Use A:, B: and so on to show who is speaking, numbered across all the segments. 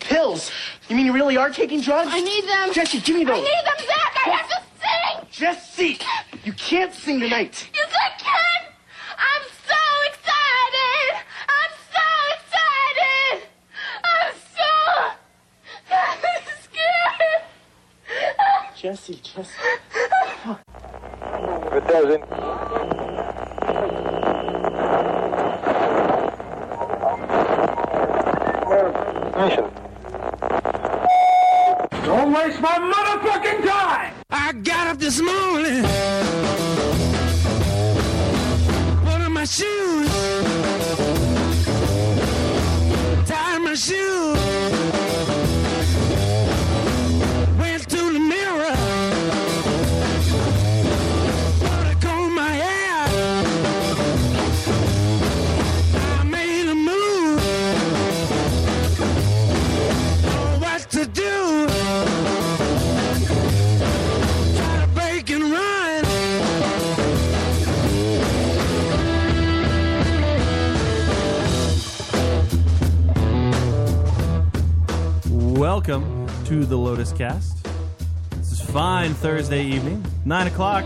A: pills. You mean you really are taking drugs?
B: I need them.
A: Jesse, give me those.
B: I need them back. I have to sing.
A: Jesse, you can't sing tonight.
B: Yes, I can. I'm so excited. I'm so excited. I'm so scared.
A: Jesse, Jesse.
C: If it doesn't, nation.
D: Don't waste my motherfucking time!
E: I got up this morning, put on my shoes, tied my shoes, went to the mirror, put a comb in my hair, I made a move, know what to do try to break and run.
F: Welcome to the Lotus Cast. This is fine Thursday evening, 9 o'clock.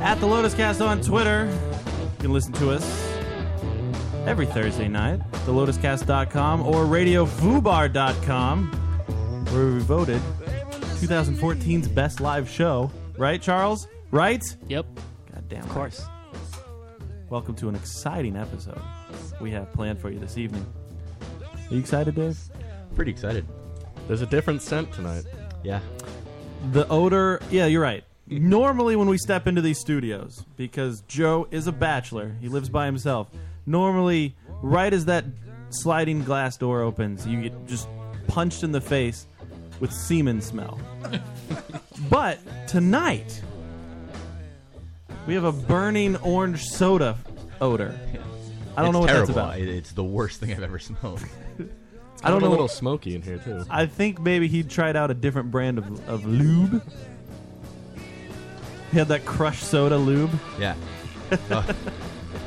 F: At the Lotus Cast on Twitter. You can listen to us every Thursday night, thelotuscast.com or radiofubar.com, where we voted 2014's best live show. Right, Charles? Right?
G: Yep,
F: God damn.
G: of course.
F: Welcome to an exciting episode we have planned for you this evening. Are you excited, Dave?
H: Pretty excited. There's a different scent tonight. Yeah.
F: The odor. Yeah, you're right. Normally, when we step into these studios, because Joe is a bachelor, he lives by himself. Normally, right as that sliding glass door opens, you get just punched in the face with semen smell. but tonight, we have a burning orange soda odor. I don't know what that's about.
I: it's the worst thing I've ever smelled.
F: I don't
H: a
F: know.
H: little smoky in here too.
F: I think maybe he tried out a different brand of, of lube. He had that crushed soda lube.
I: yeah. Uh,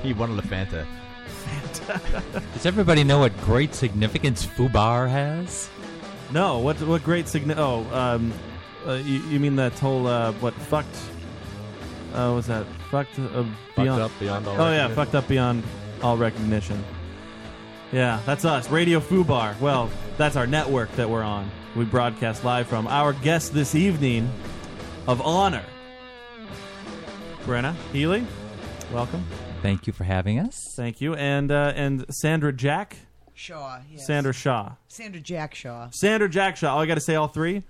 I: he wanted a Fanta.
J: Does everybody know what great significance Fubar has?
F: No, what what great sign? Oh, um, uh, you, you mean that whole uh, what fucked? Uh, what was that fucked uh, beyond?
H: Fucked up beyond all
F: oh yeah,
H: recognition.
F: fucked up beyond all recognition. Yeah, that's us, Radio Fubar. Well, that's our network that we're on. We broadcast live from our guest this evening of honor, Brenna Healy. Welcome,
J: Thank you for having us.
F: thank you, and uh, and Sandra Jack,
K: Shaw. Yes.
F: Sandra Shaw.
K: Sandra Jack Shaw.
F: Sandra Jackshaw. Oh, I got to say all three.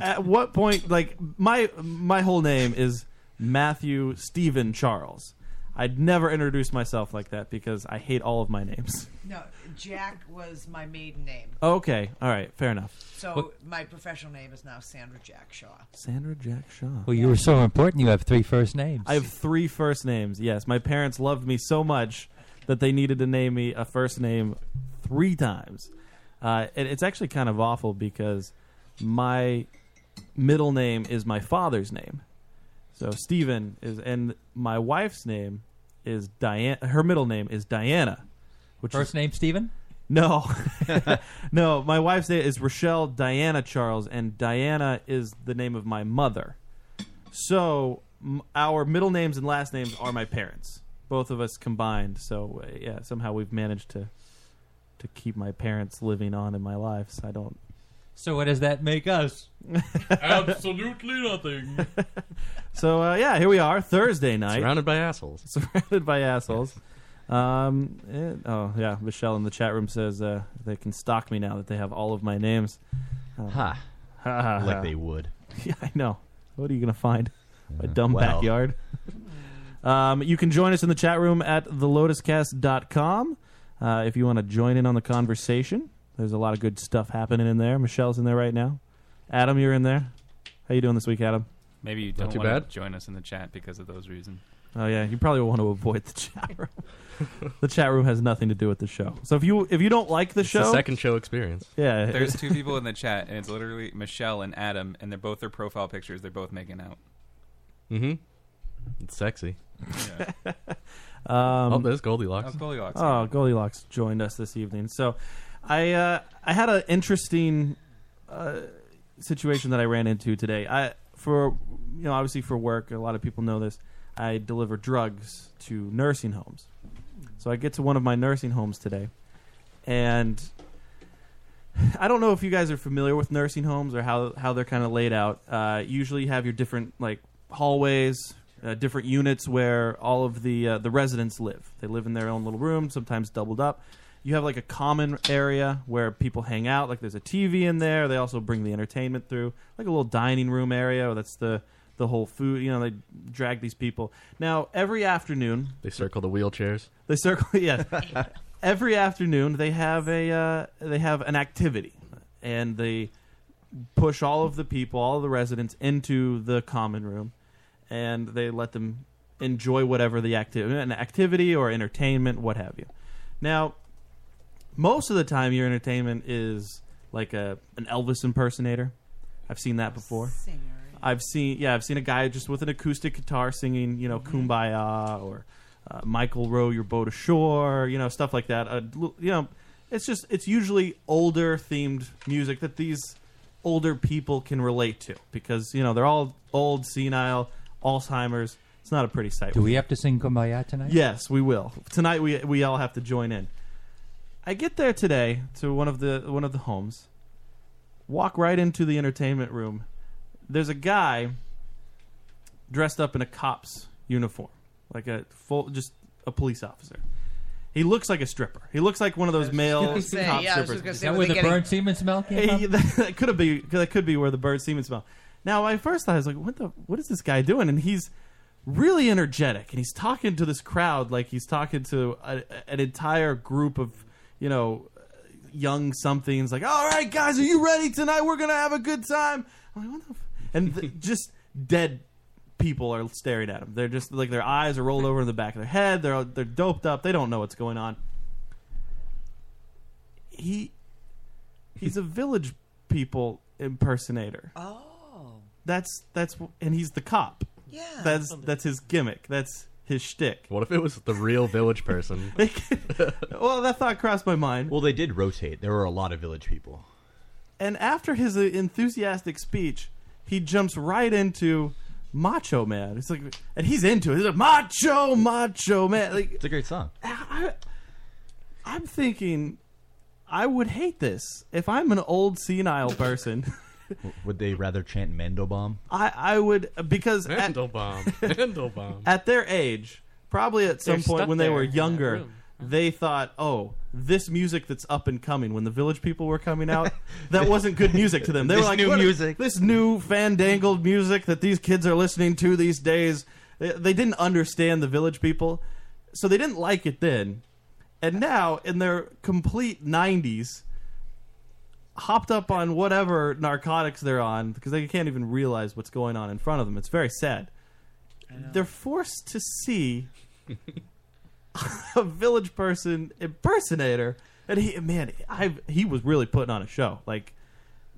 F: At what point, like my my whole name is Matthew Stephen Charles. I'd never introduce myself like that because I hate all of my names.
K: No, Jack was my maiden name.
F: Okay, all right, fair enough.
K: So my professional name is now Sandra Jack Shaw.
F: Sandra Jackshaw.
J: Well, you were so important. You have three first names.
F: I have three first names. Yes, my parents loved me so much that they needed to name me a first name three times. Uh, and it's actually kind of awful because my middle name is my father's name. So Stephen is, and my wife's name is Diane. Her middle name is Diana, which is
J: first name Stephen.
F: no, no. My wife's name is Rochelle Diana Charles, and Diana is the name of my mother. So m- our middle names and last names are my parents, both of us combined. So uh, yeah, somehow we've managed to to keep my parents living on in my life. So I don't.
J: So what does that make us?
G: Absolutely nothing.
F: So uh, yeah, here we are, Thursday night,
H: Surrounded by assholes.
F: surrounded by assholes. Um, and- oh yeah, Michelle in the chat room says uh, they can stalk me now that they have all of my names. Um,
I: Ha.
F: Ha, ha, ha.
I: Like they would.
F: Yeah, I know. What are you going to find? A dumb
I: Well.
F: backyard. um, you can join us in the chat room at thelotuscast.com uh, if you want to join in on the conversation. There's a lot of good stuff happening in there. Michelle's in there right now. Adam, you're in there. How you doing this week, Adam?
G: Maybe you don't
H: too
G: want
H: bad.
G: to join us in the chat because of those reasons.
F: Oh yeah, you probably want to avoid the chat room. the chat room has nothing to do with the show. So if you if you don't like the
H: It's
F: show,
H: a second show experience.
F: yeah,
G: There's two people in the chat, and it's literally Michelle and Adam, and they're both their profile pictures. They're both making out.
H: Mm-hmm. It's sexy.
G: Yeah.
F: Um,
H: oh, there's Goldilocks.
G: Oh, Goldilocks.
F: Oh, Goldilocks joined us this evening. So, I uh, I had an interesting uh, situation that I ran into today. I for you know obviously for work, a lot of people know this. I deliver drugs to nursing homes, so I get to one of my nursing homes today, and I don't know if you guys are familiar with nursing homes or how how they're kind of laid out. Uh, usually, you have your different like hallways, uh, different units where all of the uh, the residents live. They live in their own little room, sometimes doubled up. You have like a common area where people hang out. Like there's a TV in there. They also bring the entertainment through, like a little dining room area. That's the the whole food. You know, they drag these people. Now every afternoon,
H: They circle the wheelchairs.
F: they circle. Yes. Every afternoon they have a uh, they have an activity, and they push all of the people, all of the residents, into the common room, and they let them enjoy whatever the activity, an activity or entertainment, what have you. Now, most of the time, your entertainment is like a an Elvis impersonator. I've seen that before. I've seen yeah, I've seen a guy just with an acoustic guitar singing, you know, "Kumbaya" or uh, "Michael row your boat ashore," you know, stuff like that. Uh, l- you know, it's just it's usually older themed music that these older people can relate to because you know they're all old, senile, Alzheimer's. It's not a pretty sight.
J: Do we have to sing Kumbaya tonight?
F: Yes, we will. Tonight we we all have to join in. I get there today to one of the one of the homes. Walk right into the entertainment room. There's a guy dressed up in a cop's uniform, like a full just a police officer. He looks like a stripper. He looks like one of those male
J: gonna say,
F: cop
J: yeah, I was just
F: strippers.
J: gonna say, Is that were where they the getting- burnt semen smell came
F: Hey,
J: from?
F: That, that could have be that could be where the bird semen smell. Now, I first thought I was like, what the what is this guy doing? And he's really energetic, and he's talking to this crowd like he's talking to a, an entire group of you know young somethings. Like, all right, guys, are you ready tonight? We're gonna have a good time. I'm like, what the f-? and th- just dead people are staring at him. They're just like their eyes are rolled over in the back of their head. They're they're doped up. They don't know what's going on. He he's a village people impersonator.
K: Oh.
F: That's that's and he's the cop.
K: Yeah.
F: That's that's his gimmick. That's his shtick.
H: What if it was the real village person?
F: well, that thought crossed my mind.
I: Well, they did rotate. There were a lot of village people.
F: And after his uh, enthusiastic speech, he jumps right into Macho Man. It's like, and he's into it. He's like, Macho, Macho Man. Like, it's
I: a great song.
F: I, I'm thinking, I would hate this if I'm an old senile person.
I: W- Would they rather chant Mandelbaum?
F: I, I would because at-
H: Mandelbaum.
F: at their age, probably at some
H: Um, They're
F: point
H: stuck
F: when they
H: there
F: were
H: in that
F: younger,
H: room. Uh-huh.
F: they thought, "Oh, this music that's up and coming." When the Village People were coming out, that wasn't good music to them. They
I: This
F: were like,
I: new
F: "What-
I: music."
F: this new fandangled music that these kids are listening to these days." They, they didn't understand the Village People, so they didn't like it then. And now, in their complete nineties, hopped up on whatever narcotics they're on because they can't even realize what's going on in front of them. It's very sad. They're forced to see a village person impersonator, and he man, I he was really putting on a show. Like,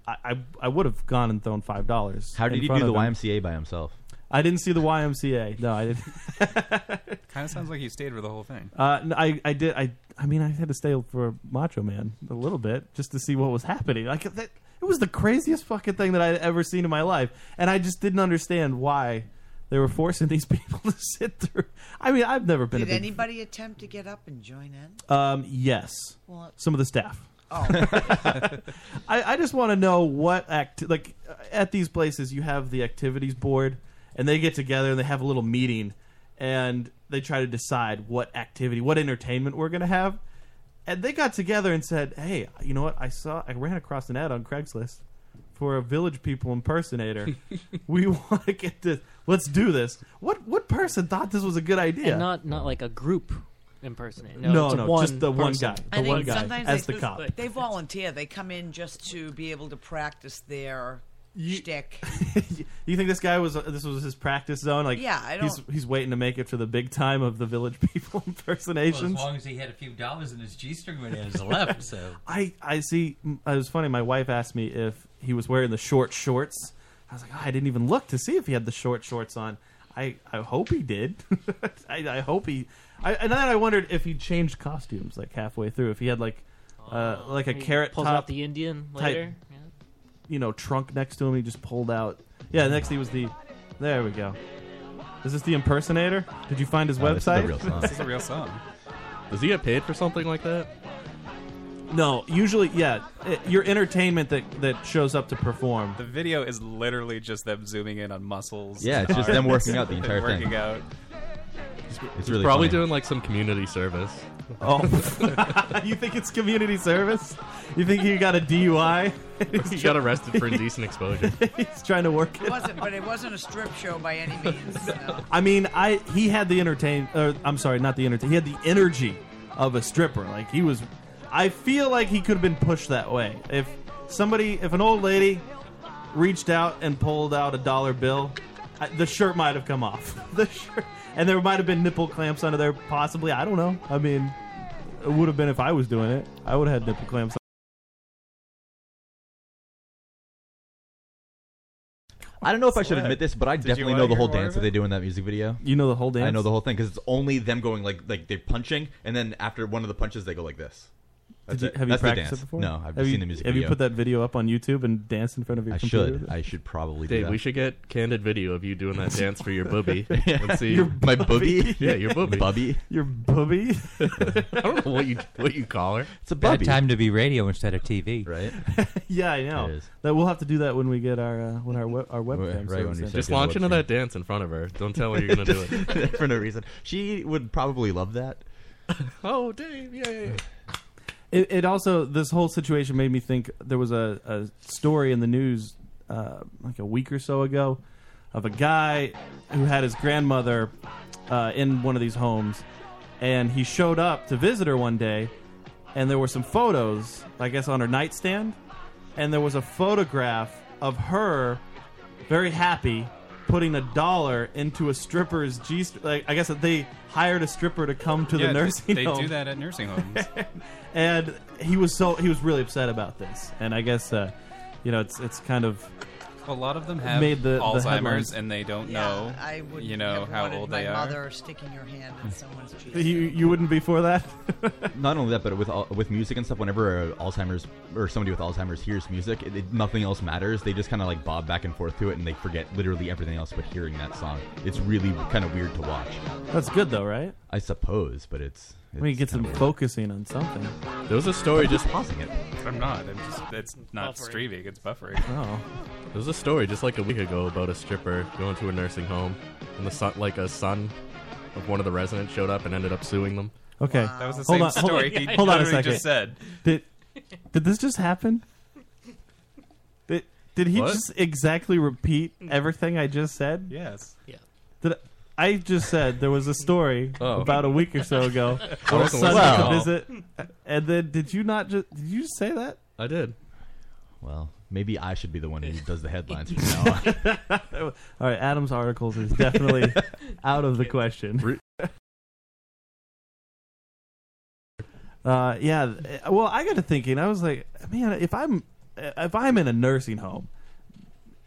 F: I I, I would have gone and thrown five dollars.
I: How did he do the YMCA by himself?
F: I didn't see the YMCA. No, I didn't.
G: Kind of sounds like you stayed for the whole thing.
F: Uh, no, I, I did. I, I mean, I had to stay for Macho Man a little bit just to see what was happening. Like that, it was the craziest fucking thing that I'd ever seen in my life, and I just didn't understand why they were forcing these people to sit through. I mean, I've never been.
K: Did
F: a big,
K: anybody attempt to get up and join in?
F: Um, yes.
K: Well-
F: Some of the staff.
K: Oh.
F: I, I just want to know what act like uh, at these places you have the activities board and they get together and they have a little meeting and they try to decide what activity what entertainment we're going to have and they got together and said hey you know what i saw i ran across an ad on craigslist for a village people impersonator we want to get this let's do this what what person thought this was a good idea
L: And not not like a group impersonator. No,
F: No,
L: it's
F: no,
L: one
F: just the one
L: person.
F: guy. The one guy as the cop.
K: They volunteer. They come in just to be able to practice their shtick.
F: You think this guy was uh, this was his practice zone? Like,
K: Yeah, I
F: he's he's waiting to make it for the big time of the village people
J: Well,
F: impersonations.
J: as long as he had a few dollars in his G string when he was 11, so.
F: I I see. It was funny. My wife asked me if he was wearing the short shorts. I was like, "Oh, I didn't even look to see if he had the short shorts on. I I hope he did. I, I hope he. I, and then I wondered if he changed costumes like halfway through. If he had like uh, like a
L: Oh, He
F: carrot
L: pulls
F: top
L: out the Indian
F: type,
L: later, yeah.
F: you know, trunk next to him. He just pulled out. Yeah, next he was the. There we go. Is this the impersonator? Did you find his
H: No, this is the
F: website?
H: real song. This is the
G: real song.
H: Does he get paid for something like that?
F: No, usually, yeah, it, your entertainment that that shows up to perform.
G: The video is literally just them zooming in on muscles.
F: Yeah,
G: and
F: it's just them
G: arms,
F: working out the
G: and
F: entire thing.
G: Working out.
H: He's
I: really
H: probably
I: funny.
H: doing like some community service.
F: Oh, you think it's community service? You think you got a DUI?
H: He got arrested for indecent exposure.
F: He's trying to work
K: It
F: it.
K: wasn't, but it wasn't a strip show by any means. no.
F: I mean, I he had the entertain. Or, I'm sorry, not the entertain. He had the energy of a stripper. Like he was. I feel like he could have been pushed that way. If somebody, if an old lady reached out and pulled out a dollar bill, I, the shirt might have come off. The shirt, and there might have been nipple clamps under there. Possibly, I don't know. I mean, it would have been if I was doing it. I would have had nipple clamps.
I: I don't know if I should
F: Slap.
I: admit this, but I
F: Did you
I: definitely
F: wanna
I: know the
F: hear
I: whole
F: more
I: dance
F: of
I: that
F: it?
I: they do in that music video.
F: You know the whole dance.
I: I know the whole thing because it's only them going like like they're punching, and then after one of the punches, they go like this. That's
F: Did you,
I: it.
F: have you
I: That's the
F: practiced it
I: dance.
F: before?
I: No, I've
F: have
I: seen
F: you,
I: the music
F: Have
I: video.
F: you put that video up on YouTube and dance in front of your
I: I
F: computer?
I: should. I should probably do
H: Dave,
I: that.
H: we should get candid video of you doing that dance for your booby.
I: Yeah.
H: Let's see
I: Your My booby? booby?
H: Yeah, your booby.
I: Bubby?
F: Your booby?
H: I don't know what you what you call her.
I: It's a
J: Bad time to be radio instead of TV,
I: right?
F: yeah, I know.
H: It is.
F: That we'll have to do that when we get our uh, when our we- our webcam. service in.
H: just launch into that dance in front of her. Don't tell her you're gonna do it
I: for no reason. She would probably love that.
H: Oh, Dave! Yay!
F: It, it also this whole situation made me think there was a, a story in the news uh, like a week or so ago of a guy who had his grandmother uh, in one of these homes, and he showed up to visit her one day, and there were some photos I guess on her nightstand, and there was a photograph of her very happy putting a dollar into a stripper's g like I guess that they hired a stripper to come to
G: Yeah,
F: the
G: they-
F: nursing
G: they
F: home
G: do that at nursing homes.
F: and he was so he was really upset about this and i guess uh you know it's it's kind of
G: A lot of them have
F: made the- the
G: Alzheimer's
F: headlines.
G: and they don't
K: Yeah,
G: know.
K: I would
G: you know
K: never
G: how
K: wanted
G: old
K: my
G: they are.
K: mother sticking her hand in someone's cheek.
F: you you wouldn't be for that.
I: Not only that, but with all, with music and stuff, whenever uh, Alzheimer's or somebody with Alzheimer's hears music, it, it- nothing else matters. They just kind of like bob back and forth to it, and they forget literally everything else but hearing that song. It's really kind of weird to watch.
F: That's good though, right?
I: I suppose, but it's.
F: I mean, it gets them focusing on something.
H: There was a story just
I: pausing it.
G: I'm not. I'm just. It's not streaming. It's buffering.
F: Oh.
H: There was a story just like a week ago about a stripper going to a nursing home, and the son, like a son of one of the residents, showed up and ended up suing them.
F: Okay,
G: That was the
F: hold
G: same
F: on, hold
G: story
F: on,
G: he
F: hold on a
G: literally
F: second.
G: just said.
F: Did did this just happen? Did did he
G: What?
F: just exactly repeat everything I just said?
G: Yes.
L: Yeah.
F: Did I, I just said there was a story
G: Oh.
F: about a week or so ago
H: I
F: where a
H: wasn't
F: son
H: listening.
F: went to
H: Well.
F: visit, and then did you not just did you say that?
H: I did.
I: Well, maybe I should be the one who does the headlines from now on.
F: All right, Adam's articles is definitely out of the question. Uh, yeah. th- Well, I got to thinking. I was like, man, if I'm if I'm in a nursing home,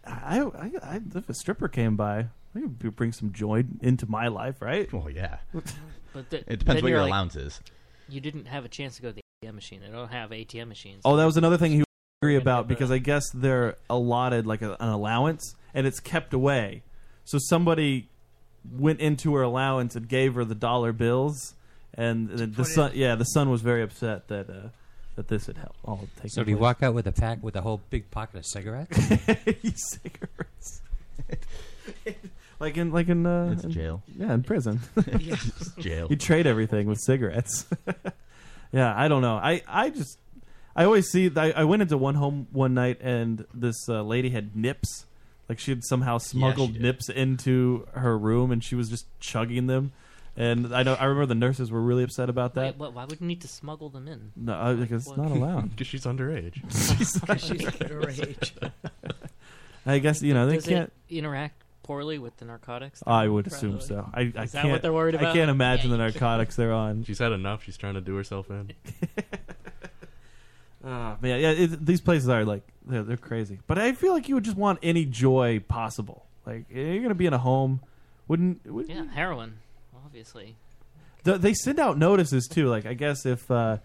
F: I, I, I if a stripper came by, I could bring some joy into my life, right?
I: Well, yeah.
L: But th-
I: It depends
L: then
I: what
L: you're
I: your
L: like,
I: allowance is.
L: You didn't have a chance to go to the ATM machine. They don't have ATM machines.
F: Oh, that was another thing he was angry about because I guess they're allotted like a, an allowance and it's kept away. So somebody went into her allowance and gave her the dollar bills, and the, the son, yeah, the son was very upset that uh, that this had helped. All taken
J: So do you
F: place.
J: walk out with a pack with a whole big pocket of cigarettes?
F: cigarettes. like in like in uh,
J: It's
F: in-
J: jail.
F: Yeah, in prison.
J: Yeah. It's jail.
F: You trade everything with cigarettes. yeah, I don't know. I I just I always see. I, I went into one home one night and this uh, lady had nips. Like she had somehow smuggled nips into her room and she was just chugging them. And I know I remember the nurses were really upset about that.
L: Wait, what, why would you need to smuggle them in?
F: No, I- like, it's
L: What?
F: not allowed.
H: Because she's underage.
F: She's
L: underage.
F: I guess you know they
L: Does
F: can't.
L: it interact poorly with the narcotics?
F: I would assume so. I, I
L: Is that
F: can't,
L: what they're worried
F: I
L: about?
F: can't imagine the narcotics they're on.
H: She's had enough. She's trying to do herself in.
F: Ah, man, yeah, it, these places are like they're, they're crazy. But I feel like you would just want any joy possible. Like you're gonna be in a home, wouldn't? wouldn't
L: Yeah, heroin, obviously.
F: Th- They send out notices too. Like I guess if uh,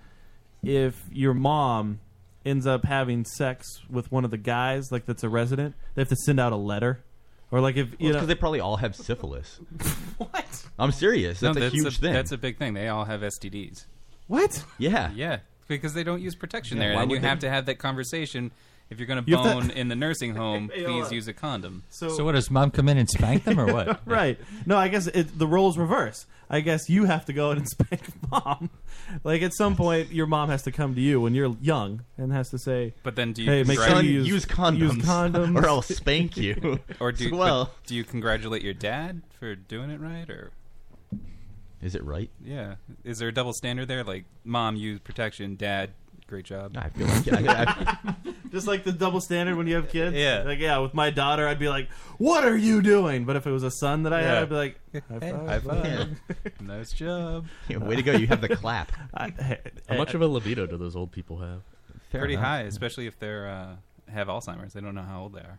F: if your mom ends up having sex with one of the guys, like that's a resident, they have to send out a letter, or like if you
I: because
F: know
I: they probably all have syphilis. what? I'm serious. That's,
G: No,
I: a huge thing.
G: That's a big thing. They all have STDs.
F: What?
I: Yeah.
G: Yeah, because they don't use protection
I: Yeah,
G: there.
I: why
G: And you
I: would they?
G: have to have that conversation. If you're going to
J: You have to-
G: bone in the nursing home,
J: Yeah,
G: please
J: well,
G: use a condom.
J: So, what does mom come in and spank them or what?
F: right. No, I guess it, the roles reverse. I guess you have to go in and spank mom. Like at some point, your mom has to come to you when you're young and has to say,
G: But then do you
F: hey, make sure
G: congrat-
F: you use, use condoms,
G: or do but
F: well,
G: do you congratulate your dad for doing it right or
I: Is it right?
G: yeah, is there a double standard there? Like mom use protection, dad great job.
I: I feel like I,
F: just like the double standard when you have kids.
G: Yeah.
F: like yeah. With my daughter, I'd be like, "What are you doing?" But if it was a son that I had,
G: Yeah.
F: I'd be like, "High
G: Hey,
F: five,
G: high five. nice job."
I: Yeah, way to go. You have the clap.
H: How much of a libido do those old people have?
G: Pretty
F: Uh-huh.
G: high, especially if they're uh, have Alzheimer's. They don't know how old they are.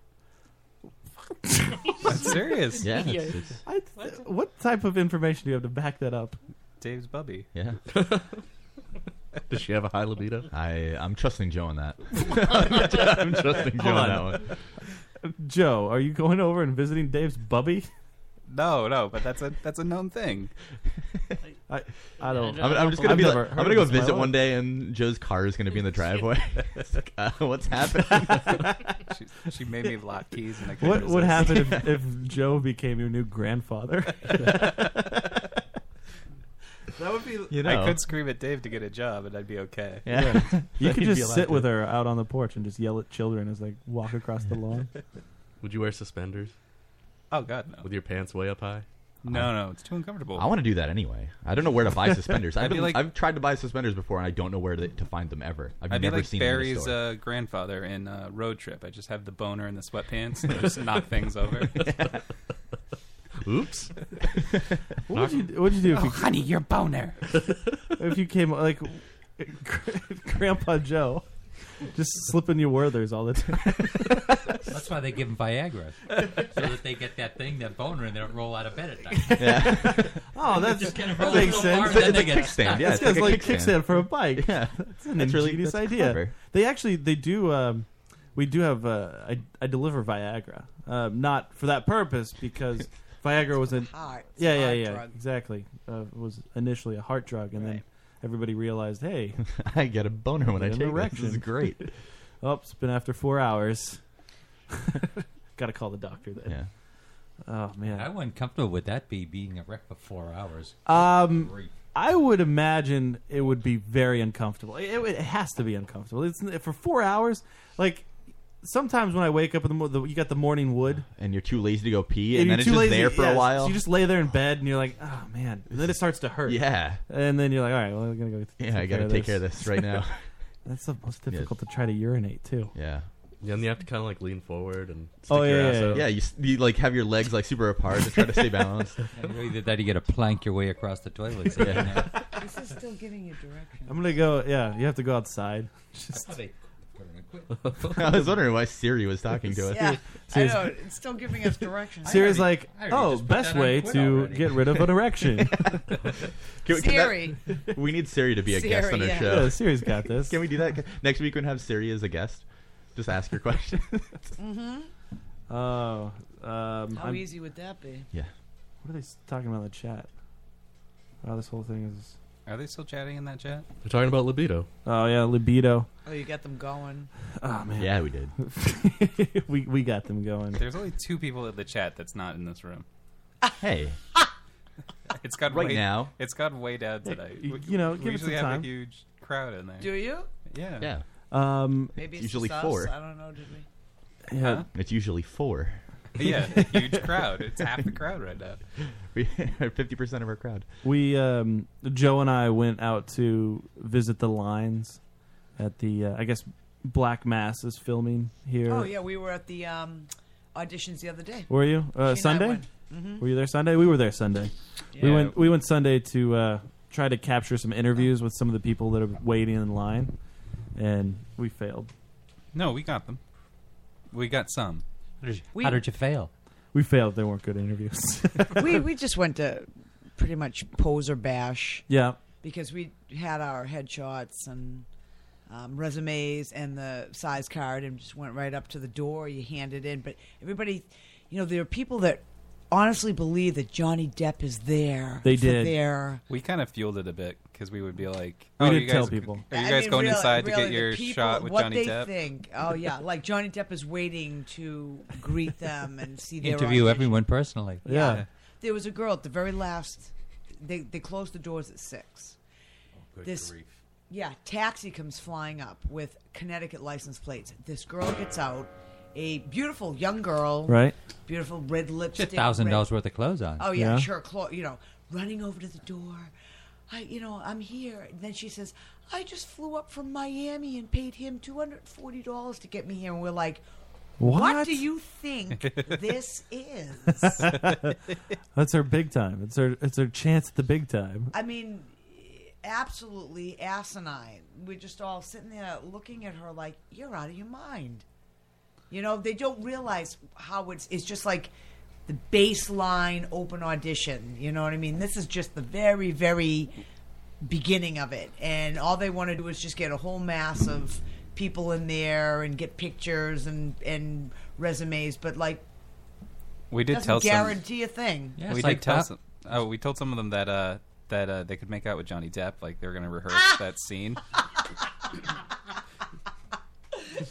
G: I'm serious.
I: Yeah,
F: I, what type of information do you have to back that up?
G: Dave's Bubby.
I: Yeah.
H: Does she have a high libido?
I: I I'm trusting Joe on that. I'm trusting Joe
F: Hold
I: on
F: on.
I: that one.
F: Joe, are you going over and visiting Dave's bubby?
G: No, no, but that's a that's a known thing.
F: I I don't.
I: I'm, I'm just gonna
F: I've
I: be like,
F: never
I: I'm
F: heard
I: gonna go
F: of this in my
I: visit
F: life.
I: one day, and Joe's car is gonna be in the driveway. It's like, uh, what's happening?
G: she, she made me lock keys, and I couldn't
F: What would
G: resist.
F: happen if, if Joe became your new grandfather?
G: That would be.
F: You
G: I
F: know.
G: could scream at Dave to get a job, and I'd be okay.
F: you
H: He'd
F: could
H: be
F: just
H: allowed
F: sit
H: to.
F: with her out on the porch and just yell at children as they walk across the lawn.
H: Would you wear suspenders?
G: Oh God, no!
H: With your pants way up high?
G: No, no, it's too uncomfortable.
I: I want to do that anyway. I don't know where to buy suspenders.
G: I'd
I: I've,
G: be
I: been,
G: like-
I: I've tried to buy suspenders before, and I don't know where to, to find them ever. I've
G: I'd be
I: never
G: like
I: seen them in a
G: Barry's
I: store.
G: uh, grandfather in uh, Road Trip. I just have the boner and the sweatpants and I just knock things over.
H: Oops.
F: What would you What'd you do? If
G: Oh,
F: you,
G: honey, your boner.
F: if you came like Grandpa Joe, just slipping you Werthers all the time.
J: That's why they give them Viagra, so that they get that thing, that boner, and they don't roll out of bed at night.
F: Oh, that's
J: just kind of
F: that
J: roll
F: makes
J: so
F: sense.
J: Far, then they get stuck.
F: This guy's like kickstand. for a bike.
I: Yeah,
F: that's an
I: That's really-
F: ingenious
I: that's
F: idea.
I: clever.
F: They actually they do. Um, we do have. Uh, I I deliver Viagra, um, not for that purpose because Viagra was a
K: heart- it's a
F: yeah yeah
K: heart
F: yeah
K: drug.
F: exactly uh, was initially a heart drug and then everybody realized hey
I: I get a boner when I
F: an
I: take this. This is great.
F: oh, it's been after four hours. Got to call the doctor then.
I: Yeah.
F: Oh man.
J: I wasn't comfortable with that be being a wreck for four hours.
F: Um, I would imagine it would be very uncomfortable. It, it has to be uncomfortable. It's for four hours. Like sometimes when I wake up in the morning, you got the morning wood,
I: and you're too lazy to go pee, and,
F: you're
I: then it's
F: too
I: just
F: lazy-
I: there for
F: yeah,
I: a
F: so
I: while.
F: you just lay there in bed, and you're like, oh man. And then it starts to hurt.
I: Yeah.
F: And then you're like, all right, well, I'm gonna go.
I: Yeah, I gotta take care of this right now.
F: That's the most difficult to try to urinate too.
I: yeah.
H: Then you have to kind of like lean forward and stick
F: Oh,
H: your
F: yeah,
H: ass
F: yeah,
H: out.
I: yeah, you, s- you like have your legs like super apart to try to stay balanced.
J: Either that, or you get to plank your way across the toilet. So you know.
K: This is still giving you direction.
F: I'm gonna go. Yeah, you have to go outside. Just.
I: I was wondering why Siri was talking to us.
K: Yeah, I
F: Serious-
K: know. It's still giving us directions.
F: Siri's like, oh, best way to get rid of an erection.
I: Can- can
K: Siri.
I: that- we need Siri to be a guest
K: Siri,
I: on our
K: yeah.
I: show.
F: Yeah, Siri's got this.
I: Can we do that next week? We're gonna have Siri as a guest. Just ask your question.
K: Mm-hmm.
F: Oh, um,
K: How
F: I'm-
K: easy would that be?
I: Yeah.
F: What are they s- talking about in the chat? Oh, this whole thing is.
G: Are they still chatting in that chat?
H: They're talking about libido.
F: Oh yeah, libido.
K: Oh, you got them going.
F: Oh man.
I: Yeah, we did.
F: we we got them going.
G: There's only two people in the chat that's not in this room.
I: Hey.
G: It's got
I: Right
G: way,
I: now.
G: It's got way down today.
F: you-
G: We-
F: you know,
G: we
F: give it
G: usually
F: some
G: have
F: time.
G: a huge crowd in there.
K: Do you?
G: Yeah.
I: Yeah.
F: Um,
K: Maybe it's
I: usually
K: just us.
I: four.
K: I don't know. Did we?
F: Yeah.
I: It's usually four.
G: Yeah, a huge crowd. It's half the crowd right now.
I: We fifty percent of our crowd.
F: We um, Joe and I went out to visit the lines at the uh, I guess Black Mass is filming here.
K: Oh yeah, we were at the um, auditions the other day.
F: Were you uh, Sunday?
K: Mhm.
F: Were you there Sunday? We were there Sunday. We
K: Yeah.
F: went. We went Sunday to uh, try to capture some interviews with some of the people that are waiting in line, and we failed.
G: No, we got them. We got some.
K: We- how did
J: you fail?
F: We failed. They weren't good interviews.
K: we we just went to pretty much poser bash
F: yeah.
K: because we had our headshots and um, resumes and the size card and just went right up to the door. You hand it in, but everybody, you know, there are people that honestly believe that Johnny Depp is there.
F: They
K: for
F: did.
K: their-
G: We kind of fueled it a bit because we would be like,
F: We
G: "Oh,
F: did
G: you guys,
F: tell people.
G: Are you
K: I
G: guys
K: mean,
G: going
K: really-
G: inside to
K: really,
G: get
K: the
G: your
K: people,
G: shot with
K: what
G: Johnny
K: they
G: Depp?"
K: Think. Oh yeah, like Johnny Depp is waiting to greet them and see their
J: Interview
K: audition.
J: everyone personally.
F: Yeah.
K: There was a girl at the very last. They they closed the doors at six.
J: Oh, good grief.
K: yeah, taxi comes flying up with Connecticut license plates. This girl gets out, a beautiful young girl,
J: Right.
K: Beautiful red lipstick,
J: thousand
K: red-
J: dollars worth of clothes on.
K: Oh yeah,
J: Yeah.
K: sure, clo- you know, running over to the door. I, you know, I'm here. And then she says, "I just flew up from Miami and paid him two hundred forty dollars to get me here." And we're like, "What,
F: What?
K: do you think this is?"
F: That's her big time. It's her. It's her chance at the big time.
K: I mean, absolutely asinine. We're just all sitting there looking at her like, you're out of your mind. You know, they don't realize how it's, it's just like the baseline open audition. You know what I mean? This is just the very, very beginning of it. And all they want to do is just get a whole mass of people in there and get pictures and, and resumes. But like,
G: We did
K: doesn't
G: tell some.
K: guarantee a thing.
G: we did tell some. Oh, we told some of them that uh, that uh, they could make out with Johnny Depp, like they were going to rehearse
K: Ah!
G: that scene.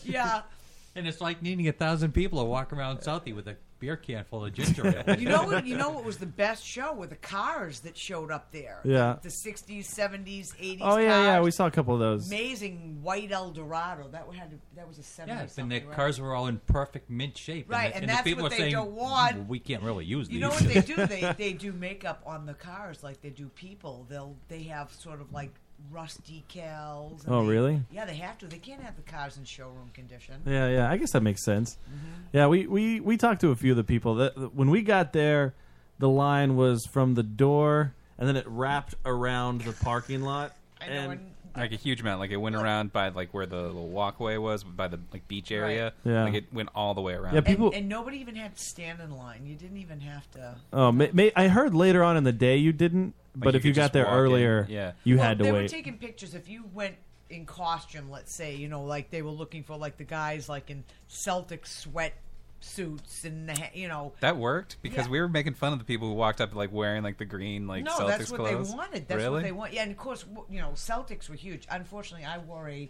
K: yeah.
J: And it's like needing a thousand people to walk around Southie with a beer can full of ginger ale.
K: you know what? You know what was the best show were the cars that showed up there.
F: Yeah.
K: the '60s, '70s, '80s.
F: Oh yeah, yeah.
K: cars.
F: We saw a couple of those.
K: Amazing white Eldorado. That had to, that was a '70s.
J: Yeah, and the
K: something, right?
J: cars were all in perfect mint shape.
K: Right,
J: the,
K: and
J: the
K: that's
J: people
K: what
J: were
K: they
J: saying,
K: don't want.
J: "Well, We can't really use
K: You
J: these.
K: know what they do? They they do makeup on the cars like they do people. They'll they have sort of like rust decals. and
F: Oh,
K: they-
F: really?
K: Yeah, they have to. They can't have the cars in showroom condition.
F: Yeah, yeah. I guess that makes sense.
G: Mm-hmm.
F: Yeah, we, we we talked to a few of the people that when we got there, the line was from the door and then it wrapped around the parking lot.
K: I know,
F: and
G: like a huge amount. Like it went around by like where the little walkway was, by the like beach area.
F: Yeah.
G: like it went all the way around.
F: Yeah, people-
K: and, and nobody even had to stand in line. You didn't even have to.
F: oh, may, may, I heard later on in the day you didn't, but
G: you
F: if you
G: could
F: got
G: just
F: there
G: walk in,
F: earlier,
G: yeah.
F: you
K: Well,
F: had to
K: they
F: wait.
K: were taking pictures. If you went in costume, let's say, you know, like they were looking for like the guys like in Celtic sweat suits and the ha- you know.
G: That worked because
K: Yeah.
G: we were making fun of the people who walked up like wearing like the green like
K: no,
G: Celtics
K: that's what
G: clothes.
K: they wanted. That's
G: really?
K: what they want. Yeah, and of course, w- you know, Celtics were huge. Unfortunately, I wore a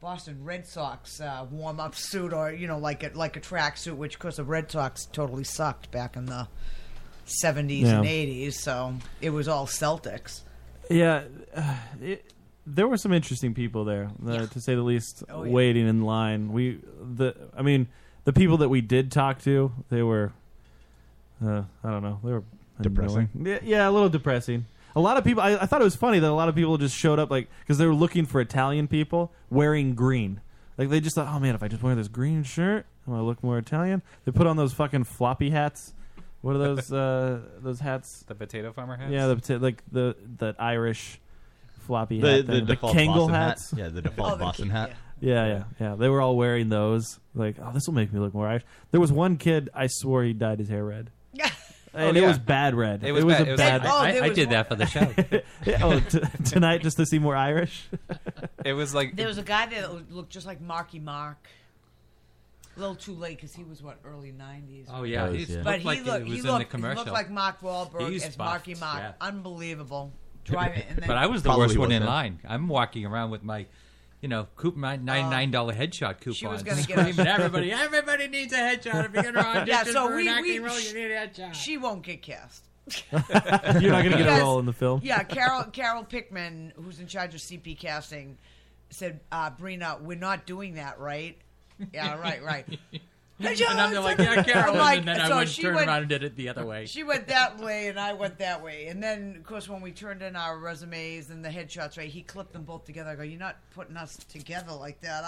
K: Boston Red Sox uh, warm-up suit, or you know, like a like a tracksuit, which of course the Red Sox totally sucked back in the '70s and
F: Yeah.
K: '80s. So it was all Celtics.
F: Yeah, uh, it, there were some interesting people there, uh, to say the least.
K: Oh, yeah.
F: waiting in line, we the I mean the people that we did talk to, they were, uh, I don't know, they were
I: Depressing.
F: annoying. Yeah, yeah, a little depressing. A lot of people. I, I thought it was funny that a lot of people just showed up like because they were looking for Italian people wearing green. Like they just thought, oh man, if I just wear this green shirt, I'm gonna look more Italian. They put on those fucking floppy hats. What are those? Uh, those hats?
G: The potato farmer hats?
F: Yeah, the pota- like the that Irish floppy
I: The-
F: hat,
I: the
F: thing.
I: default
F: Kangol
I: Boston hat.
F: hats.
I: Yeah, the default Oh, the Boston ki- hat.
F: Yeah. yeah, yeah, They were all wearing those. Like, oh, this will make me look more Irish. There was one kid. I swore he dyed his hair red.
K: Yeah.
F: And
J: Oh,
F: it
J: yeah.
F: was bad red.
J: It was
F: was
J: bad-
F: a
J: it was-
F: bad.
J: I- Oh, I- there I was did one- that for the show.
F: Yeah, oh, t- tonight just to see more Irish.
G: It was like
K: There was a guy that looked just like Marky Mark. A little too late because he was what early nineties.
J: Oh, yeah, he
K: he
J: looked
K: but
J: like
K: he
J: he
K: looked,
J: was
K: he
J: in the
K: looked, he
J: commercial.
K: looked like Mark Wahlberg
J: He's
K: as Marky
J: buffed,
K: Mark.
J: yeah.
K: Unbelievable. Driving. And then,
J: but I was the
I: Probably
J: worst one
I: was
J: in
I: that.
J: line. I'm walking around with my, you know, coupon, my ninety-nine dollar headshot coupon.
K: Oh. she was gonna get
J: screaming
K: a-
J: at everybody. Everybody needs a headshot if you're gonna audition
K: yeah, so
J: for
K: we,
J: an acting
K: we,
J: role. You need a headshot.
K: She won't get cast.
F: You're not gonna get
K: Because-
F: a role in the film.
K: Yeah, Carol Carol Pickman, who's in charge of CP casting, said, uh, "Brina, we're not doing that, right?" Yeah, right, right.
J: And I'm like, yeah, Carol,
K: I'm like-
J: and then I
K: so
J: went
K: she
J: turned
K: went-
J: around and did it the other way.
K: She went that way and I went that way. And then, of course, when we turned in our resumes and the headshots, right, he clipped them both together. I go, You're not putting us together like that,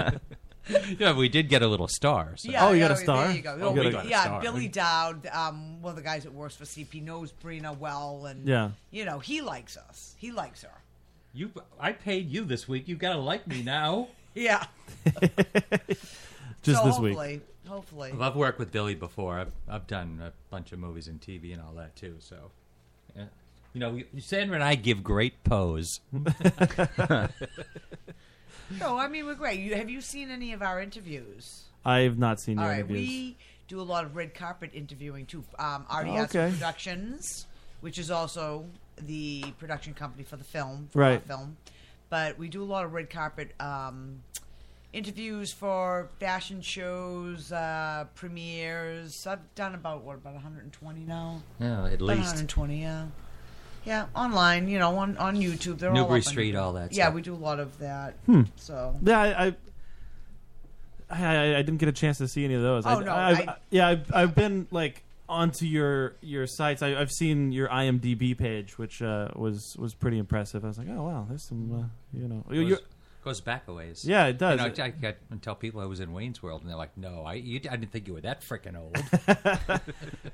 K: are you?
J: yeah, we did get a little star. So.
K: Yeah, yeah, There you go.
J: Oh, we
K: yeah,
J: got a star.
K: Billy Dowd, um, one of the guys that works for CP, knows Brina well. And,
J: Yeah.
K: you know, he likes us. He likes her.
J: You, I paid you this week. You gotta like me now.
K: Yeah.
J: Just
K: so
J: this week.
K: hopefully, week. Hopefully.
J: Well, I've worked with Billy before. I've I've done a bunch of movies and TV and all that too. So, yeah. You know, we- Sandra and I give great pose.
K: No, I mean we're great. You, have you seen any of our interviews?
F: I have not seen your
K: All right,
F: interviews.
K: we do a lot of red carpet interviewing too. Um, RDS
F: Oh, Okay.
K: Productions, which is also the production company for the film, for
F: Right.
K: our film. But we do a lot of red carpet um, interviews for fashion shows, uh, premieres. I've done about what about 120 now?
J: Yeah, at
K: About
J: least.
K: 120. Yeah, yeah, online. You know, on on YouTube. They're all
J: Newbury
K: up on
J: Street,
K: YouTube.
J: all that
K: Yeah,
J: stuff.
K: we do a lot of that.
F: Hmm.
K: So
F: Yeah, I, I, I, I- I didn't get a chance to see any of those.
K: Oh,
F: I,
K: no,
F: I've,
K: I-
F: yeah, I've, I've been like onto your your sites. I, I've seen your IMDb page, which uh, was was pretty impressive. I was like, oh wow, there's some, uh, you know, you-
J: goes,
F: you-
J: goes back a ways.
F: Yeah, it does.
J: You know, I, I, got- I tell people I was in Wayne's World, and they're like, "No, I, you, I didn't think you were that freaking old."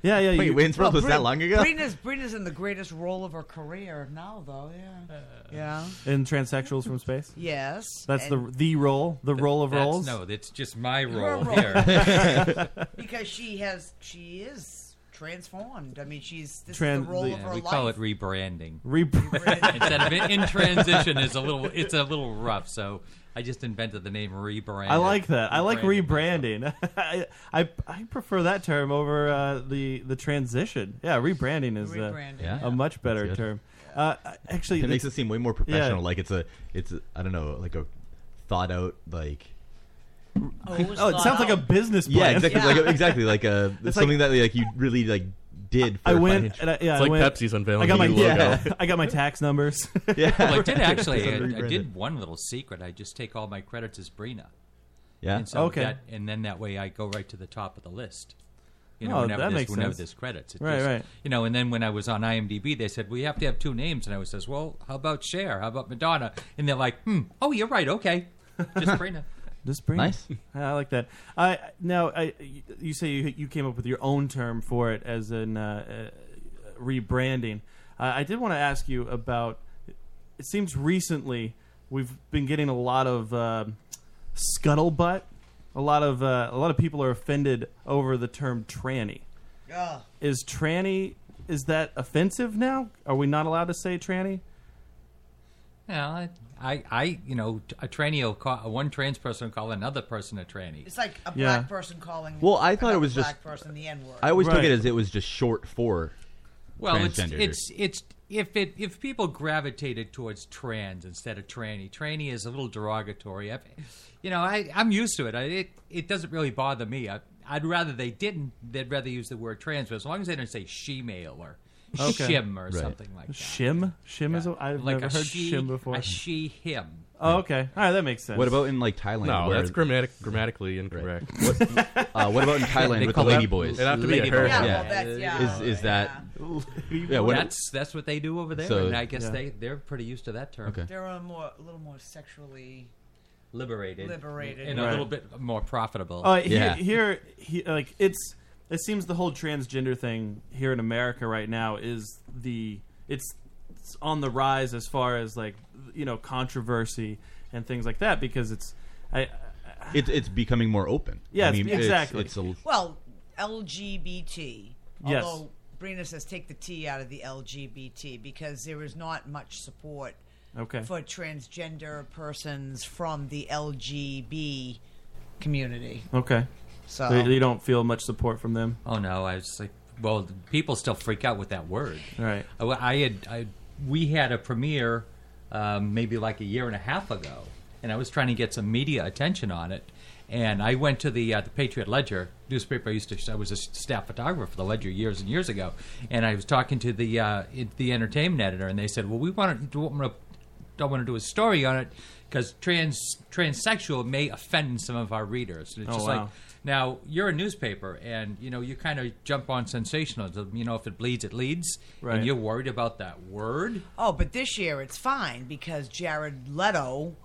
F: yeah, yeah.
I: Wait,
F: you-
I: Wayne's World was
K: Brit-
I: that long ago?
K: Brina's, Brina's in the greatest role of her career now, though.
J: Uh,
K: Yeah. yeah.
F: in transsexuals from space.
K: Yes,
F: that's the
K: and-
F: the role, the role of
J: That's-
F: roles.
J: No, it's just my
K: Her
J: role
K: role.
J: here.
K: because she has, she is transformed. I mean, she's this
J: Tran-
K: is the role
J: the-
K: of her
J: we
K: life.
J: call it rebranding.
F: Rebranding.
J: Instead of in, in transition is a little it's a little rough. So I just invented the name rebrand.
F: I like that. I like
J: Rebranded.
F: rebranding. I, I I prefer that term over uh, the the transition. Yeah, rebranding is uh,
I: Rebranding, Yeah.
F: a much better
I: good.
F: term. Uh, actually,
I: it makes it
F: it's-
I: seem way more
F: yeah.
I: professional. Like it's a, it's a, I don't know, like a thought out like.
F: Oh, it Oh, it sounds like a business
I: Yeah,
F: plan.
I: exactly.
F: Yeah.
I: Like exactly like uh
F: It's
I: something that like you really like did. For
F: I
I: a
F: went
I: financial-
F: and I, yeah, I went- I got my yeah, I got my tax numbers.
J: Well, I did actually.
I: It's
J: I, I
I: unrebranded.
J: did one little secret. I just take all my credits as Brina.
I: Yeah.
J: And so
F: Okay.
J: That, and then that way I go right to the top of the list. You know,
F: Oh,
J: whenever,
F: that
J: there's,
F: makes
J: whenever
F: sense.
J: there's credits. It
F: Right,
J: just-
F: right.
J: You know, and then when I was on IMDb, they said, well, you have to have two names. And I was says, well, how about Cher? How about Madonna? And they're like, hmm, oh, you're right. Okay. Just Brina.
F: Just bring
J: Nice.
F: it. Yeah, I like that. I now I you say you you came up with your own term for it as in uh, uh, rebranding. Uh, I did want to ask you about. It seems recently we've been getting a lot of um scuttlebutt. A lot of uh, a lot of people are offended over the term tranny.
K: Ugh.
F: Is tranny is that offensive now? Are we not allowed to say tranny?
J: Yeah, I, I, I, you know, a tranny will call, one trans person will call another person a tranny.
K: It's like a black person calling.
I: Well, I thought
K: another
I: it was
K: black
I: just.
K: person the N word.
I: I always took it as it was just short for.
J: Well, it's,
I: transgender.
J: it's it's if it if people gravitated towards trans instead of tranny, tranny is a little derogatory. I, you know, I I'm used to it. I, it it doesn't really bother me. I, I'd rather they didn't. They'd rather use the word trans, but as long as they don't say she male or shim or something like that.
F: Shim? Shim is a, I've
J: like
F: never
J: a
F: heard
J: she,
F: shim before.
J: A she him.
F: Oh, okay. All right, that makes sense.
I: What about in like Thailand?
H: No,
I: where-
H: that's grammatic, grammatically incorrect.
I: What, uh, what about in Thailand with the lady boys?
H: It'd have to be a her.
I: Is is that?
J: Yeah,
I: what-
J: that's that's what they do over there,
I: So-
J: and I guess
I: Yeah.
J: they they're pretty used to that term.
K: They're a more, a little more sexually
J: Liberated,
K: Liberated.
J: and
F: Right.
J: a little bit more profitable.
F: Uh, here, here, he, like it's it seems the whole transgender thing here in America right now is the it's, it's on the rise as far as like you know controversy and things like that because it's I
I: It's it's becoming more open.
F: Yeah,
I: I
F: it's-
I: mean, it's-
F: exactly.
I: It's, a,
K: Well, LGBT.
I: Yes.
K: Although Brina says take the T out of the LGBT because there is not much support
F: Okay.
K: for transgender persons from the LGB community.
F: okay
K: So-
F: so you don't feel much support from them.
J: Oh no, I was like, well, people still freak out with that word.
F: Right.
J: I, I had, I, we had a premiere um, maybe like a year and a half ago, and I was trying to get some media attention on it. And I went to the uh, the Patriot Ledger newspaper. I used to, I was a staff photographer for the Ledger years and years ago, and I was talking to the uh, it- the entertainment editor, and they said, well, we want to, want to don't want to do a story on it because trans transsexual may offend some of our readers. And it's
F: Oh,
J: just
F: wow.
J: like now you're a newspaper, and you know you kind of jump on sensationalism. You know if it bleeds, it leads,
K: Right.
J: and you're worried about that word.
K: Oh, but this year it's fine because Jared Leto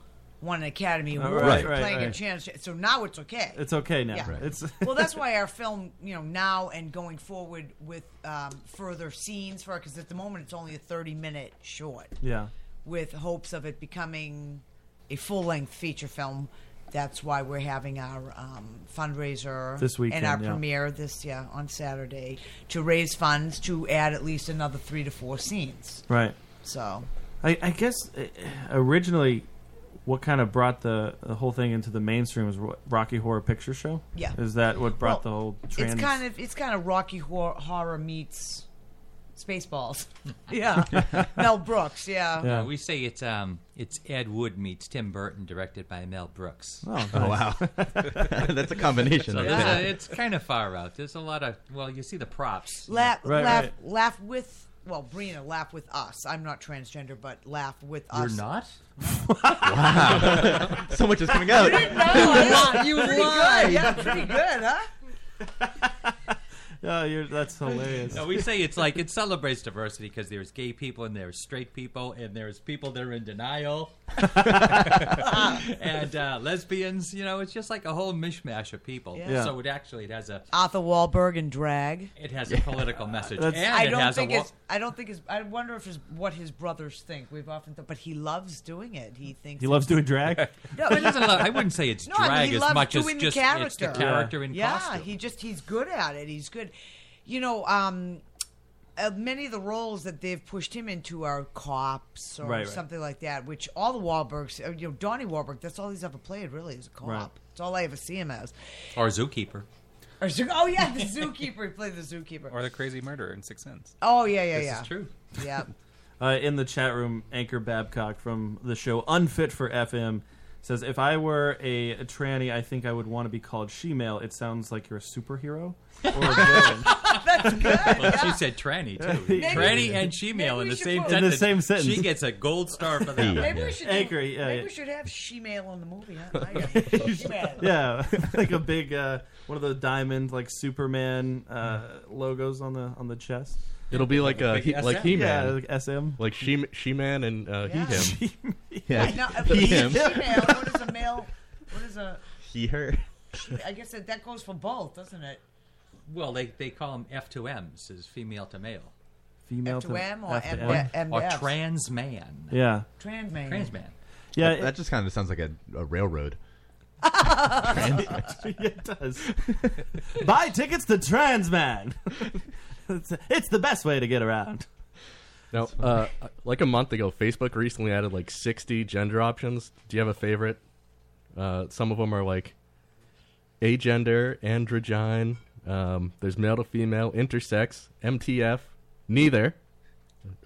K: won an Academy
F: Oh,
K: Award
F: right,
K: for
F: right,
K: playing a
F: right.
K: trans. So now it's okay.
F: It's okay now.
K: Yeah.
F: It's
K: well, that's why our film, you know, now and going forward with um, further scenes for because at the moment it's only a thirty-minute short.
F: Yeah.
K: With hopes of it becoming a full-length feature film that's why we're having our um, fundraiser
F: This weekend,
K: and our
F: yeah.
K: premiere this yeah on Saturday to raise funds to add at least another three to four scenes.
F: Right.
K: So
F: I, I guess uh, originally, what kind of brought the, the whole thing into the mainstream was Ro- Rocky Horror Picture Show.
K: Yeah.
F: is that what
K: Well,
F: brought the whole trans?
K: It's kind of it's kind of Rocky Hor- Horror meets Spaceballs. yeah, Mel Brooks. Yeah.
J: Uh, we say it's um, it's Ed Wood meets Tim Burton, directed by Mel Brooks.
F: Oh, Oh, nice. wow. That's a combination
J: So
F: of
J: there's
F: that.
J: a- it's kind of far out. There's a lot of well, you see the props.
K: Laugh,
J: Right,
K: laugh,
J: right.
K: laugh with. Well, Brina, laugh with us. I'm not transgender, but laugh with
J: You're
K: us.
J: not?
K: wow.
I: So much is coming
K: You
I: out.
K: didn't know. I-
J: You
K: pretty
J: lied.
K: good. Yeah, pretty good, huh?
F: oh, you're, that's hilarious.
J: No, we say it's like it celebrates diversity because there's gay people and there's straight people and there's people that are in denial and uh, lesbians. You know, it's just like a whole mishmash of people.
K: Yeah. Yeah.
J: So it actually it has a
K: Arthur Wahlberg in drag.
J: it has a political message. And
K: I
J: it
K: don't
J: has
K: think
J: a wa-
K: it's. I don't think it's. I wonder if it's what his brothers think. We've often thought, but he loves doing it. He thinks
F: He loves doing drag.
K: No,
J: He doesn't love- I wouldn't say it's
K: No, I mean,
J: drag
K: he
J: as
K: loves
J: much as
K: doing
J: just
K: the character.
J: it's the character in
K: yeah,
J: costume.
K: he just he's good at it. He's good. You know, um, uh, many of the roles that they've pushed him into are cops or
F: Right, right.
K: something like that. Which all the Wahlbergs, uh, you know, Donnie Wahlberg. That's all he's ever played. Really, is a cop.
J: Right.
K: It's all I ever see him as.
J: Or a zookeeper.
K: Or zoo- oh yeah, the zookeeper. He played the zookeeper.
G: Or the crazy murderer in Six Sense.
K: Oh yeah, yeah,
G: This
K: yeah.
G: is true.
K: Yeah.
F: Uh, in the chat room, Anchor Babcock from the show Unfit for FM says, "If I were a, a tranny, I think I would want to be called she-male. It sounds like you're a superhero or a villain."
K: That's good.
J: Well, she said tranny too.
F: Maybe-
J: tranny and shemale in the same
F: put-
J: sentence.
F: In the same sentence.
J: She gets a gold star for that.
F: Maybe
J: one.
K: Maybe we should. do-
F: Anchor, yeah,
K: maybe
F: yeah.
K: we should have she-male in the movie. Huh? She-male.
F: yeah, like a big uh, one of the diamond like Superman uh,
J: Mm-hmm.
F: logos on the on the chest.
H: It'll be like a
F: Big
H: he,
F: SM?
H: like He Man,
F: Yeah, like SM,
H: like She She Man and uh, He Him.
K: I know, uh,
H: He
K: she-male.
H: Him.
K: What is a male? What is a?
I: He Her.
K: I guess that, that goes for both, doesn't it?
J: Well, they, they call them F2Ms, is female to male.
F: female to
K: F2M or
F: F2M.
K: M-
J: Or
K: MF.
J: trans man.
F: Yeah.
K: Trans man.
J: Trans man.
F: Yeah,
I: that, that just kind of sounds like a, a railroad.
F: it does. Buy tickets to Trans Man. it's, it's the best way to get around.
H: Now, uh, like a month ago, Facebook recently added like 60 gender options. Do you have a favorite? Uh, some of them are like agender, androgyne. Um, there's male to female, intersex, MTF, neither.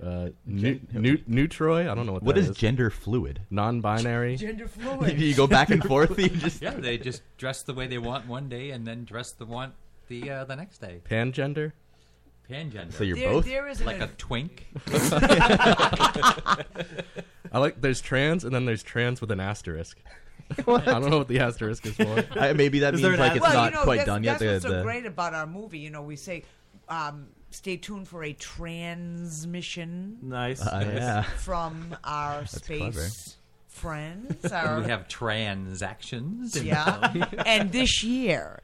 H: Uh, nu- nu- neutroid. I don't know what.
I: What
H: that
I: is gender fluid?
H: Non-binary.
K: Gender fluid.
I: You go back and forth, you just-
J: yeah, they just dress the way they want one day and then dress the want the uh, the next day.
H: Pangender.
J: Pangender.
H: So you're There- both? there is an
J: like a
H: ad-
J: twink.
H: I like there's trans and then there's trans with an asterisk. I don't know what the asterisk is for.
I: I- maybe that Is there means, an like, it's asterisk?
K: well,
I: not
K: you know,
I: quite
K: that's,
I: done yet,
K: That's what's
I: the-
K: so
I: the-
K: great about our movie. You know, we say, um, "Stay tuned for a transmission."
F: Nice. Uh, yeah.
K: From our
J: That's
K: space
J: clever.
K: friends. Our
J: And we have transactions.
K: Yeah. and this year,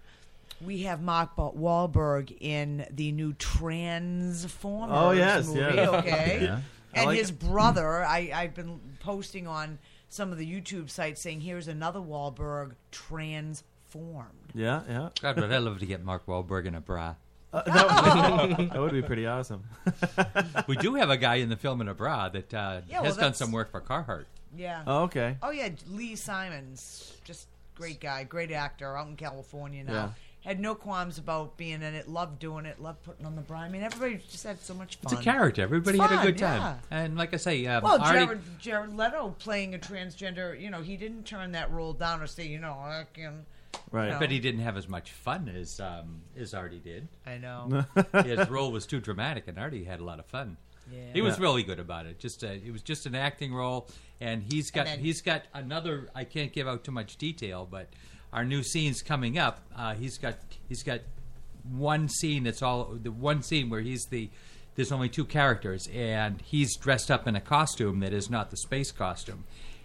K: we have Mark Ba- Wahlberg in the new Transformers
F: Oh, yes,
K: movie.
F: yes.
K: Okay.
F: Yeah. I
K: And
F: like
K: his
F: it.
K: brother, I, I've been posting on some of the YouTube sites saying, here's another Wahlberg transform.
F: Yeah, yeah.
J: God, but I love to get Mark Wahlberg in a bra.
F: Uh, that, would, that would be pretty awesome.
J: we do have a guy in the film in a bra that uh,
K: Yeah, well,
J: has done
K: that's-
J: some work for Carhartt.
K: Yeah.
F: Oh, okay.
K: Oh, yeah. Lee Simons, just great guy, great actor out in California now.
F: Yeah.
K: Had no qualms about being in it, loved doing it, loved putting on the bra. I mean, everybody just had so much fun.
J: It's a character. Everybody
K: It's
J: had a
K: fun,
J: good time.
K: yeah.
J: And like I say, um,
K: well,
J: Artie-
K: Jared, Jared Leto playing a transgender, you know, he didn't turn that role down or say, you know, I can. You know.
J: But he didn't have as much fun as um, as Artie did.
K: I know.
J: His role was too dramatic, and Artie had a lot of fun.
K: Yeah.
J: He was
F: Yeah.
J: really good about it. Just uh it was just an acting role, and he's got
K: then-
J: he's got another. I can't give out too much detail, but our new scenes coming up. Uh, he's got he's got one scene that's all the one scene where he's the there's only two characters, and he's dressed up in a costume that is not the space costume.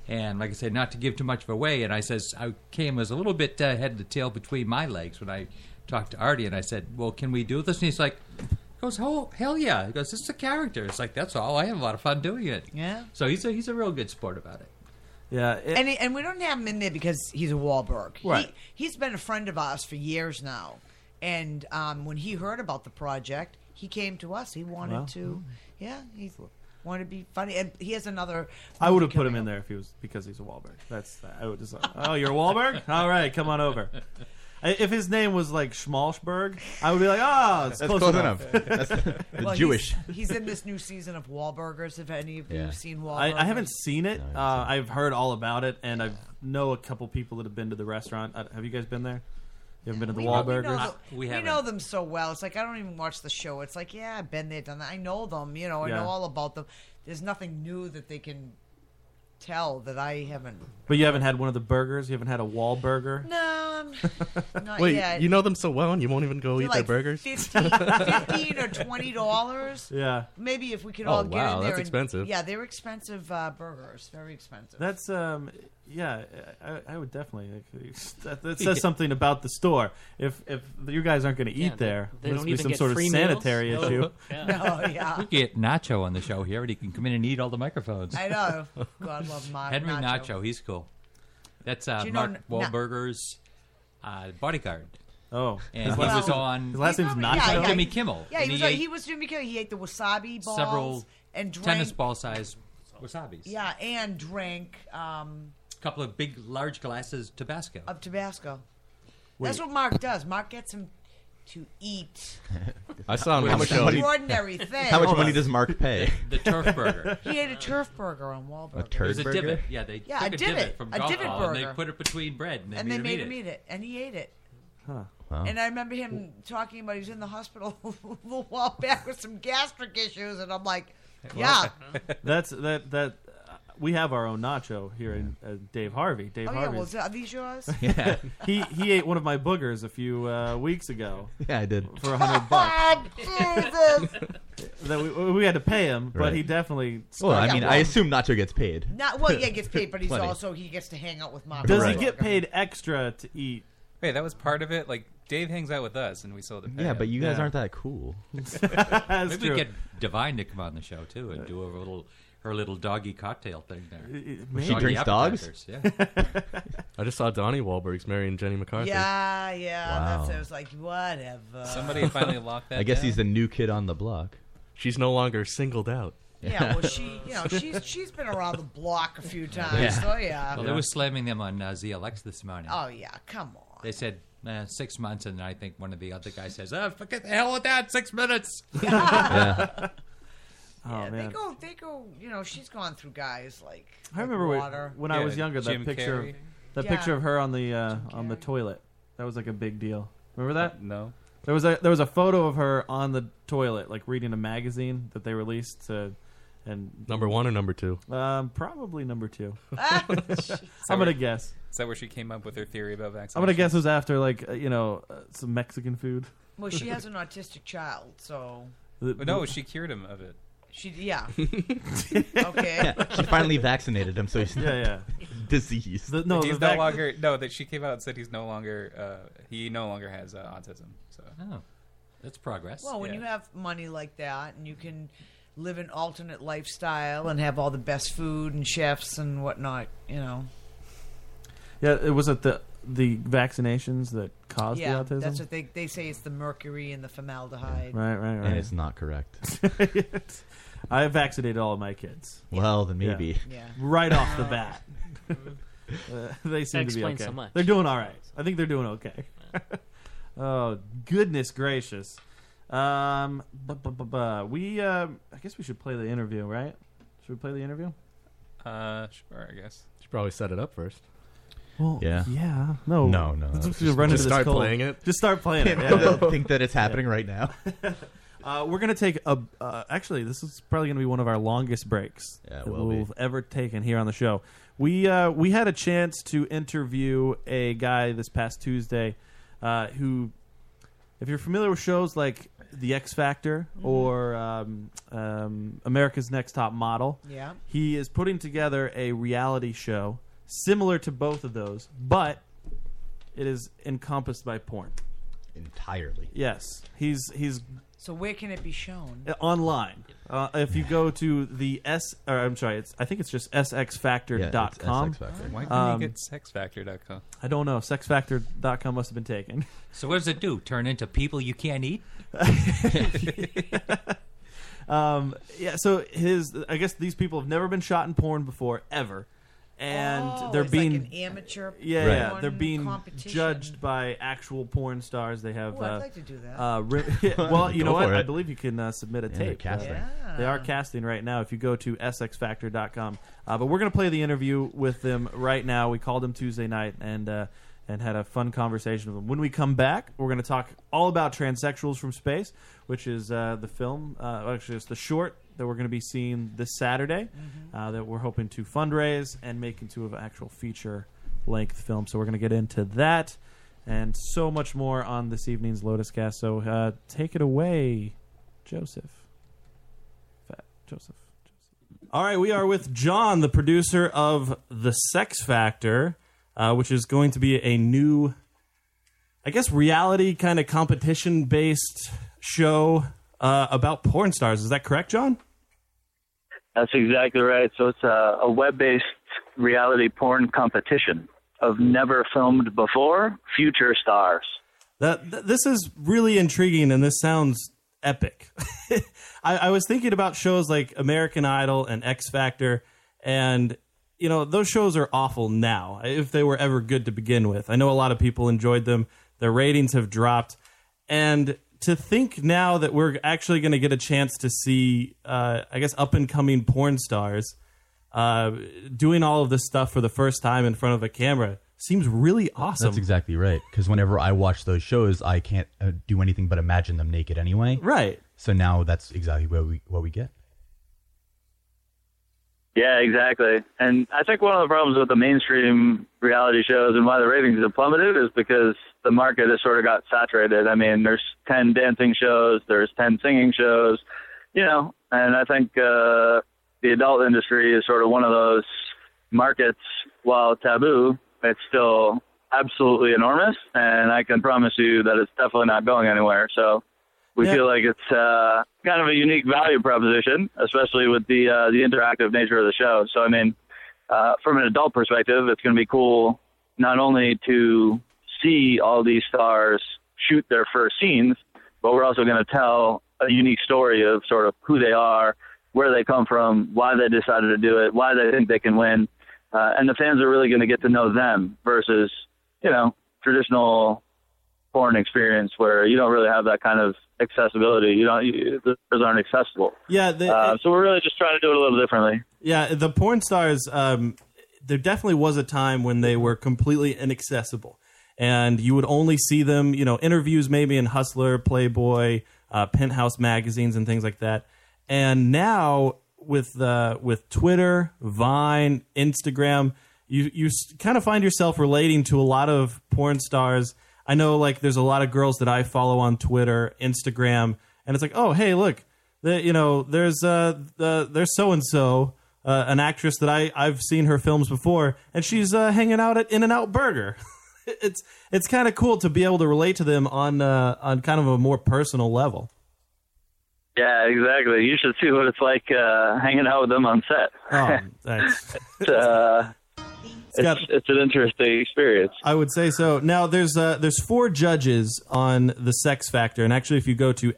J: And like I said, not to give too much of away, and I says I came as a little bit uh, head to tail between my legs when I talked to Artie, and I said, "Well, can we do this?" And he's like, he "Goes, oh hell yeah!" He goes, "This is a character." It's like that's all. I have a lot of fun doing it.
K: Yeah.
J: So he's a he's a real good sport about it.
F: Yeah, it-
K: and he, and we don't have him in there because he's a Wahlberg.
F: Right.
K: He, he's been a friend of ours for years now, and um, when he heard about the project, he came to us. He wanted
F: Well, hmm.
K: to, yeah, he wanted to be funny, and he has another.
F: I would have put him in there if he was because he's a Wahlberg. That's I would just like, oh, you're a Wahlberg. All right, come on over. I- If his name was like Schmalschberg, I would be like, ah, it's
I: That's
F: close,
I: close
F: enough.
I: enough. That's-
K: Well, he's-
I: Jewish.
K: He's, in this new season of Wahlburgers. If any of
F: Yeah.
K: you've seen
F: I,
K: Wahlburgers,
F: I haven't seen it. Uh, I've heard all about it, and I know a couple people that have been to the restaurant. Uh, have you guys been there? You haven't been to the
K: We-
F: Wahlburgers?
K: We know, the- we know them so well. It's like I don't even watch the show. It's like, yeah, I've been there, done that. I know them. You know, I
F: Yeah.
K: know all about them. There's nothing new that they can tell that I haven't.
F: But you haven't had one of the burgers. You haven't had a Wahlburger.
K: No,
J: Um,
K: I'm not
H: Wait,
K: yet.
H: you know them so well, and you won't even go eat
K: like
H: their burgers.
K: 15, 15 or twenty dollars.
F: Yeah.
K: Maybe if we could
H: Oh,
K: all get
H: wow,
K: in there.
H: that's
K: and-
H: expensive.
K: Yeah, they're expensive uh, burgers. Very expensive.
F: That's um, yeah. I, I would definitely. That, that
K: Yeah.
F: says something about the store. If if you guys aren't going to eat
L: they-
F: there,
L: they
F: must
L: don't
F: be
L: even
F: some
L: get
F: sort of
L: free meals?
F: sanitary
L: No.
F: issue.
L: Yeah.
K: No, Oh, yeah.
J: We get Nacho on the show here, and he can come in and eat all the microphones.
K: I know. God love Ma-
J: Henry
K: Nacho.
J: Nacho. He's cool. That's uh,
K: Do you know
J: Mark
K: Na-
J: Wahlberger's uh, bodyguard.
F: Oh,
J: and
F: His
J: he
F: last
J: was
F: name's-
J: on.
F: his last name's Nacho?
K: yeah, yeah.
J: Jimmy Kimmel.
K: Yeah, he
J: and
K: was,
J: he
K: he,
J: ate
K: was Jimmy Kimmel. He ate the wasabi balls
J: several
K: and drank.
J: tennis ball size wasabis.
K: Yeah, and drank um,
J: A couple of big, large glasses Tabasco.
K: of Tabasco. That's
J: Wait.
K: what Mark does. Mark gets him to eat.
H: I saw him
I: How
H: on the
I: much
H: show.
I: money-
K: Extraordinary thing.
I: How much
K: Hold
I: money
K: on.
I: does Mark pay?
J: The turf burger.
K: He ate a turf burger on Wahlburger.
I: A turd
J: It was a
I: burger?
J: divot. Yeah, they
K: Yeah,
J: took
K: a
J: a divot,
K: divot.
J: from
K: A
J: golf
K: divot
J: ball and they
K: burger.
J: put it between bread and they
K: and
J: made,
K: they made
J: him
K: him
J: eat
K: eat it, and he ate it.
F: Huh.
I: Wow.
K: And I remember him talking about he was in the hospital a little while back with some gastric issues, and I'm like, yeah,
F: That's that that. uh, We have our own nacho here in uh, Dave Harvey. Dave
K: Oh, yeah,
F: Harvey.
K: well, so are these yours?
F: yeah, he he ate one of my boogers a few uh, weeks ago.
I: Yeah, I did
F: for a hundred bucks.
K: Jesus.
F: that we, we had to pay him, but
I: Right.
F: he definitely.
I: Well, I mean, I assume Nacho gets paid.
K: Not well, yeah, he gets paid, but he's
I: Plenty.
K: also he gets to hang out with mom.
F: Does he get paid extra to eat?
G: Wait, that was part of it. Like Dave hangs out with us, and we still. have to pay
I: Yeah,
G: him.
I: but you guys aren't that cool.
J: Maybe
F: true.
J: we get Divine to come on the show too and do a little her little doggy cocktail thing there.
H: maybe.
I: She drinks dogs?
J: appetizers, Yeah.
H: I just saw Donnie Wahlberg's marrying Jenny McCarthy.
K: Yeah, yeah.
H: Wow.
K: That's it. I was like, whatever.
I: I guess he's the new kid on the block.
H: She's no longer singled out.
K: Yeah, well, she, you know, she's she's been around the block a few times. So oh, yeah.
J: Well, they were slamming them on uh, ZLX this morning.
K: Oh yeah, come on.
J: They said eh, six months, and I think one of the other guys says, "Ah, forget the hell with that. Six minutes."
F: Yeah. Oh
K: Yeah, they
F: man.
K: go, they go. You know, she's gone through guys like.
F: I
K: like
F: remember when,
K: water.
F: when I was younger that
G: Jim
F: picture
G: Carrey.
F: of, that
K: Yeah.
F: picture of her on the uh, on the toilet. That was like a big deal. Remember that?
G: no.
F: There was a there was a photo of her on the toilet, like reading a magazine that they released to, and
H: Number one or number two?
F: um, probably number two.
G: Is that
F: I'm gonna
G: where-
F: guess.
G: Is that where she came up with her theory about vaccination?
F: I'm gonna guess it was after like uh, you know uh, some Mexican food.
K: Well, she has an autistic child, so
F: The-
G: But no, Oh, she cured him of it.
K: she yeah. okay.
I: Yeah, she finally vaccinated him, so he's not
F: Yeah, yeah.
I: diseased.
F: The- no,
G: he's
F: the
G: no
F: vac-
G: longer. No, that she came out and said he's no longer. Uh, he no longer has uh, autism. So.
J: Oh, that's progress.
K: Well, when
G: Yeah.
K: you have money like that and you can live an alternate lifestyle and have all the best food and chefs and whatnot, you know.
F: Yeah, it was at the the vaccinations that caused
K: yeah,
F: the autism.
K: that's what they they say. It's the mercury and the formaldehyde.
F: Right, right, right.
I: And it's not correct.
F: I vaccinated all of my kids.
I: Well, then maybe.
K: Yeah.
F: Right off the
K: Yeah.
F: bat. Uh, they seem
L: That
F: to be
L: explains
F: okay.
L: so much.
F: They're doing all right. I think they're doing okay. oh goodness gracious! Um, bu- bu- bu- bu- we um, I guess we should play the interview, right? Should we play the interview?
G: Uh, sure, I guess.
H: Should probably set it up first.
F: Well,
I: Yeah.
F: Yeah. No.
I: No, no.
F: Let's
I: no,
F: just run into
H: Just
F: this
H: start
F: cold.
H: playing it.
F: Just start playing it.
I: Yeah,
F: yeah.
I: they'll think that it's happening right now.
F: Uh, we're gonna take a. Uh, actually, this is probably gonna be one of our longest breaks that
I: will
F: we've ever taken here on the show. We uh, we had a chance to interview a guy this past Tuesday, uh, who, if you're familiar with shows like The X Factor or um, um, America's Next Top Model,
K: Yeah.
F: he is putting together a reality show similar to both of those, but it is encompassed by porn
I: Entirely.
F: Yes, he's he's
K: So where can it be shown?
F: Uh, online. Uh, if you go to the S, or I'm sorry, it's I think it's just sxfactor.com.
G: Why couldn't
F: Um,
G: you get sexfactor.com?
F: I don't know. Sexfactor.com must have been taken.
J: So what does it do? Turn into people you can't eat?
F: um, yeah, so his I guess these people have never been shot in porn before ever. And
K: Oh,
F: they're
K: it's like
F: being
K: an amateur
F: yeah,
K: Right.
F: yeah
K: porn
F: they're being
K: competition.
F: judged by actual porn stars. They have.
K: Ooh, I'd
F: uh,
K: like to do that.
F: Uh, ri- yeah, well, you
I: Go
F: know what?
I: for
F: I
I: it.
F: believe you can uh, submit a
I: Yeah, they're
F: tape.
I: casting.
F: Uh, They are casting right now. If you go to sxfactor.com, uh, but we're going to play the interview with them right now. We called them Tuesday night and. Uh, and had a fun conversation with them. When we come back, we're going to talk all about Transsexuals from Space, which is uh, the film, uh, actually, it's the short that we're going to be seeing this Saturday uh, that we're hoping to fundraise and make into an actual feature length film. So we're going to get into that and so much more on this evening's Lotus Cast. So uh, take it away, Joseph. Fat Joseph. All right, we are with John, the producer of The Sex Factor, uh, which is going to be a new, I guess, reality kind of competition based show uh, about porn stars. Is that correct, John?
M: That's exactly right. So it's a, a web-based reality porn competition of never filmed before future stars.
F: That, th- this is really intriguing and this sounds epic. I, I was thinking about shows like American Idol and X Factor, and you know those shows are awful now. If they were ever good to begin with, I know a lot of people enjoyed them. Their ratings have dropped, and to think now that we're actually going to get a chance to see, uh, I guess, up and coming porn stars uh, doing all of this stuff for the first time in front of a camera seems really awesome.
I: That's exactly right. Because whenever I watch those shows, I can't uh, do anything but imagine them naked anyway.
F: Right.
I: So now that's exactly what we what we get.
M: Yeah, exactly. And I think one of the problems with the mainstream reality shows and why the ratings have plummeted is because the market has sort of got saturated. I mean, there's 10 dancing shows, there's 10 singing shows, you know, and I think uh, the adult industry is sort of one of those markets, while taboo, it's still absolutely enormous. And I can promise you that it's definitely not going anywhere. So we feel like it's uh, kind of a unique value proposition, especially with the uh, the interactive nature of the show. So I mean, uh, from an adult perspective, it's going to be cool not only to see all these stars shoot their first scenes, but we're also going to tell a unique story of sort of who they are, where they come from, why they decided to do it, why they think they can win, uh, and the fans are really going to get to know them versus you know traditional porn experience where you don't really have that kind of accessibility. You don't, you, those aren't accessible.
F: Yeah, the,
M: Uh, so we're really just trying to do it a little differently.
F: Yeah, the porn stars. Um, there definitely was a time when they were completely inaccessible, and you would only see them, you know, interviews maybe in Hustler, Playboy, uh, Penthouse magazines, and things like that. And now with uh, with Twitter, Vine, Instagram, you you kind of find yourself relating to a lot of porn stars. I know, like, there's a lot of girls that I follow on Twitter, Instagram, and it's like, oh, hey, look, the, you know, there's uh, the, there's so and so, an actress that I I've seen her films before, and she's uh, hanging out at In and Out Burger. it's it's kind of cool to be able to relate to them on uh, on kind of a more personal level.
M: Yeah, exactly. You should see what it's like uh, hanging out with them on set.
F: Oh, thanks.
M: it's, uh, it's,
F: got-
M: it's an interesting experience.
F: I would say so. Now there's uh, there's four judges on the Sex Factor, and actually, if you go to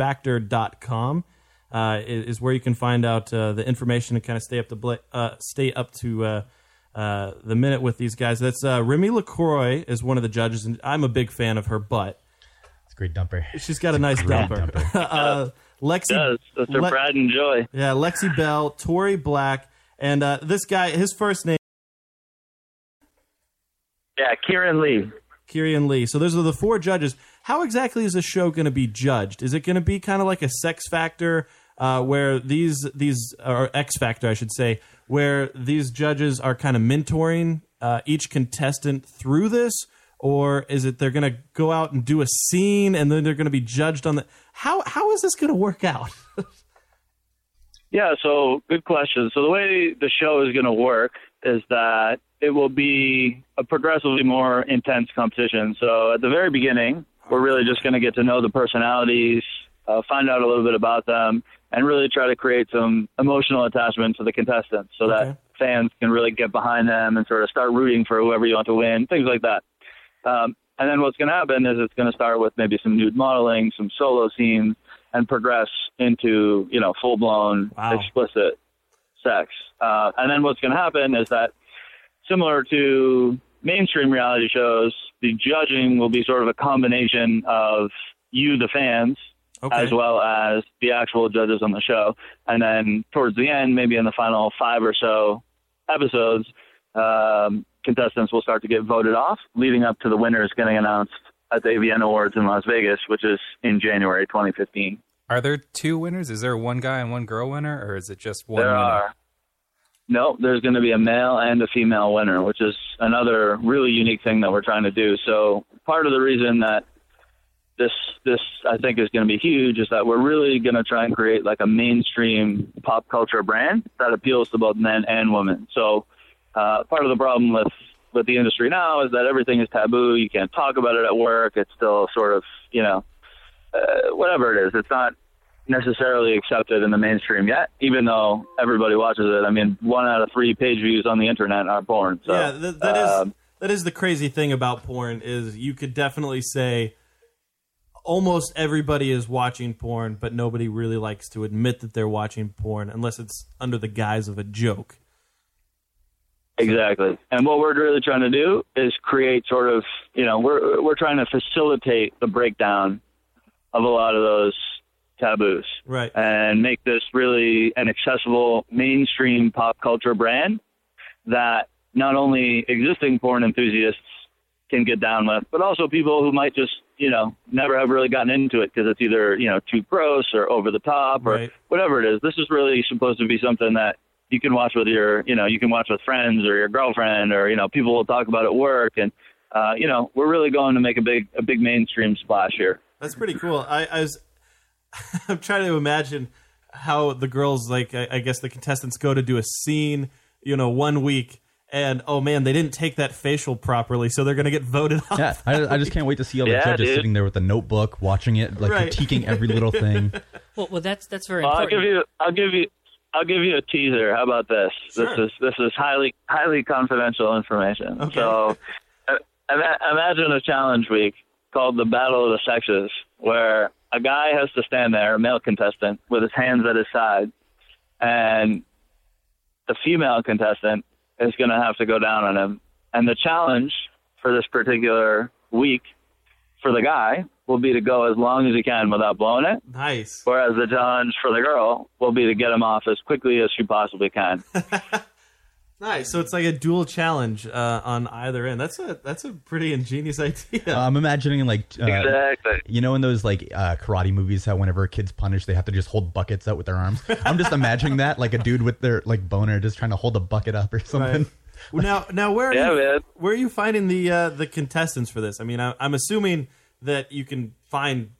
F: sxfactor.com, uh, i- is where you can find out uh, the information and kind of stay up to bla- uh, stay up to uh, uh, the minute with these guys. That's uh, Remy Lacroix is one of the judges, and I'm a big fan of her butt.
I: It's a great dumper.
F: She's got a nice
I: great
F: dumper. uh, Lexi,
M: That's her
F: Le-
M: pride and joy.
F: yeah, Lexi Bell, Tori Black, and uh, this guy, his first name.
M: Yeah, Kieran Lee.
F: Kieran Lee. So those are the four judges. How exactly is the show going to be judged? Is it going to be kind of like a Sex Factor, uh, where these these or X Factor, I should say, where these judges are kind of mentoring uh, each contestant through this, or is it they're going to go out and do a scene and then they're going to be judged on the how how is this going to work out?
M: Yeah, so good question. So the way the show is going to work is that it will be a progressively more intense competition. So at the very beginning, we're really just going to get to know the personalities, uh, find out a little bit about them, and really try to create some emotional attachment to the contestants so that fans can really get behind them and sort of start rooting for whoever you want to win, things like that. Um, and then what's going to happen is it's going to start with maybe some nude modeling, some solo scenes, and progress into you know full blown explicit sex. Uh, and then what's going to happen is that similar to mainstream reality shows, the judging will be sort of a combination of you, the fans, as well as the actual judges on the show. And then towards the end, maybe in the final five or so episodes, um, contestants will start to get voted off, leading up to the winners getting announced at the AVN Awards in Las Vegas, which is in January 2015.
G: Are there two winners? Is there one guy and one girl winner, or is it just one?
M: There
G: winner?
M: are. No, there's going to be a male and a female winner, which is another really unique thing that we're trying to do. So part of the reason that this this I think is going to be huge is that we're really going to try and create like a mainstream pop culture brand that appeals to both men and women. So uh, part of the problem with with the industry now is that everything is taboo. You can't talk about it at work. It's still sort of you know uh, whatever it is. It's not necessarily accepted in the mainstream yet, even though everybody watches it. I mean, one out of three page views on the internet are porn. So,
F: yeah, that, that is-
M: um,
F: that is the crazy thing about porn is you could definitely say almost everybody is watching porn, but nobody really likes to admit that they're watching porn unless it's under the guise of a joke.
M: Exactly. And what we're really trying to do is create sort of, you know, we're we're trying to facilitate the breakdown of a lot of those taboos.
F: Right.
M: And make this really an accessible mainstream pop culture brand that not only existing porn enthusiasts can get down with, but also people who might just, you know, never have really gotten into it because it's either, you know, too gross or over the top or
N: Right.
M: whatever it is. This is really supposed to be something that you can watch with your, you know, you can watch with friends or your girlfriend or, you know, people will talk about at work. And, uh, you know, we're really going to make a big, a big mainstream splash here.
F: That's pretty cool. I, I was, I'm trying to imagine how the girls, like, I, I guess the contestants go to do a scene, you know, one week, and oh man, they didn't take that facial properly, so they're gonna get voted off.
I: Yeah, I, I just can't wait to see all the
F: Yeah,
I: judges
F: dude.
I: sitting there with a notebook, watching it, like
F: Right.
I: critiquing every little thing.
L: Well, well, that's that's very
M: Well, I'll
L: important.
M: give you, I'll give you, I'll give you a teaser. How about this? This is this is highly highly confidential information. So, uh, ima- imagine a challenge week called the Battle of the Sexes, where a guy has to stand there, a male contestant, with his hands at his side, and the female contestant is going to have to go down on him. And the challenge for this particular week for the guy will be to go as long as he can without blowing it.
F: Nice.
M: Whereas the challenge for the girl will be to get him off as quickly as she possibly can.
F: Nice. So it's like a dual challenge uh, on either end. That's a that's a pretty ingenious idea.
I: I'm imagining like uh,
M: Exactly.
I: you know in those like uh, karate movies how whenever kids punish they have to just hold buckets out with their arms. I'm just imagining that like a dude with their like boner just trying to hold a bucket up or something.
F: Well, now, now where are
I: Yeah,
F: you, where are you finding the uh, the contestants for this? I mean, I, I'm assuming that you can find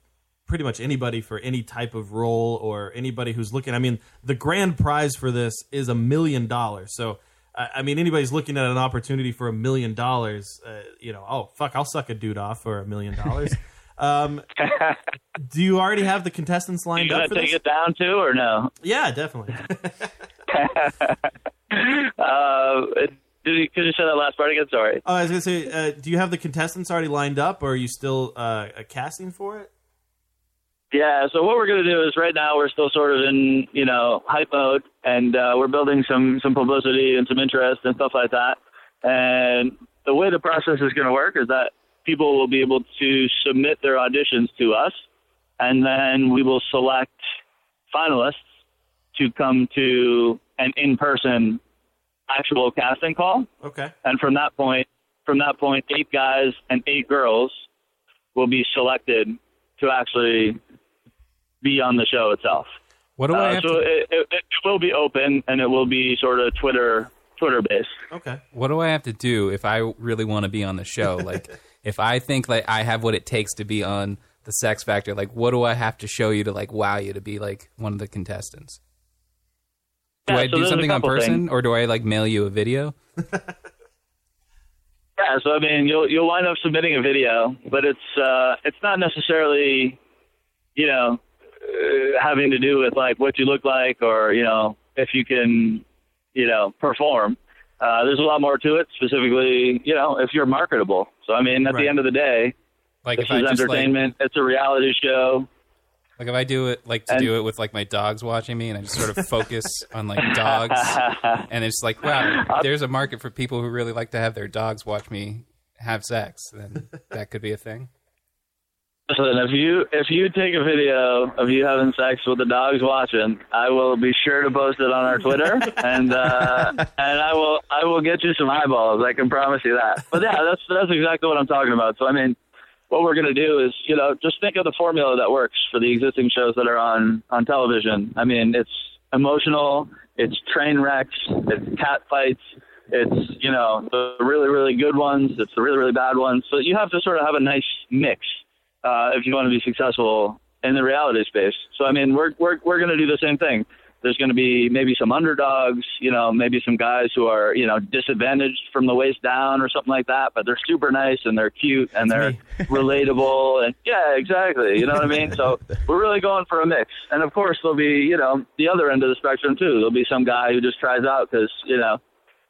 F: pretty much anybody for any type of role or anybody who's looking. I mean, the grand prize for this is a million dollars. So, I, I mean, anybody's looking at an opportunity for a million dollars, uh, you know, oh fuck, I'll suck a dude off for a million dollars. Um, do you already have the contestants lined
M: You gonna
F: up for
M: take
F: this?
M: it down too, or no?
F: Yeah, definitely.
M: Uh, it- did you, could you say that last part again? Sorry.
F: Oh, I was gonna say, uh, do you have the contestants already lined up, or are you still uh, uh, casting for it?
M: Yeah. So what we're going to do is right now we're still sort of in you know hype mode, and uh, we're building some some publicity and some interest and stuff like that. And the way the process is going to work is that people will be able to submit their auditions to us, and then we will select finalists to come to an in-person actual casting call.
F: Okay.
M: And from that point, from that point, eight guys and eight girls will be selected to actually be on the show itself.
G: What do I
M: Uh,
G: have
M: so
G: to-
M: it, it, it will be open and it will be sort of Twitter Twitter based.
F: Okay.
G: What do I have to do if I really want to be on the show? Like, if I think like I have what it takes to be on the Sex Factor, like, what do I have to show you to like wow you to be like one of the contestants? Do
M: Yeah,
G: I
M: so
G: do
M: there's a
G: something on
M: couple
G: person,
M: things.
G: or do I like mail you a video?
M: Yeah, so I mean, you'll you'll wind up submitting a video, but it's uh, it's not necessarily, you know, uh, having to do with like what you look like or you know if you can, you know, perform. Uh, there's a lot more to it, specifically, you know, if you're marketable. So I mean, at
G: Right.
M: the end of the day,
G: Like,
M: this
G: if I
M: is
G: just, like-
M: entertainment. it's a reality show.
G: Like if I do it, like to
M: And-
G: do it with like my dogs watching me, and I just sort of focus on like dogs, and it's like, wow,
M: Uh,
G: there's a market for people who really like to have their dogs watch me have sex. Then that could be a thing.
M: Listen, if you if you take a video of you having sex with the dogs watching, I will be sure to post it on our Twitter, and uh, and I will I will get you some eyeballs. I can promise you that. But yeah, that's that's exactly what I'm talking about. So I mean, what we're gonna do is you know just think of the formula that works for the existing shows that are on on television. I mean, it's emotional, it's train wrecks, it's cat fights. It's you know the really really good ones. It's the really really bad ones. So you have to sort of have a nice mix uh, if you want to be successful in the reality space. So I mean, we're we're we're going to do the same thing. There's going to be maybe some underdogs, you know, maybe some guys who are you know disadvantaged from the waist down or something like that, but they're super nice and they're cute and they're relatable and yeah, exactly. You know what I mean? So we're really going for a mix. And of course, there'll be you know the other end of the spectrum too. There'll be some guy who just tries out because you know.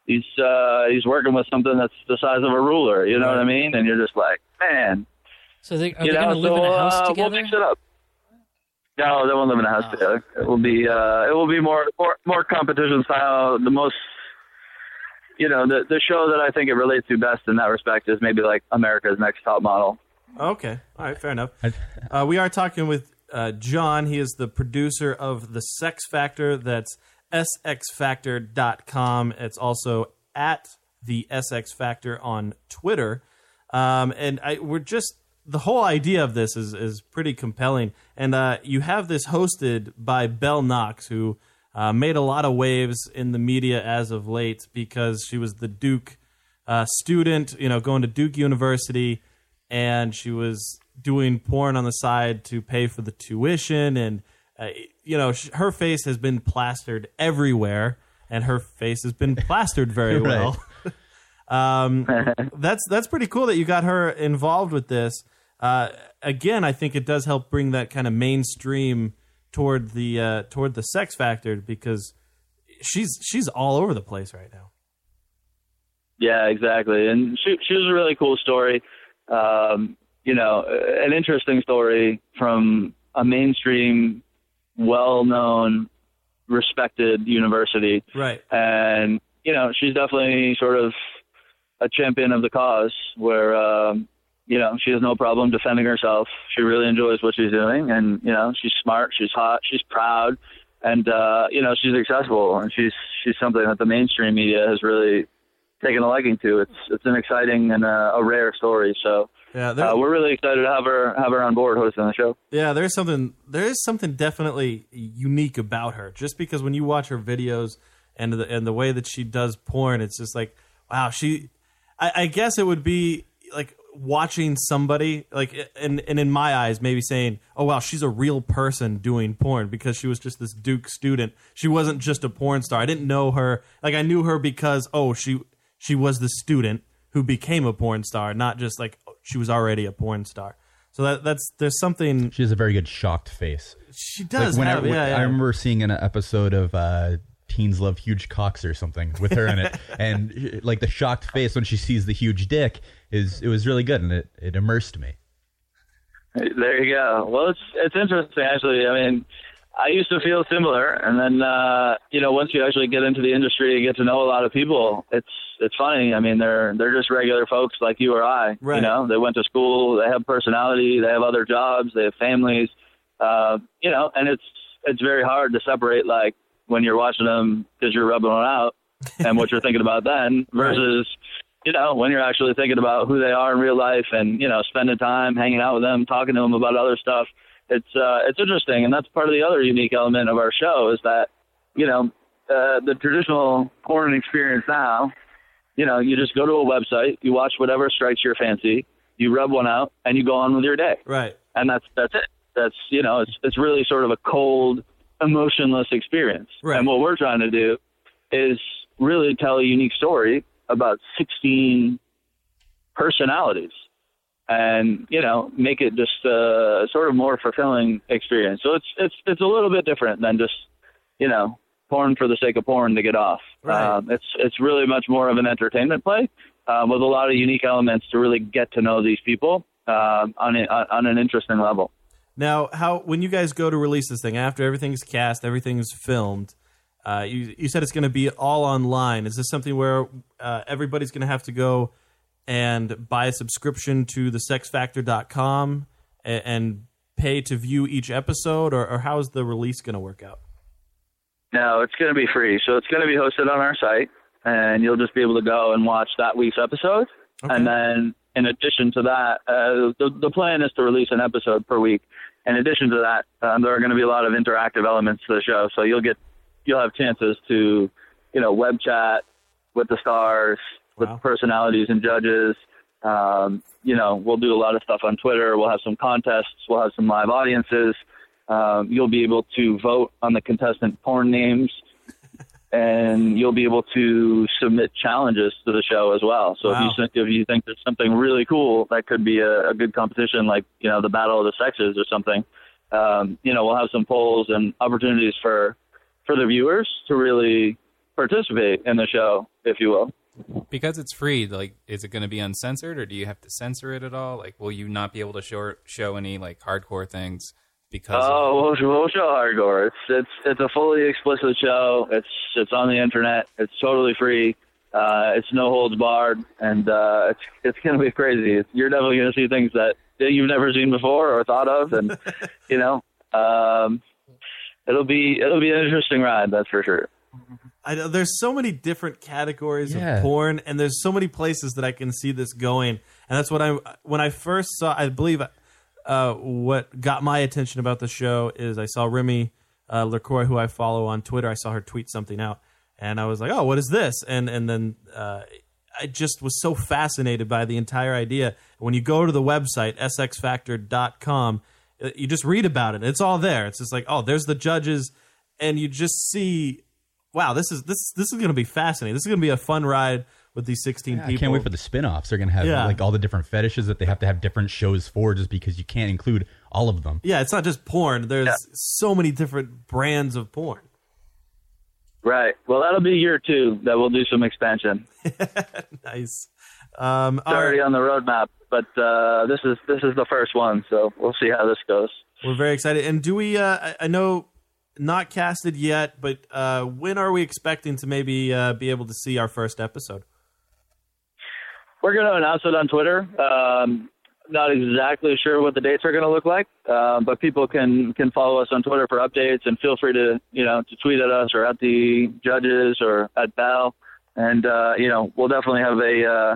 M: He's uh, he's working with something that's the size of a ruler, you know what I mean? And you're just like, man,
L: So they, are
M: You
L: they
M: know,
L: going to live in
M: so,
L: a house
M: uh, we'll
L: together?
M: mix it up. No, they won't live in a house together. It will be uh, it will be more more, more competition style. The most you know the the show that I think it relates to best in that respect is maybe like America's Next Top Model.
F: Okay. All right. Fair enough. Uh, we are talking with uh, John. He is the producer of The Sex Factor. That's sxfactor.com. It's also at the SX Factor on Twitter. Um, and I, we're just, the whole idea of this is, is pretty compelling. And uh, you have this hosted by Bell Knox, who uh, made a lot of waves in the media as of late because she was the Duke uh, student, you know, going to Duke University, and she was doing porn on the side to pay for the tuition, and uh, you know, sh- her face has been plastered everywhere, and her face has been plastered very
I: Right.
F: well. um, that's that's pretty cool that you got her involved with this. Uh, again, I think it does help bring that kind of mainstream toward the uh, toward the sex factor because she's she's all over the place right now.
M: Yeah, exactly. And she she was a really cool story. Um, you know, uh, an interesting story from a mainstream, well-known, respected university.
F: Right.
M: and you know she's definitely sort of a champion of the cause where um you know she has no problem defending herself she really enjoys what she's doing and you know she's smart she's hot she's proud and uh you know she's accessible and she's she's something that the mainstream media has really taken a liking to it's it's an exciting and a, a rare story so
F: Yeah,
M: uh, we're really excited to have her have her on board hosting the show
F: Yeah, there's something there is something definitely unique about her. Just because when you watch her videos and the and the way that she does porn, it's just like wow. She, I, I guess it would be like watching somebody like and and in my eyes maybe saying oh wow she's a real person doing porn because she was just this duke student she wasn't just a porn star i didn't know her like i knew her because oh she she was the student who became a porn star not just like oh, she was already a porn star so that that's there's something
N: She has a very good shocked face.
F: She does
N: when
F: have-
N: I, when-
F: yeah, yeah.
N: I remember seeing an episode of uh, Teens Love Huge Cocks or something with her in it, and like the shocked face when she sees the huge dick is it was really good, and it, it immersed me.
M: There you go. Well, it's it's interesting actually. I mean, I used to feel similar, and then uh, you know, once you actually get into the industry and get to know a lot of people, it's it's funny. I mean, they're they're just regular folks like you or I.
O: Right.
M: You know, they went to school, they have personality, they have other jobs, they have families. Uh, you know, and it's it's very hard to separate like when you're watching them because you're rubbing it out and what you're thinking about then versus you know, when you're actually thinking about who they are in real life and, you know, spending time hanging out with them, talking to them about other stuff, it's uh it's interesting and that's part of the other unique element of our show is that, you know, uh the traditional porn experience now, you know, you just go to a website, you watch whatever strikes your fancy, you rub one out and you go on with your day.
F: Right.
M: And that's that's it. That's you know, it's it's really sort of a cold, emotionless experience.
F: Right.
M: And what we're trying to do is really tell a unique story about 16 personalities and you know make it just a sort of more fulfilling experience. So it's it's it's a little bit different than just you know porn for the sake of porn to get off. Um, it's it's really much more of an entertainment play uh, with a lot of unique elements to really get to know these people um, on a, on an interesting level.
F: Now, how when you guys go to release this thing after everything's cast, everything's filmed, uh, you you said it's going to be all online. Is this something where uh, everybody's going to have to go and buy a subscription to the sexfactor.com and, and pay to view each episode, or, or how is the release going to work out?
M: No, it's going to be free. So it's going to be hosted on our site, and you'll just be able to go and watch that week's episode. And then, in addition to that, uh, the, the plan is to release an episode per week. In addition to that, um, there are going to be a lot of interactive elements to the show. So you'll get, you'll have chances to, you know, web chat with the stars, with personalities and judges. Um, you know, we'll do a lot of stuff on Twitter. We'll have some contests. We'll have some live audiences. Um, you'll be able to vote on the contestant porn names, and you'll be able to submit challenges to the show as well. So if you think- if you think there's something really cool that could be a, a good competition, like you know the battle of the sexes or something, um, you know we'll have some polls and opportunities for for the viewers to really participate in the show, if you will.
G: because it's free like is it going to be uncensored or do you have to censor it at all like will you not be able to show show any like hardcore things because
M: Oh, we'll, we'll show hardcore. It's it's it's a fully explicit show. It's it's on the internet. It's totally free. Uh, it's no holds barred, and uh, it's it's gonna be crazy. It's, you're definitely gonna see things that, that you've never seen before or thought of, and you know, um, it'll be it'll be an interesting ride. That's for sure.
F: I know there's so many different categories
M: Yeah.
F: of porn, and there's so many places that I can see this going, and that's what I when I first saw. I believe uh, what got my attention about the show is I saw Remy uh, Lacroix, who I follow on Twitter. I saw her tweet something out, and I was like, "Oh, what is this?" And and then uh, I just was so fascinated by the entire idea. When you go to the website sxfactor.com, uh, you just read about it. It's all there. It's just like, oh, there's the judges, and you just see, wow, this is this this is going to be fascinating. This is going to be a fun ride with these 16
N: Yeah, I
F: people.
N: can't wait for the spin-offs. They're gonna have
F: Yeah.
N: like all the different fetishes that they have to have different shows for, just because you can't include all of them.
F: yeah, it's not just porn. There's so many different brands of porn.
M: Right. Well, that'll be year two that we'll do some expansion.
F: nice. Um,
M: it's already on the roadmap, but uh, this is this is the first one, so we'll see how this goes.
F: We're very excited. And do we? Uh, I- I know not casted yet, but uh, when are we expecting to maybe uh, be able to see our first episode?
M: We're going to announce it on Twitter. Um, not exactly sure what the dates are going to look like, uh, but people can can follow us on Twitter for updates and feel free to you know to tweet at us or at the judges or at Bell, and uh, you know we'll definitely have a uh,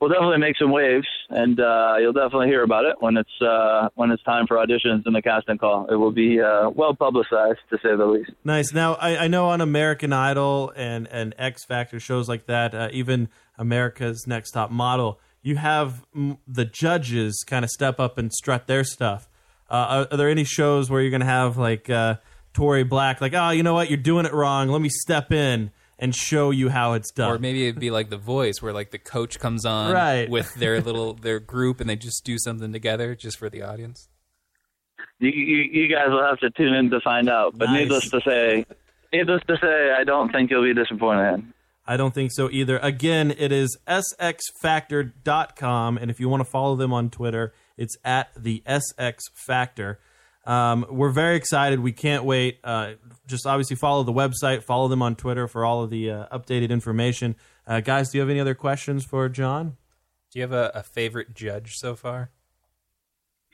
M: we'll definitely make some waves, and uh, you'll definitely hear about it when it's uh, when it's time for auditions and the casting call. It will be uh, well publicized to say the least.
F: Nice. Now I, I know on American Idol and and X Factor shows like that, uh, even America's Next Top Model, you have mm, the judges kind of step up and strut their stuff. Uh, are, are there any shows where you're going to have like uh, Tory Black, like, oh, you know what, you're doing it wrong. Let me step in and show you how it's done.
M: Oh.
G: or maybe it'd be like the voice where like the coach comes on
F: Right.
G: with their little their group and they just do something together just for the audience
M: you, you, you guys will have to tune in to find out. But
G: Nice.
M: needless to say, needless to say, I don't think you'll be disappointed.
F: I don't think so either. Again, it is sxfactor.com. And if you want to follow them on Twitter, it's at the SX Factor. Um, we're very excited. We can't wait. Uh, just obviously follow the website, follow them on Twitter for all of the uh, updated information. Uh, guys, do you have any other questions for John?
G: do you have a, a favorite judge so far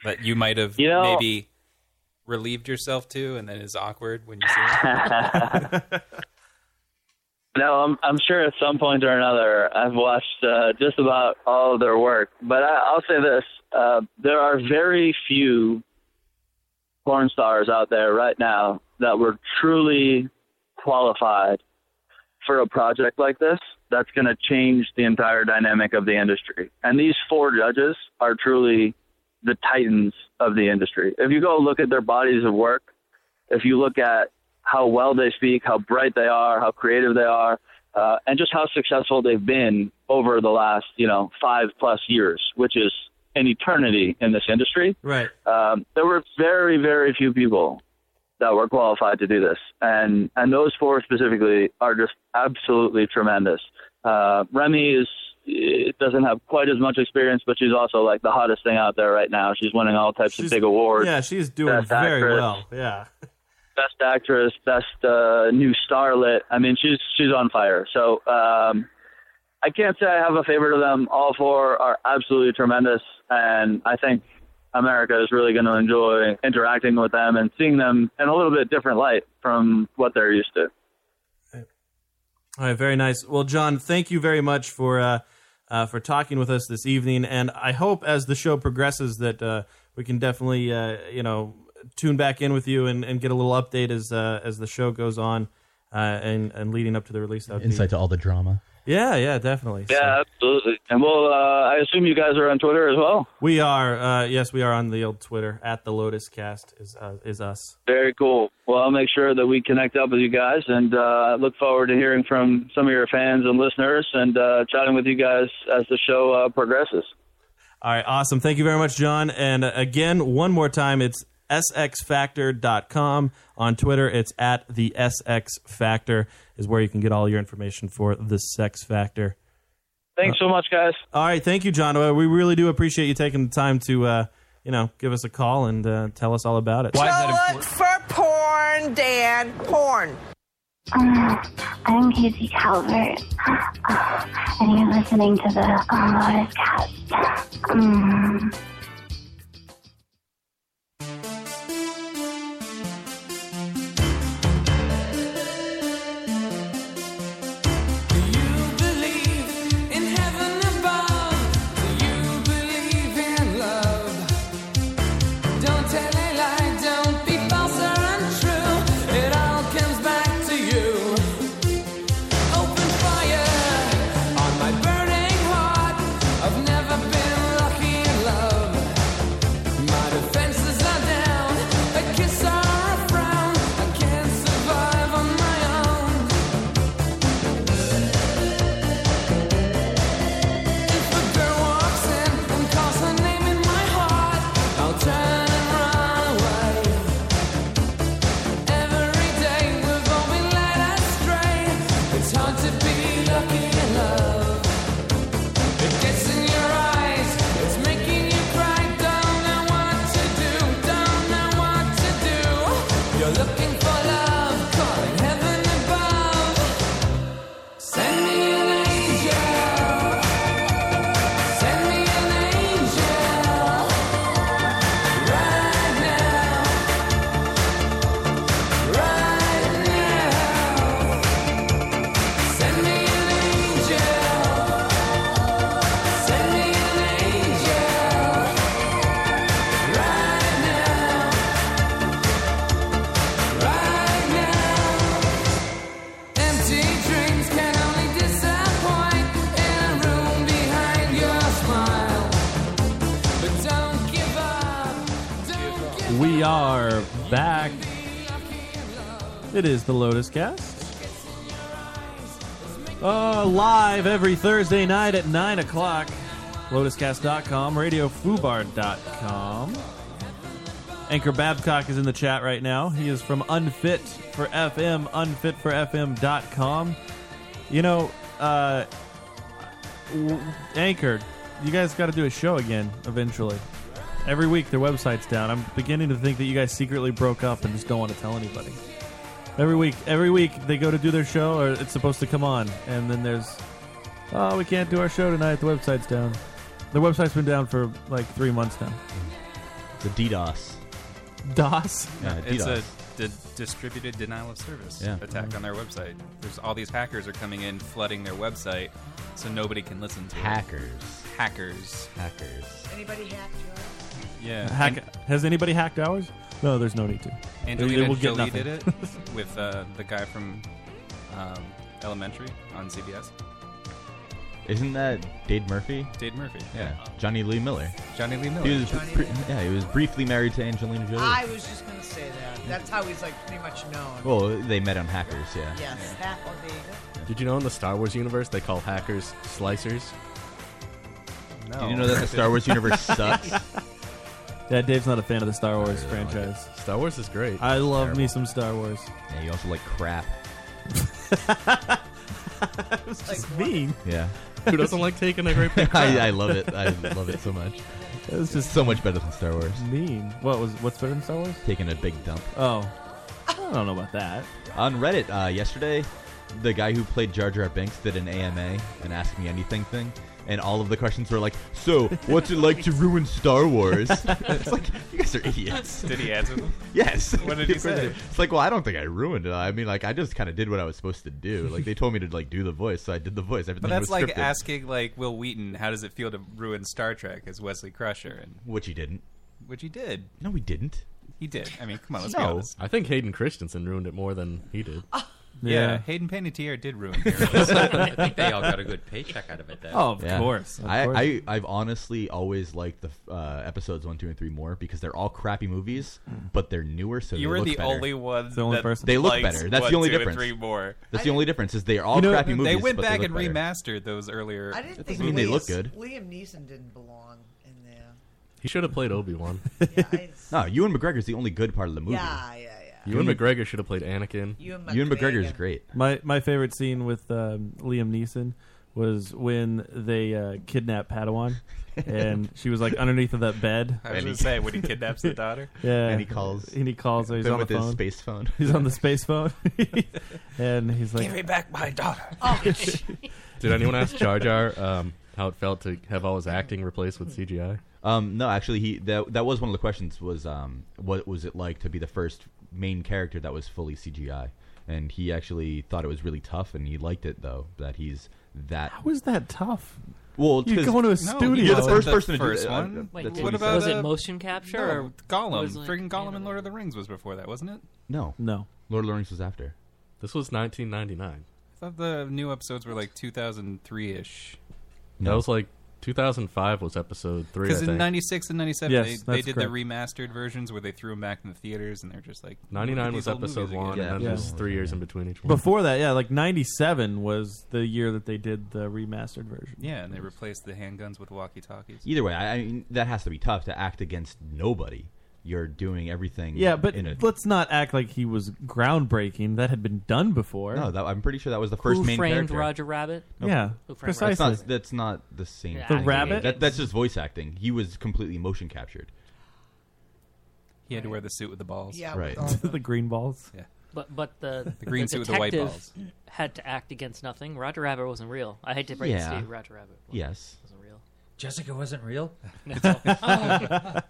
G: that you might have
M: You know-
G: maybe relieved yourself to and then is awkward when you see it
M: No, I'm I'm sure at some point or another I've watched uh, just about all of their work, but I, I'll say this: uh, there are very few porn stars out there right now that were truly qualified for a project like this. That's going to change the entire dynamic of the industry, and these four judges are truly the titans of the industry. If you go look at their bodies of work, if you look at how well they speak, how bright they are, how creative they are, uh, and just how successful they've been over the last, you know, five plus years, which is an eternity in this industry.
F: Right.
M: Um, there were very, very few people that were qualified to do this, and and those four specifically are just absolutely tremendous. Uh, Remy is it doesn't have quite as much experience, but she's also like the hottest thing out there right now. She's winning all types of big awards.
F: Yeah, she's doing
M: Best
F: very
M: actress,
F: well. Yeah.
M: Best actress, best uh, new starlet. I mean, she's she's on fire. So um, I can't say I have a favorite of them. All four are absolutely tremendous, and I think America is really going to enjoy interacting with them and seeing them in a little bit different light from what they're used to.
F: All right, very nice. Well, John, thank you very much for uh, uh, for talking with us this evening, and I hope as the show progresses that uh, we can definitely uh, you know tune back in with you and, and get a little update as uh, as the show goes on uh, and and leading up to the release. That would be-
N: Insight to all the drama.
F: Yeah, yeah, definitely.
M: Yeah, absolutely. And well, uh, I assume you guys are on Twitter as well.
F: We are, uh, yes, we are on the old Twitter at the Lotus Cast is uh, is us.
M: Very cool. Well, I'll make sure that we connect up with you guys, and uh, look forward to hearing from some of your fans and listeners, and uh, chatting with you guys as the show uh, progresses.
F: All right, awesome. Thank you very much, John. And uh, again, one more time, it's sxfactor.com. On Twitter, it's at the SX Factor is where you can get all your information for the Sex Factor.
M: Thanks so much, guys.
F: All right, thank you, John. Uh, We really do appreciate you taking the time to, uh, you know, give us a call and uh, tell us all about it.
O: Go look for porn, Dan. Porn.
P: Um, I'm Casey Calvert, uh, and you're listening to the um, Unloaded Cast. Um,
E: Don't tell a lie, don't be false or untrue. It all comes back to you. Open fire on my burning heart. I've never been lucky in love. My defenses are down. A kiss or a frown. I can't survive on my own. If a girl walks in and calls her name in my heart. I'll turn and run away. Every day we've all been led astray. It's hard to be lucky in love. It gets in your eyes. It's making you cry. Don't know what to do. Don't know what to do. You're looking for love, calling heaven above. Send me an angel. Send me an angel. Empty dreams can only disappoint in a room behind your smile. But don't give up.
F: We are back. It is the Lotus Cast. Uh, live every Thursday night at 9 o'clock. LotusCast.com, RadioFubar.com. Anchor Babcock is in the chat right now. He is from Unfit for FM, unfitforfm.com. You know, uh, w- Anchor, you guys got to do a show again eventually. Every week their website's down. I'm beginning to think that you guys secretly broke up and just don't want to tell anybody. Every week, every week they go to do their show, or it's supposed to come on, and then there's, oh, we can't do our show tonight. The website's down. The website's been down for like three months now.
I: The DDoS.
F: DOS.
G: it's a d- distributed denial of service
I: Yeah.
G: attack on their website. There's all these hackers are coming in, flooding their website, so nobody can listen to it.
I: Hackers.
G: Hackers.
I: Hackers.
K: Anybody hacked yours?
G: Yeah.
F: Hack, has anybody hacked ours? No, there's no need to.
G: Angelina
F: They will get
G: Jolie
F: nothing.
G: did it with uh, the guy from um, Elementary on CBS.
I: Isn't that Dade Murphy?
G: Dade Murphy,
I: Yeah. Johnny Lee Miller.
G: Johnny Lee
I: He
G: Miller.
I: was
K: Johnny
I: br-
K: Lee.
I: yeah, he was briefly married to Angelina Jolie.
K: I was just gonna say that. That's how he's like pretty much known.
I: well, they met on Hackers, yeah.
K: Yes, that or the.
H: Did you know in the Star Wars universe they call hackers slicers?
I: No. Did you know that the Star Wars universe sucks?
F: Yeah, Dave's not a fan of the Star Wars franchise.
H: Star Wars is great.
F: I love me some Star Wars.
I: Yeah, you also like crap.
F: It's just mean.
I: Yeah.
H: Who doesn't like taking a great big crap?
I: I, I love it. I love it so much.
F: It's
I: just so much better than Star Wars.
F: Mean. What was what's better than Star Wars?
I: Taking a big dump.
F: Oh, I don't know about that.
I: On Reddit uh, yesterday, the guy who played Jar Jar Binks did an AMA, an Ask Me Anything thing, and all of the questions were like, "So, what's it like to ruin Star Wars?" it's like you guys are idiots.
Q: Did he answer them?
I: Yes.
Q: What did he say?
I: It's like, well, I don't think I ruined it. I mean, like, I just kind of did what I was supposed to do. Like, they told me to like do the voice, so I did the voice. Everything
Q: But that's
I: was
Q: like
I: scripted.
Q: asking like Will Wheaton, how does it feel to ruin Star Trek as Wesley Crusher, and
I: which he didn't,
Q: which he did.
I: No, he didn't.
Q: He did. I mean, come on, let's be
H: no.
Q: honest.
H: I think Hayden Christensen ruined it more than he did.
K: Ah.
Q: Yeah. Hayden Panettiere did ruin. Heroes.
J: I think they all got a good paycheck out of it, though. Oh, of
I: Yeah.
J: course, of
I: I,
J: course.
I: I I've honestly always liked the uh, episodes one, two, and three more because they're all crappy movies, but they're newer, so
Q: You
I: they
Q: were
I: look
Q: the
I: better.
Q: only one
F: The only that person.
I: They look
Q: likes
I: better. That's
Q: one,
I: the only
Q: two, and
I: difference.
Q: three more.
I: That's the only difference is they are all crappy movies.
Q: They went
I: but
Q: back
I: look
Q: and
I: better.
Q: remastered those earlier.
K: I didn't think
I: doesn't mean they
K: Liam-
I: look good.
K: Liam Neeson didn't belong in there.
H: He should have played Obi Wan.
I: no, Ewan McGregor's the only good part of the movie.
K: Yeah, yeah, yeah.
H: Ewan McGregor should have played Anakin.
K: Ewan
I: Ewan McGregor's
K: McGregor.
I: great.
F: My my favorite scene with um, Liam Neeson was when they uh, kidnapped Padawan, and she was like underneath of that bed.
Q: I was gonna say when he kidnaps the daughter.
F: Yeah,
I: And he calls-
F: And he calls. her. He's
I: Then
F: on
I: with
F: the
I: his
F: phone.
I: space phone.
F: He's on the space phone, and he's like,
Q: Give me back my daughter.
K: Oh.
H: Did anyone ask Jar Jar um, how it felt to have all his acting replaced with CGI?
I: Um, no, actually, he that that was one of the questions was um, what was it like to be the first main character that was fully CGI? And he actually thought it was really tough, and he liked it though that he's that.
F: "How is that tough?"
I: Well,
F: you
I: 'cause-
F: go into a
I: No,
F: studio.
I: You're the first person to
Q: first
I: do that.
Q: one.
I: That's
Q: what
I: he
Q: about
I: said.
L: was it
Q: uh,
L: motion capture
Q: no,
L: or
Q: Gollum?
L: was it, like,
Q: Freaking Gollum and Lord of the Rings was before that, wasn't it?
I: No,
F: no.
I: Lord of the Rings was after.
H: This was 1999.
Q: I thought the new episodes were like 2003 ish.
H: That was like 2005 was episode three.
Q: Because
H: I
Q: in
H: think.
Q: '96 and '97,
H: Yes,
Q: they, they
H: that's
Q: did
H: correct.
Q: the remastered versions where they threw them back in the theaters, and they're just like look at
H: 99
Q: these
H: was
Q: old
H: episode
Q: movies again.
H: one, and then
F: Yeah.
H: there's three years in between each one.
F: Before that, yeah, like '97 was the year that they did the remastered version.
Q: Yeah, and they replaced the handguns with walkie-talkies.
I: Either way, I, I mean that has to be tough to act against nobody. You're doing everything.
F: Yeah, but
I: in a,
F: let's not act like he was groundbreaking. That had been done before.
I: no, that, I'm pretty sure that was the first
F: Who
I: main
F: framed
I: character.
L: Roger Rabbit?
I: No,
F: Yeah,
L: Who framed
I: that's
F: precisely.
I: not, that's not the same.
L: Yeah,
F: The
I: thing.
F: rabbit?
I: That, that's just voice acting. He was completely motion captured.
Q: He had to wear the suit with the balls.
L: Yeah,
I: Right.
F: the green balls.
Q: Yeah.
L: But but the
Q: The green suit with the white
L: detective
Q: balls.
L: had to act against nothing. Roger Rabbit wasn't real. I hate to break
I: Yeah.
L: it to you, Roger Rabbit.
I: Yes.
L: wasn't real.
J: Jessica wasn't real. Oh.
L: No.
J: She's my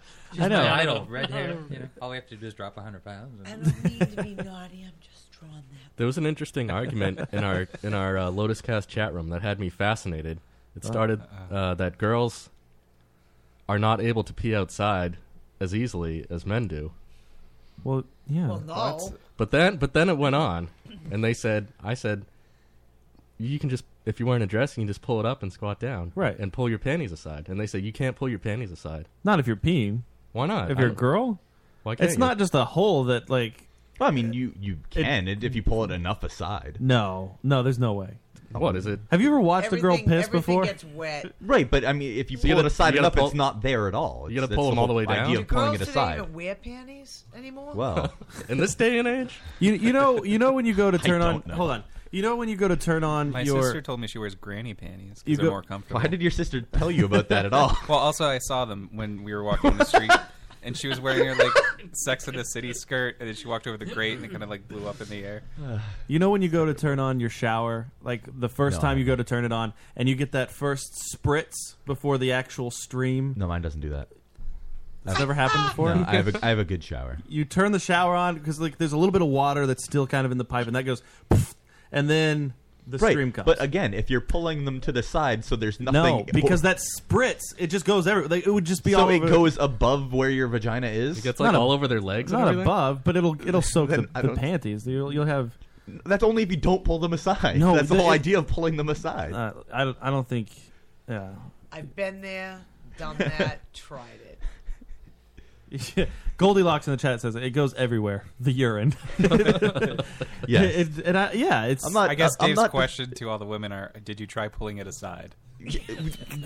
J: idol. Red hair.
L: Um,
J: You know, all we have to do is drop 100 pounds.
K: Oh. I don't mean to be naughty. I'm just drawing that.
H: There was an interesting argument in our in our uh, Lotus Cast chat room that had me fascinated. It
F: Oh.
H: started uh, that girls are not able to pee outside as easily as men do.
F: Well, yeah.
K: Well, no.
H: But then but then it went on, and they said I said you can just if you're wearing a dress you can just pull it up and squat down
F: Right.
H: and pull your panties aside. And they said you can't pull your panties aside.
F: Not if you're peeing.
H: Why not?
F: If
H: I
F: you're a
H: don't-
F: girl,
H: Why can't
F: it's
H: you?
F: not just a hole that like.
I: Well, I mean, you you can if you pull it enough aside.
F: No, no, there's no way.
H: What is it?
F: Have you ever watched a girl
K: Everything-
F: piss
K: everything
F: before?
K: gets wet.
I: Right, but I mean, if you
H: you
I: pull
H: gotta-
I: it aside
H: you gotta
I: enough,
H: pull-
I: it's not there at all.
H: you gotta
I: It's-
H: pull
I: that's
H: 'em all the way
I: whole
H: down?
I: Idea
H: Do
I: of pulling
K: Girls
I: it
K: today
I: aside.
K: even wear panties anymore?
I: Well,
H: in this day and age,
F: You you know you know when you go to turn on.
I: don't know.
F: Hold on. You know when you go to turn on
Q: My
F: your.
Q: sister told me she wears granny panties
F: You
Q: because they're
F: go-
Q: more comfortable.
I: Why did your sister tell you about that at all?
Q: well, also I saw them when we were walking in the street, and she was wearing her like Sex in the City skirt, and then she walked over the grate and it kind of like blew up in the air.
F: You know when you go to turn on your shower, like the first
I: No,
F: time
I: I
F: you go to turn it on, and you get that first spritz before the actual stream.
I: No, mine doesn't do that.
F: It's never happened
H: Ah!
F: before.
I: No, I have a, I have a good shower.
F: you turn the shower on because like there's a little bit of water that's still kind of in the pipe, and that goes, poof, and then the
I: right,
F: stream comes.
I: but again, if you're pulling them to the side, so there's nothing.
F: no, because that spritz it just goes everywhere. Like, it would just be
I: so
F: all
I: it
F: over.
I: goes above where your vagina is. It
H: gets, like, Not a- all over their legs and
F: not
H: everything?
F: above, but it'll it'll soak the,
I: Then I
F: the
I: don't-
F: panties. You'll you'll have
I: That's only if you don't pull them aside.
F: No,
I: that's the whole
F: it-
I: idea of pulling them aside.
F: uh, I don't I don't think yeah.
K: I've been there, done that, tried it.
F: Goldilocks in the chat says it goes everywhere. The urine. yeah, it, and I, yeah, it's.
Q: I guess Dave's question to all the women are: Did you try pulling it aside?
F: Yeah.
Q: the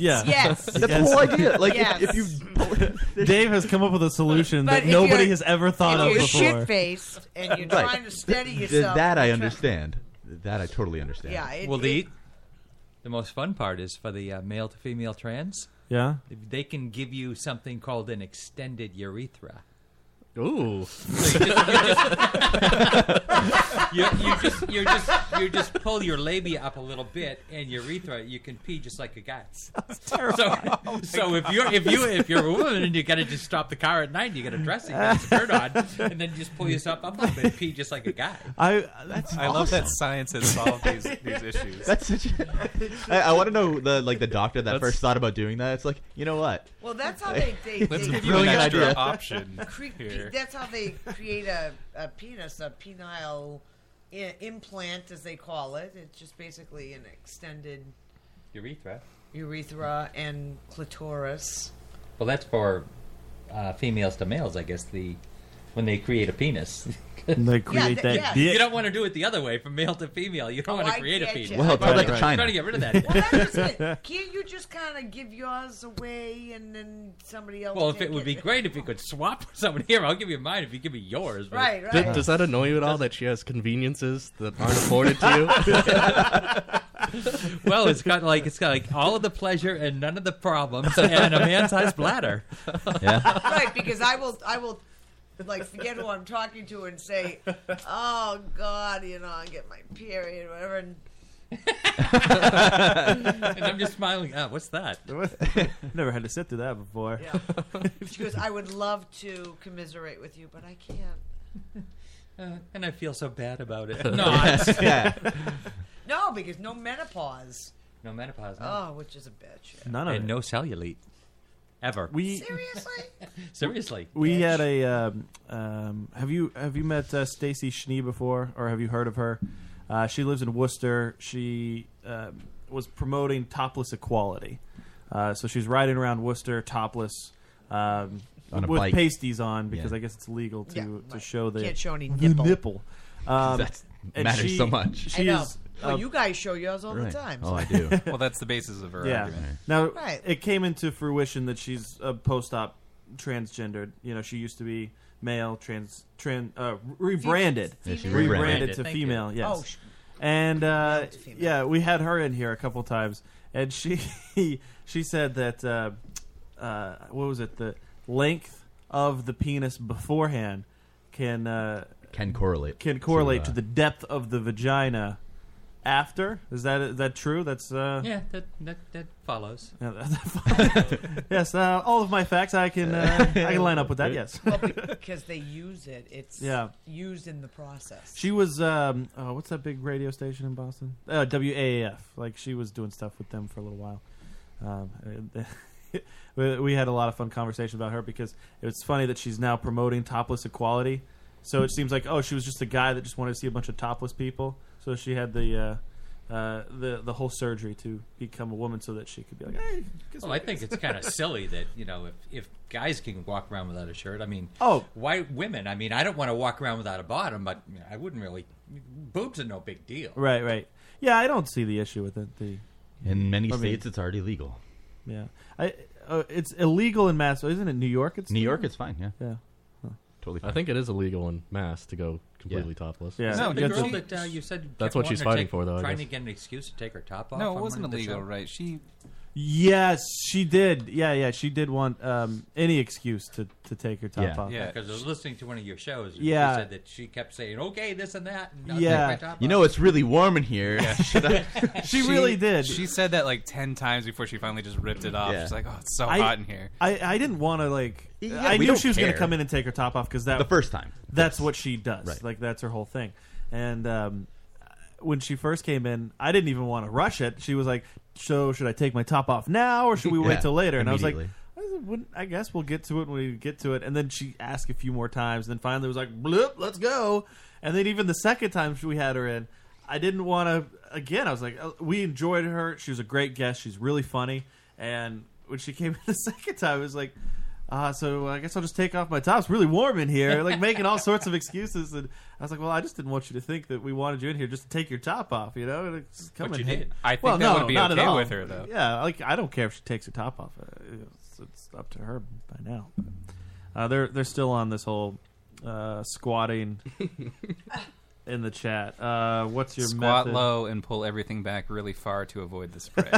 F: Yes.
K: if you
F: Dave has come up with a solution
K: But
F: that
K: if
F: nobody
K: you're-
F: has ever
K: if
F: thought of
K: you're
F: before.
K: shit-faced and you're
I: Right.
K: trying to steady
I: Th-
K: yourself,
I: That I
K: you're try-
I: understand. That I totally understand.
K: Yeah, it-
J: well,
K: it-
J: the the most fun part is for the uh, male to female trans.
F: Yeah.
J: they can give you something called an extended urethra.
H: Ooh.
J: So you, just, you, just, you, you just you just you just pull your labia up a little bit and urethra you can pee just like a guy.
E: terrifying.
J: So,
E: Oh my
J: so if
E: God.
J: you're if you if you're a woman and you got to just stop the car at night, you got a dressing, you got a skirt on, and then just pull yourself up a little bit, pee just like a guy.
F: I that's
Q: I love that
J: awesome.
Q: science has solved these, these issues.
I: That's such. A, I, I want to know the like the doctor that
Q: That's-
I: first thought about doing that. It's like you know what?
K: Well, that's how they. they
I: That's
K: they,
I: a brilliant idea.
K: Cre- That's how they create a, a penis, a penile I- implant, as they call it. It's just basically an extended
J: Urethra.
K: urethra and clitoris.
J: Well, that's for uh, females to males, I guess. The when they create a penis,
F: they
K: create th- that yes. dick.
J: You don't want to do it the other way, from male to female. You don't
K: Oh,
J: want
K: I
J: to create a
K: get
J: penis.
K: ya. Well,
J: You're
K: it's like
J: trying
K: a
J: to-
K: China.
J: Trying to get rid of that.
K: Well, that's just it. Can't you just kind of give yours away and then somebody else?
J: Well, if
K: take
J: it would be great if you could swap someone here, I'll give you mine if you give me yours. but-
K: Right,
H: Th- does that annoy you at all that she has conveniences that aren't afforded to you?
J: well, it's got like it's got like all of the pleasure and none of the problems and a man-sized bladder.
K: right, because I will, I will, like forget who I'm talking to and say, "Oh God, you know, I get my period, whatever." And
J: and I'm just smiling. Ah, what's that?
F: Never had to sit through that before.
K: Yeah. she goes, "I would love to commiserate with you, but I can't."
J: Uh, and I feel so bad about it.
F: Yeah.
J: Not.
F: Yeah.
K: No, because no menopause.
J: No menopause. No.
K: Oh, which is a bitch.
F: None of
J: and
F: it.
J: no cellulite, ever.
F: We
K: Seriously?
J: seriously.
F: We had a. Um, um, have you have you met uh, Stacy Schnee before, or have you heard of her? Uh, she lives in Worcester. She um was promoting topless equality, uh, so she's riding around Worcester topless. Um,
I: On a
F: with
I: bike.
F: pasties on because
I: Yeah.
F: I guess it's legal to,
K: Yeah,
F: to
K: right.
F: show the,
K: Can't show any
F: the
K: nipple.
F: nipple. Um,
I: That's-
F: and
I: matters so much.
K: I
F: She
K: know.
F: is,
K: well,
F: uh,
K: you guys show yours all the
F: right.
K: time.
I: Oh, I do.
Q: well, that's the basis of her
F: yeah.
Q: argument.
F: Now
K: Right.
F: it came into fruition that she's a post-op transgendered. You know, she used to be male, trans, trans, uh, rebranded,
I: Yeah, she's
F: rebranded.
I: rebranded.
F: to
I: Thank you.
F: female. Yes.
I: Oh, sh-
F: and uh, yeah, we had her in here a couple times, and she she said that uh, uh, what was it? The length of the penis beforehand can uh,
I: Can correlate
F: can correlate
I: to, uh,
F: to the depth of the vagina after. Is that is that true? That's uh,
J: Yeah, that that, that follows.
F: yeah, that- yes, uh, all of my facts I can uh, I can line up with that. Yes.
K: Well, because they use it. It's
F: Yeah.
K: used in the process.
F: She was um, uh, what's that big radio station in Boston? Uh, WAAF. Like she was doing stuff with them for a little while. Um, and- we- we had a lot of fun conversation about her because it's funny that she's now promoting topless equality. So it seems like oh she was just a guy that just wanted to see a bunch of topless people. So she had the uh, uh, the the whole surgery to become a woman so that she could be like hey. guess
J: Well, I
F: what?
J: think it's kind of silly that you know if, if guys can walk around without a shirt, I mean,
F: Oh.
J: why women? I mean, I don't want to walk around without a bottom, but you know, I wouldn't really. Boobs are no big deal.
F: Right, right. Yeah, I don't see the issue with it. The
I: In many
F: I mean,
I: states, it's already legal.
F: yeah, I uh, it's illegal in Mass. Isn't it New York? It's
I: New York, it's fine. Yeah.
F: Yeah.
I: Totally.
H: I think it is illegal in mass to go completely topless.
F: Yeah.
J: No, the girl that uh, you said
H: That's
J: kept
H: what she's
J: wanting to
H: fighting
J: take-
H: for, though. I
J: trying to
H: guess.
J: get an excuse to take her top off.
Q: No,
J: on
Q: it
J: one
Q: wasn't
J: of the
Q: illegal,
J: show.
Q: right? She
F: Yes, she did. Yeah, yeah, she did want um, any excuse to, to take her top off.
J: yeah, because I was listening to one of your shows. And
F: Yeah.
J: she said that she kept saying, "Okay, this and that." And I'll take my
F: Yeah.
J: top
I: You know, it's really warm in here. Should I-
F: did.
Q: She said that like ten times before she finally just ripped it off.
I: Yeah.
Q: She's like, "Oh, it's so
F: I-
Q: hot in here."
F: I, I didn't want to like.
Q: Yeah,
F: I
Q: we
F: knew
Q: don't
F: she was going to
Q: care.
F: come in and take her top off because that
I: The first time.
F: That's what she does.
I: Right.
F: Like that's her whole thing. And um, when she first came in, I didn't even want to rush it. She was like, "So should I take my top off now, or should we wait
I: Yeah,
F: till later?" And I was like.
I: immediately.
F: I said, "Wouldn't- I guess we'll get to it when we get to it. And then she asked a few more times. And then finally was like, bloop, let's go. And then even the second time we had her in, I didn't want to, again, I was like, uh, we enjoyed her. She was a great guest. She's really funny. And when she came in the second time, it was like, uh, so I guess I'll just take off my top. It's really warm in here. Like making all sorts of excuses. And I was like, well, I just didn't want you to think that we wanted you in here just to take your top off, you know? And Just come
Q: But
F: in
Q: you
F: here.
Q: did. I think
F: well,
Q: that
F: no,
Q: would be
F: not
Q: okay
F: at all.
Q: with her, though.
F: Yeah, like I don't care if she takes her top off. Uh, It's, it's up to her by now. Uh, they're they're still on this whole uh, squatting in the chat. Uh, what's your
G: Squat
F: method?
G: low and pull everything back really far to avoid the spray.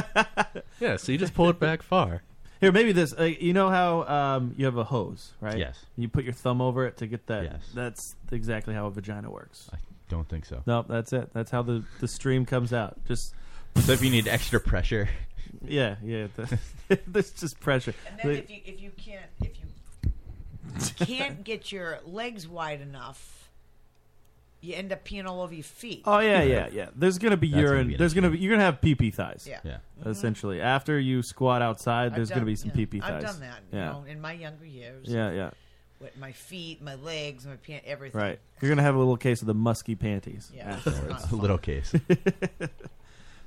H: yeah, so you just pull it back far.
F: Here, maybe this. Uh, you know how um, you have a hose, right?
I: Yes.
F: You put your thumb over it to get that.
I: Yes.
F: That's exactly how a vagina works. I
I: don't think so.
F: No, that's it. That's how the, the stream comes out. Just
I: So if you need extra pressure,
F: yeah, yeah. There's just pressure.
K: And then
F: They-
K: if you if you can't if you can't get your legs wide enough, you end up peeing all over your feet.
F: Oh yeah, yeah, yeah. There's gonna be
I: That's gonna
F: urine.
I: be an
F: there's gonna be you're gonna have pee pee thighs.
K: Yeah. Yeah.
F: Essentially, after you squat outside,
K: I've
F: there's
K: done-
F: gonna be some
K: yeah,
F: pee pee
K: I've
F: thighs.
K: done that, you
F: yeah.
K: know, in my younger years.
F: Yeah, yeah.
K: With my feet, my legs, my pant, everything.
F: Right. You're gonna have a little case of the musky panties.
K: Yeah, it's
F: afterwards.
K: not A little
I: case.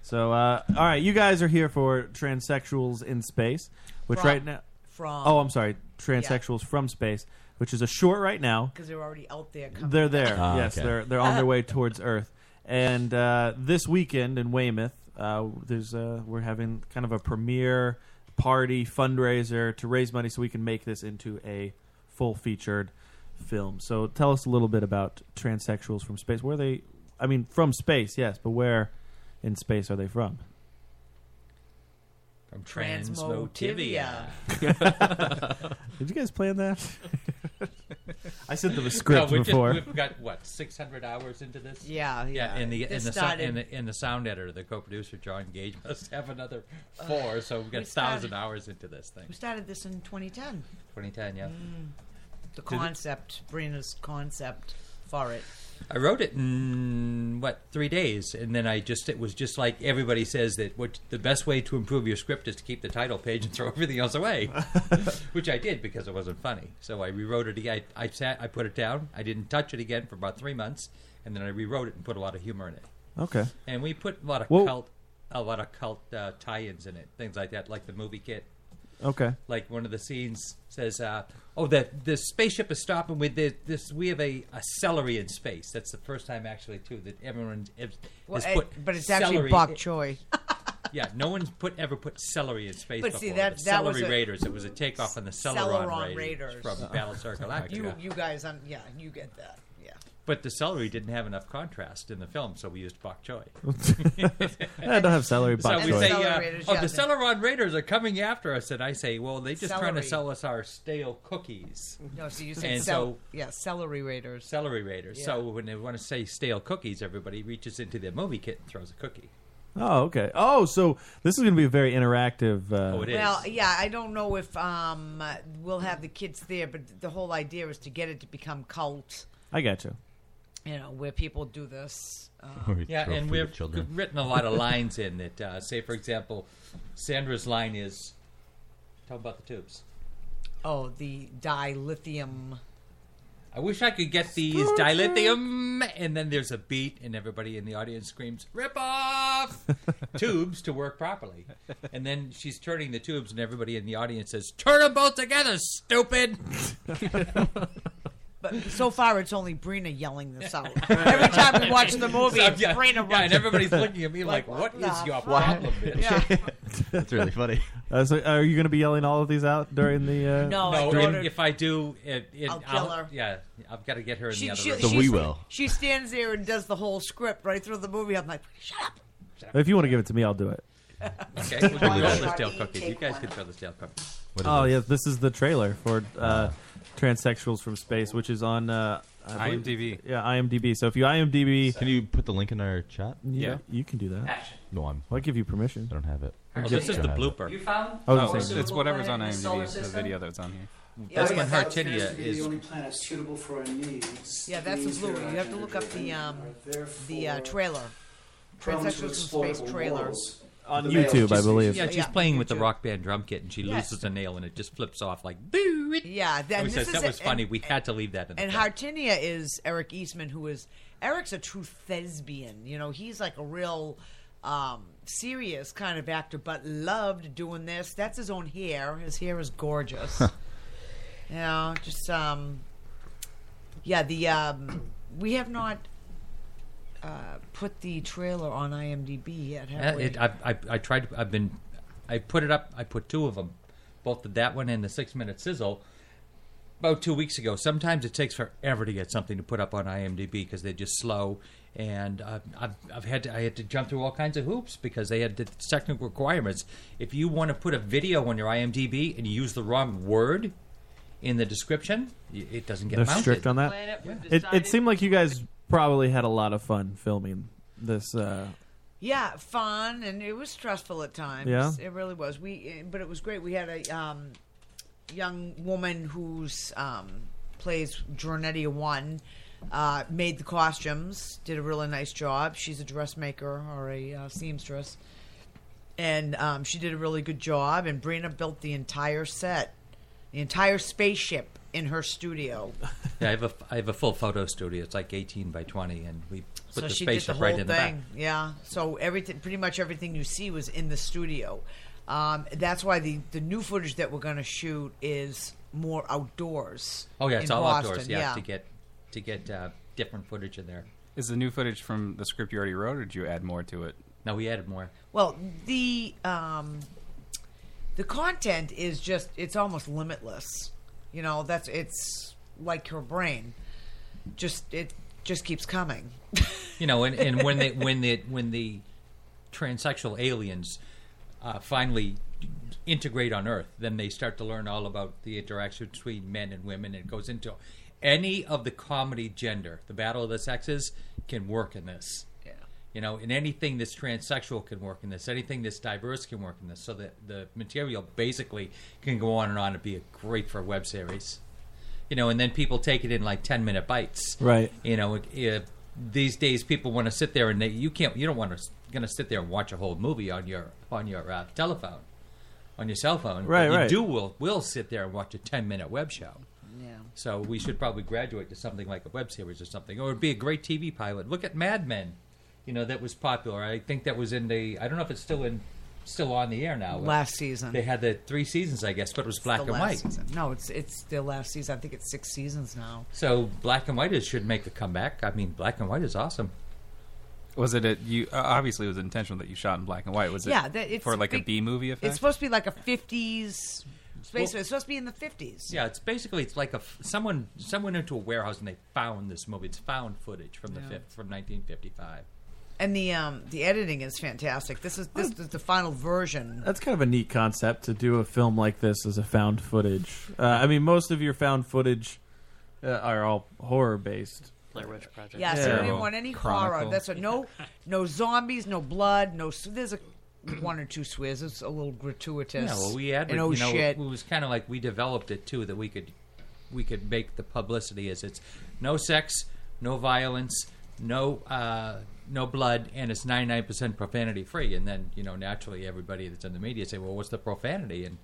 F: so, uh, all right, you guys are here for transsexuals in space, which
K: From-
F: right now,
K: from-
F: oh, I'm sorry, transsexuals from space, which is a short right now.
K: Because Oh. they're already out there. Coming
F: They're there.
I: Ah,
F: yes,
I: okay.
F: they're they're on their way towards Earth. And uh, this weekend in Weymouth, uh, there's uh, we're having kind of a premiere party fundraiser to raise money so we can make this into a full featured film. So tell us a little bit about transsexuals from space. Where are they? I mean, from space, yes, but where in space are they from?
J: From
K: Transmotivia.
F: Did you guys plan that? I sent them a script
J: we've
F: before.
J: Just, we've got what six hundred hours into this.
K: Yeah, yeah.
J: And the
K: This
J: and the, sound,
K: started-
J: and the and the sound editor, the co-producer John Gage, must have another four. So we've got
K: We
J: thousand
K: started-
J: hours into this thing.
K: We started this in 2010.
J: 2010, yeah.
K: Mm. The
J: Did it-
K: concept, Brina's concept for it.
J: I wrote it in what three days, and then I just it was just like everybody says that what the best way to improve your script is to keep the title page and throw everything else away, which I did because it wasn't funny. So I rewrote it again. I, I sat, I put it down, I didn't touch it again for about three months, and then I rewrote it and put a lot of humor in it.
F: Okay.
J: And we put a lot of
F: Well-
J: cult, a lot of cult uh, tie-ins in it, things like that, like the movie kit.
F: Okay.
J: Like one of the scenes says, uh, "Oh, the the spaceship is stopping with this. this we have a, a celery in space. That's the first time actually too that everyone has,
K: Well,
J: has
K: eh,
J: put.
K: but it's actually
J: celery-
K: bok choy.
J: yeah, no one's put ever put celery in space
K: But
J: before.
K: see, that-
J: the
K: that
J: celery
K: was a-
J: raiders. It was a takeoff on the Celeron, raiders, from Battlestar Galactica.
K: You, you guys, um, yeah, you get that. Yeah.
J: But the celery didn't have enough contrast in the film, so we used bok choy.
F: I don't have celery bok
J: So we
F: choy.
J: say,
F: Celery
J: uh,
F: raiders,
J: "Oh,
F: yeah.
J: the Celeron Raiders are coming after us," and I say, "Well, they just trying to
K: Celery.
J: sell us our stale cookies."
K: No, so you said
J: and
K: cel-
J: so
K: yeah, celery raiders.
J: celery raiders.
K: Yeah.
J: So when they want to say stale cookies, everybody reaches into their movie kit and throws a cookie.
F: Oh, okay. Oh, so this is going to be a very interactive. Uh,
J: Oh, it
K: Well, yeah, I don't know if um, uh, we'll have the kids there, but the whole idea is to get it to become cult,
F: I got you.
K: you know, where people do this.
I: Where we
K: Um,
J: Yeah,
I: throw
J: and
I: food
J: we've
I: at children.
J: written a lot of lines in that. Uh, say, for example, Sandra's line is, "Tell 'em about the tubes."
K: oh, the dilithium.
J: I wish I could get these dilithium, and then there's a beat, and everybody in the audience screams "rip off" tubes to work properly, and then she's turning the tubes, and everybody in the audience says "turn them both together, stupid."
K: But so far, it's only Brina yelling this out. Every time we watch the movie,
J: So,
K: it's
J: yeah,
K: Brina
J: yeah,
K: runs-
J: and everybody's looking at me like, "What
K: the
J: is your
K: fuck?"
J: problem, bitch?"
I: That's really funny.
F: Uh, so are you going to be yelling all of these out during the? Uh...
J: no. and if I do, it, it,
K: I'll kill her.
J: Yeah, I've got to get her in
K: She,
J: the other
K: she,
J: room.
K: she's- She stands there and does the whole script right through the movie. I'm like, shut up.
F: If you want to give it to me, I'll do it.
J: Okay, we can roll the
K: Take
J: stale
K: one.
J: cookies. You guys can throw the stale cookies.
F: oh yeah, this is the trailer for uh, Transsexuals from Space, which is on uh, I believe-
I: IMDb.
F: Yeah, IMDb. So if you IMDb,
I: Can you put the link in our chat?
F: Yeah, you can do that.
I: No, I'm.
F: I'll give you permission.
I: I don't have it.
F: Oh, this is the
J: blooper.
Q: You found
F: I was
Q: oh,
F: gonna
Q: it's,
F: say-
Q: it's whatever's on
R: Solar
Q: IMDb, the
R: system?
Q: video that's on here.
K: Yeah, That's yeah, when that's-
R: Appears
J: Hertidia
R: to be
J: is-
R: the only planet suitable for our needs.
K: Yeah, that's the
R: Means
K: blue
R: their
K: one. You have to look up the
R: identity
K: um,
R: are therefore
K: the uh, trailer.
R: problems
K: Transsexuals
R: with
K: in Space
R: exploitable
K: trailer.
R: morals.
F: On
R: The male
F: YouTube, I
R: just-
F: believe.
J: Yeah, she's
K: Yeah.
J: playing with the rock band drum kit, and she
K: Yeah.
J: loses a nail, and it just flips off like.
K: Yeah,
J: That
K: then
J: was,
K: this
J: Oh, that
K: is
J: was
K: it.
J: funny.
K: And,
J: we had to leave that in. The
K: and Hartinia is Eric Eastman, who is Eric's a true thespian. You know, he's like a real um, serious kind of actor, but loved doing this. That's his own hair. His hair is gorgeous. You know, just um, yeah. The um, we have not uh, put the trailer on IMDb yet. Have
J: Uh,
K: we?
J: It, I, I, I tried. I've been. I put it up. I put two of them, both the, that one and the six minute sizzle, about two weeks ago. Sometimes it takes forever to get something to put up on IMDb because they're just slow. And uh, I've, I've had to, I had to jump through all kinds of hoops because they had the technical requirements. If you want to put a video on your IMDb and you use the wrong word in the description, y- it doesn't get
F: They're
J: mounted.
F: strict on that. It, it seemed like you guys probably had a lot of fun filming this. Uh,
K: Yeah, fun and it was stressful at times.
F: Yeah.
K: it really was. We, eh, but it was great. We had a um, young woman who's um, plays Jornetti One, uh, made the costumes, did a really nice job. She's a dressmaker or a uh, seamstress, and um, she did a really good job. And Brina built the entire set, the entire spaceship in her studio.
J: Yeah, I have a I have a full photo studio. It's like eighteen by twenty, and we put
K: so
J: the
K: she did the
J: spaceship
K: whole
J: right
K: thing.
J: in the back.
K: Yeah. So everything, pretty much everything you see was in the studio. Um, that's why the the new footage that we're going to shoot is more outdoors.
J: Oh yeah, it's
K: in
J: all
K: Boston.
J: outdoors. Yeah, to get to get uh, different footage in there.
Q: Is the new footage from the script you already wrote, or did you add more to it?
J: No, we added more.
K: Well, the um, the content is just it's almost limitless. You know, that's it's like her brain. Just it just keeps coming.
J: You know, and, and when they when the when the transsexual aliens uh, finally integrate on Earth, then they start to learn all about the interaction between men and women. It goes into any of the comedy gender. The battle of the sexes can work in this.
K: Yeah.
J: You know, and anything that's transsexual can work in this. Anything that's diverse can work in this. So that the material basically can go on and on and be great for a web series. You know, and then people take it in like ten minute bites.
F: Right.
J: You know, if these days people want to sit there and they, you can't, you don't want to going to sit there and watch a whole movie on your on your uh, telephone, on your cell phone.
F: Right,
J: But You
F: right.
J: do will will sit there and watch a ten minute web show.
K: Yeah.
J: So we should probably graduate to something like a web series or something, or it'd be a great TV pilot. Look at Mad Men, you know that was popular. I think that was in the. I don't know if it's still in, still on the air now.
K: Last season.
J: they had the three seasons, I guess, but it was black
K: the
J: and
K: last
J: white.
K: Season. No, it's it's the last season. I think it's six seasons now.
J: So black and white is, should make a comeback. I mean, black and white is awesome.
Q: Was it a, you? Uh, obviously, it was intentional that you shot in black and white. Was it?
K: Yeah, that- it's
Q: for like a
K: big-
Q: B movie effect.
K: It's supposed to be like a fifties space.
J: Well-
K: it's supposed to be in the fifties.
J: Yeah, it's basically it's like a f- someone someone went into a warehouse and they found this movie. It's found footage from the
K: Yeah.
J: fifth from 1955.
K: And the um the editing is fantastic. This is this is the final version.
F: that's kind of a neat concept to do a film like this as a found footage. Uh, I mean, most of your found footage uh, are all horror based.
L: Blair Witch Project.
K: Yeah, so we didn't want any horror.
F: Chronicle.
K: That's what, no no zombies, no blood, no. s- There's a one or two swears. It's a little gratuitous.
J: Yeah, well, we had
K: and oh
J: you know,
K: shit.
J: It was kind of like we developed it too that we could we could make the publicity as it's no sex, no violence, no uh, no blood, and it's 99% profanity free. And then you know naturally everybody that's in the media say, well, what's the profanity? And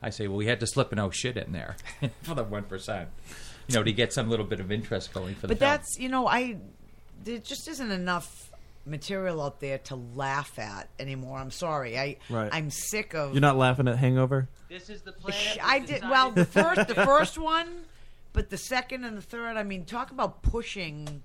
J: I say, well, we had to slip an oh shit in there for the one percent, you know, to get some little bit of interest going for the
K: But
J: film.
K: that's you know I there just isn't enough material out there to laugh at anymore. I'm sorry. I
F: Right.
K: I'm sick of
F: You're not laughing at Hangover.
K: This is the planet. I did well the first the first one, but the second and the third. I mean, talk about pushing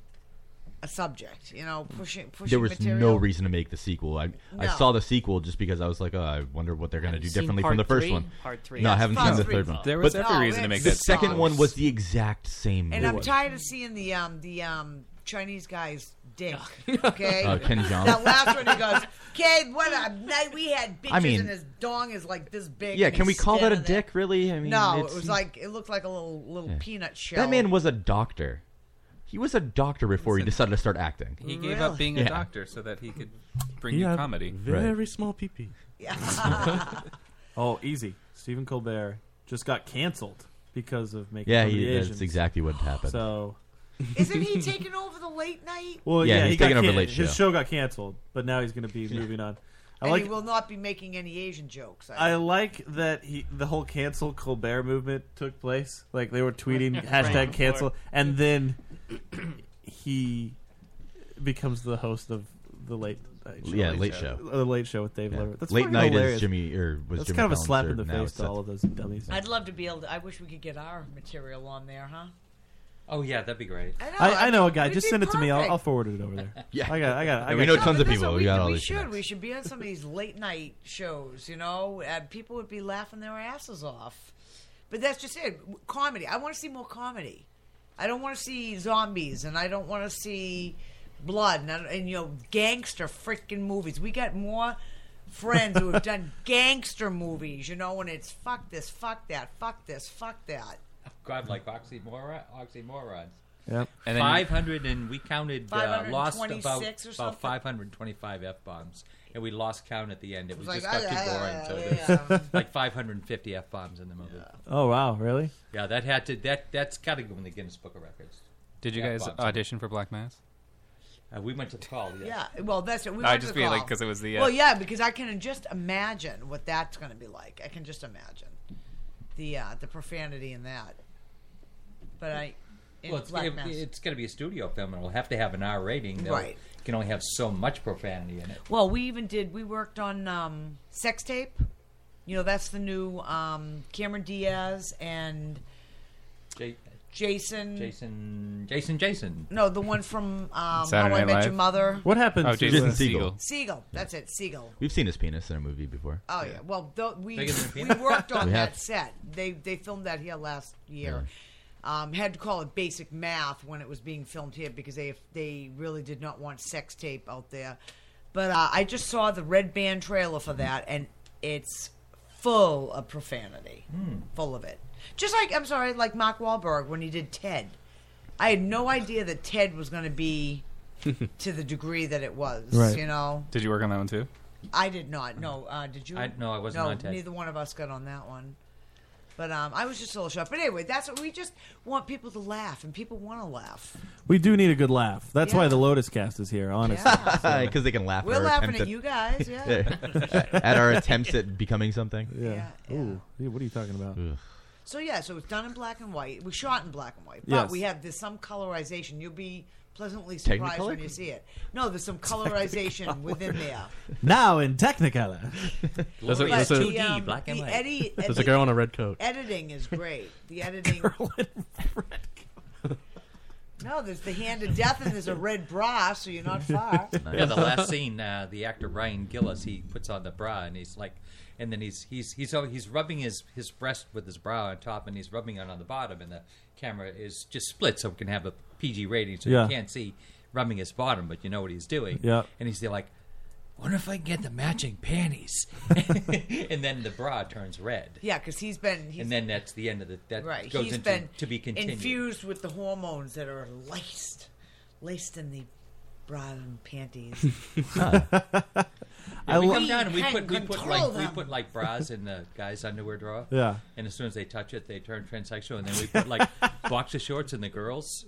K: a subject. You know, pushing pushing.
I: there was
K: material.
I: no reason to make the sequel. I, I
K: No.
I: saw the sequel just because I was like, oh, I wonder what they're going to do
K: seen
I: differently
K: part
I: from the first
K: three?
I: one.
K: Part three.
I: No, I
K: Yes,
I: haven't
K: part
I: seen the
K: three.
I: third one.
K: There was
I: But
K: every No, reason to make
I: The
K: that
I: second
K: sequel.
I: one was the exact same.
K: And I'm
I: movie.
K: tired of seeing the um the um Chinese guy's dick. Okay,
I: Uh, Ken Jeong.
K: That last one he goes, "Okay, what a night we had bitches
I: I mean-
K: and his dong is like this big."
I: Yeah,
K: and
I: can we
K: he's
I: call that a
K: standing there."
I: dick? Really? I mean,
K: no, it
I: it's-
K: was like it looked like a little little
I: Yeah.
K: peanut shell.
I: That man was a doctor. He was a doctor before he decided to start acting.
Q: He gave up being a
I: Yeah.
Q: doctor so that he could bring
I: He
Q: you
I: had
Q: comedy.
I: very
H: small peepee.
F: oh, easy. Stephen Colbert just got canceled because of making.
I: Yeah,
F: fun of
I: he,
F: the
I: that's
F: Asians.
I: exactly what happened.
F: So,
K: Isn't he taking over the late night?
F: well,
I: Yeah,
F: yeah,
I: he's
F: he got
I: taking over
F: can-
I: Late
F: His
I: Show.
F: show got canceled, but now he's going to be moving on. I
K: and
F: like
K: he will not be making any Asian jokes. I,
F: I like that he the whole cancel Colbert movement took place. Like they were tweeting
K: Right
F: hashtag cancel,
K: before.
F: and then he becomes the host of the late Late
I: Yeah, Late Show.
F: Uh, The Late Show with Dave
I: Yeah.
F: Levitt. That's
I: Late
F: fucking
I: Night is
F: hilarious.
I: Jimmy- or was
F: That's
I: Jimmy
F: kind of a
I: Fallon's,
F: slap
I: or
F: in the
I: now
F: face
I: it's
F: to all of those dummies.
K: I'd love to be able. To, I wish we could get our material on there, huh?
J: Oh yeah, that'd be great.
K: I know.
F: I, I know a guy.
K: it'd
F: Just
K: be
F: send it to me. I'll,
K: perfect.
F: I'll forward it over there.
I: Yeah.
F: I got. I got. I
I: And we
F: got-
I: know tons of
K: That's what
I: people.
K: We,
I: We got all
K: we
I: these
K: should. We should be on some of these late night shows. You know, uh, people would be laughing their asses off. But that's just it. Comedy. I want to see more comedy. I don't want to see zombies, and I don't want to see blood, and, I don't- and you know, gangster freaking movies. We got more friends who have done gangster movies. You know, and it's fuck this, fuck that, fuck this, fuck that.
J: God, like oxymoron, oxymorons.
F: Yep.
J: And Um,
G: And then-
J: five hundred, and we counted uh, lost about
K: 526 or something?
J: about five hundred twenty-five f bombs, and we lost count at the end. It was
K: like,
J: just got
K: ah,
J: too boring,
K: ah,
J: so
K: ah,
J: there's like five hundred fifty f bombs in the movie. Yeah.
F: Oh wow, really?
J: that had to that that's got to go in the Guinness Book of Records.
G: Did you guys
J: F-bombs.
G: audition for Black Mass?
J: Uh, we went to the call. Yes.
K: Yeah, well, that's it. We
G: I
K: went to
G: just
K: the
G: mean, like,
K: call.
G: 'cause it was the, uh,
K: Well, yeah, because I can just imagine what that's going to be like. I can just imagine the uh, the profanity in that. But I, in
J: Well, it's,
K: Black
J: it-
K: Mass.
J: it's going to be a studio film, and we'll have to have an R rating. though.
K: Right.
J: It can only have so much profanity in it.
K: well, we even did. We worked on um, sex tape. You know, that's the new um, Cameron Diaz and
J: J-
K: Jason.
J: Jason, Jason, Jason.
K: No, the one from um, How
I: Saturday
K: I
I: Night
K: Met Your
I: Live?
K: Mother.
I: What happened Oh, to, Jason uh, Segel.
K: Siegel. That's it. Siegel.
I: We've seen his penis in a movie before.
K: Oh yeah. Well, th- we
I: Bigger than a
K: we
I: peanut.
K: worked on
I: We
K: that
I: have.
K: set. They they filmed that here last year. Um, had to call it basic math when it was being filmed here because they they really did not want sex tape out there. But uh, I just saw the red band trailer for that, and it's full of profanity,
I: Hmm.
K: full of it. Just like I'm sorry, like Mark Wahlberg when he did Ted. I had no idea that Ted was going to be to the degree that it was. You know,
G: Did you work on that one too?
K: I did not. No, uh, did you?
G: I- no, I wasn't
K: No,
G: on tape.
K: neither one of us got on that one. But um, I was just a little shocked. But anyway, that's what we just want people to laugh, and people want to laugh.
F: We do need a good laugh. That's why
K: Yeah.
F: the Lotus Cast is here, honestly.
K: Yeah.
I: 'Cause they can laugh
K: We're laughing at you guys, yeah.
I: at our attempts at becoming something.
F: Yeah. Ooh, yeah, what are you talking about?
K: So yeah, so it's done in black and white. We shot in black and white, but
F: Yes.
K: we have there's some colorization. You'll be pleasantly surprised
F: Technicolor?
K: when you see it. No, there's some colorization within there.
F: Now in Technicolor.
H: There's a,
K: But
H: there's a,
K: the, um, the Eddie-
H: There's a
K: Eddie-
H: girl in a red coat.
K: Editing is great. The editing. No, there's the hand of death, and there's a red bra, so you're not far.
J: Yeah, the last scene, uh, the actor Ryan Gillis, he puts on the bra and he's like, and then he's he's he's oh, he's rubbing his his breast with his bra on top and he's rubbing it on the bottom, and the camera is just split so we can have a PG rating, so
F: Yeah.
J: you can't see rubbing his bottom, but you know what he's doing.
F: Yeah.
J: and he's like. Wonder if I can get the matching panties, and then the bra turns red,
K: Yeah, because he's been he's,
J: and then that's the end of the that
K: right.
J: goes
K: he's
J: into
K: been
J: to be continued.
K: infused with the hormones that are laced, laced in the bra and panties.
J: Yeah, we come down and we
K: can
J: put we put
K: control
J: like we
K: them.
J: put like bras in the guy's underwear drawer.
F: Yeah.
J: And as soon as they touch it, they turn transsexual, and then we put like boxer shorts in the girls.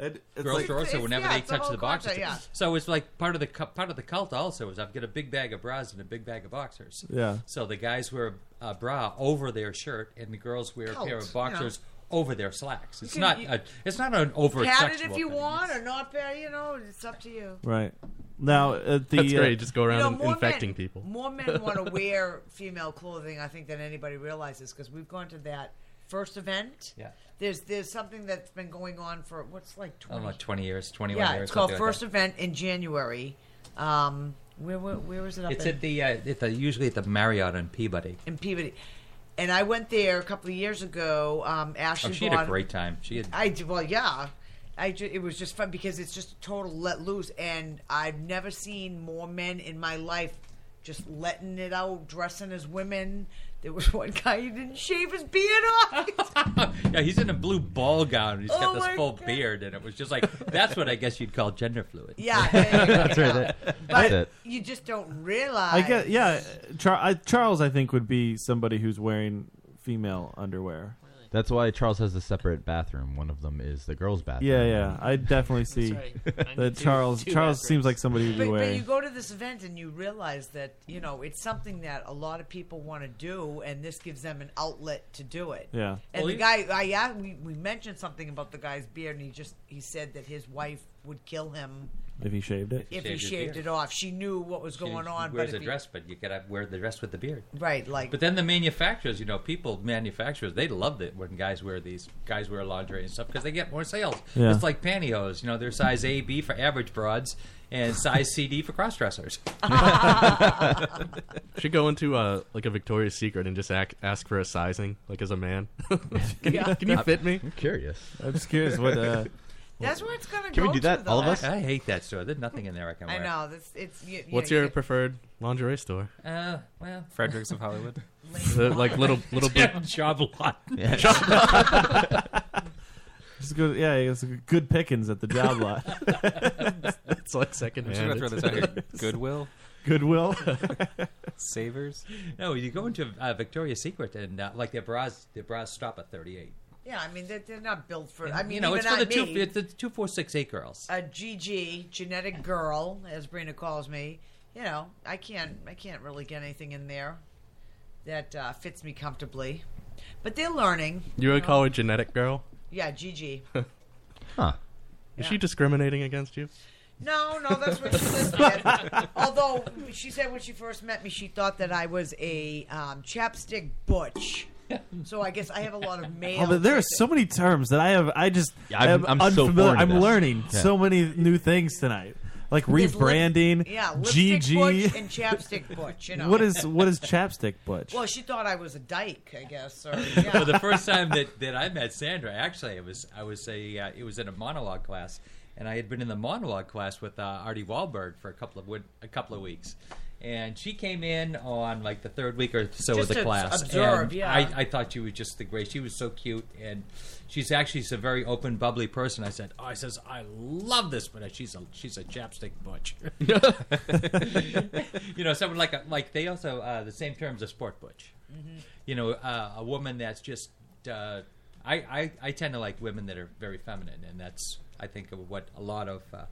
F: it's
J: girls
F: like-
J: shorts, so
F: It's-
J: whenever
F: yeah,
J: they
F: it's the
J: touch
F: whole
J: the boxer,
F: concept, yeah.
J: so it's like part of the cu- part of the cult. Also, is I've got a big bag of bras and a big bag of boxers.
F: Yeah.
J: So the guys wear a bra over their shirt, and the girls wear a
K: Cult,
J: pair of
K: yeah.
J: boxers over their slacks. It's
K: can-
J: not
K: you-
J: a, it's not an over
K: Pat it
J: sexual.
K: if you want, or not pat. You know, it's up to you.
F: Right. Now at the
H: That's
F: uh,
H: great. Just go around
K: You know,
H: and
K: more
H: infecting
K: men-
H: people.
K: More men want to wear female clothing, I think, than anybody realizes because we've gone to that first event.
J: Yeah.
K: There's there's something that's been going on for what's like
J: I don't
K: 20,
J: know, twenty years, twenty one
K: yeah,
J: years.
K: it's called
J: something like
K: first
J: that.
K: event in January. Um, where, where where was it up
J: It's
K: in?
J: at the, uh, at the usually at the Marriott in Peabody.
K: in Peabody. And I went there a couple of years ago. Um, Ashley
J: Oh, she had
K: bought,
J: a great time. She had
K: I d- well, yeah. I ju- it was just fun because it's just total let loose, and I've never seen more men in my life just letting it out, dressing as women. There was one guy who didn't shave his beard off.
J: yeah. He's in a blue ball gown. and He's
K: Oh
J: got this
K: my
J: full beard, and it was just like that's what I guess you'd call gender fluid.
K: yeah, yeah, yeah,
F: That's
K: yeah.
F: right.
K: But
F: That's it.
K: you just don't realize.
F: I guess yeah. uh, Char- I, Charles, I think would be somebody who's wearing female underwear.
I: That's why Charles has a separate bathroom. One of them is the girls' bathroom.
F: Yeah, yeah. I definitely see that Charles. Charles seems like somebody who'd
K: But,
F: be
K: but
F: wearing.
K: you go to this event and you realize that you know it's something that a lot of people want to do, and this gives them an outlet to do it.
F: Yeah.
K: And
F: Well,
K: the
F: you-
K: guy, uh, I yeah, we, we mentioned something about the guy's beard, and he just he said that his wife would kill him
F: if he shaved it.
K: if he
J: Shaved his
K: shaved
J: beard.
K: it off. She knew what was going on.
J: wears
K: but if
J: a
K: he-
J: dress, but you gotta wear the dress with the beard.
K: Right, like-
J: But then the manufacturers, you know, people manufacturers, they love it when guys wear these guys wear lingerie and stuff because they get more sales.
F: Yeah.
J: It's like pantyhose, you know, they're size A B for average broads and size C D for cross dressers.
H: Should go into uh, like a Victoria's Secret and just ask, ask for a sizing, like as a man. can, you, can you fit me?
N: I'm curious.
F: I'm just curious what. Uh,
K: That's where it's gonna go. to, though.
J: I, I hate that store. There's nothing in there I can
K: I
J: wear.
K: know. That's it's. You,
H: What's
K: you,
H: your preferred lingerie store?
K: Uh, well.
Q: Fredericks of Hollywood.
H: The, like little little big
J: job lot.
F: Just go, yeah, it's a good pickings at the job lot.
H: It's like second
Q: I'm just gonna throw this out here. Goodwill.
F: Goodwill.
Q: Savers.
J: No, you go into uh, Victoria's Secret and uh, like their bras, their bras stop at 38.
K: Yeah, I mean they're, they're not built for.
J: And,
K: I mean,
J: you know,
K: even
J: it's for
K: I,
J: the two,
K: me,
J: it's the two, four, six, eight girls.
K: a GG genetic girl, as Brina calls me. You know, I can't I can't really get anything in there that uh, fits me comfortably. But they're learning.
H: You would
K: know?
H: call her genetic girl?
K: Yeah, GG.
N: Huh.
H: Is she discriminating against you?
K: No, no, that's what she said. Although she said when she first met me, she thought that I was a um, chapstick butch. So I guess I have a lot of male.
F: Oh, but there are so many terms that I have. I just
N: Yeah, I'm-
F: am
N: I'm so
F: unfamiliar.
N: foreign to
F: I'm
N: this.
F: learning
N: Yeah.
F: so many new things tonight, like
K: There's lip-
F: rebranding.
K: yeah, lipstick butch
F: GG.
K: and chapstick butch. You know
F: What is what is chapstick butch?
K: Well, she thought I was a dyke, I guess. Or, yeah.
J: Well, the first time that, that I met Sandra, actually, it was I was a uh, it was in a monologue class, and I had been in the monologue class with uh, Artie Wahlberg for a couple of win- a couple of weeks, and she came in on like the third week or so
K: Just
J: of the
K: to
J: class.
K: observe,
J: and
K: yeah.
J: I, I thought she was just the great. She was so cute, and she's actually she's a very open, bubbly person. I said, oh, I says I love this, but she's a she's a chapstick butch. you know, someone like a, like they also uh, the same terms a sport butch.
K: Mm-hmm.
E: Mhm.
J: You know, uh, a woman that's just uh, I, I I tend to like women that are very feminine, and that's I think of what a lot of uh,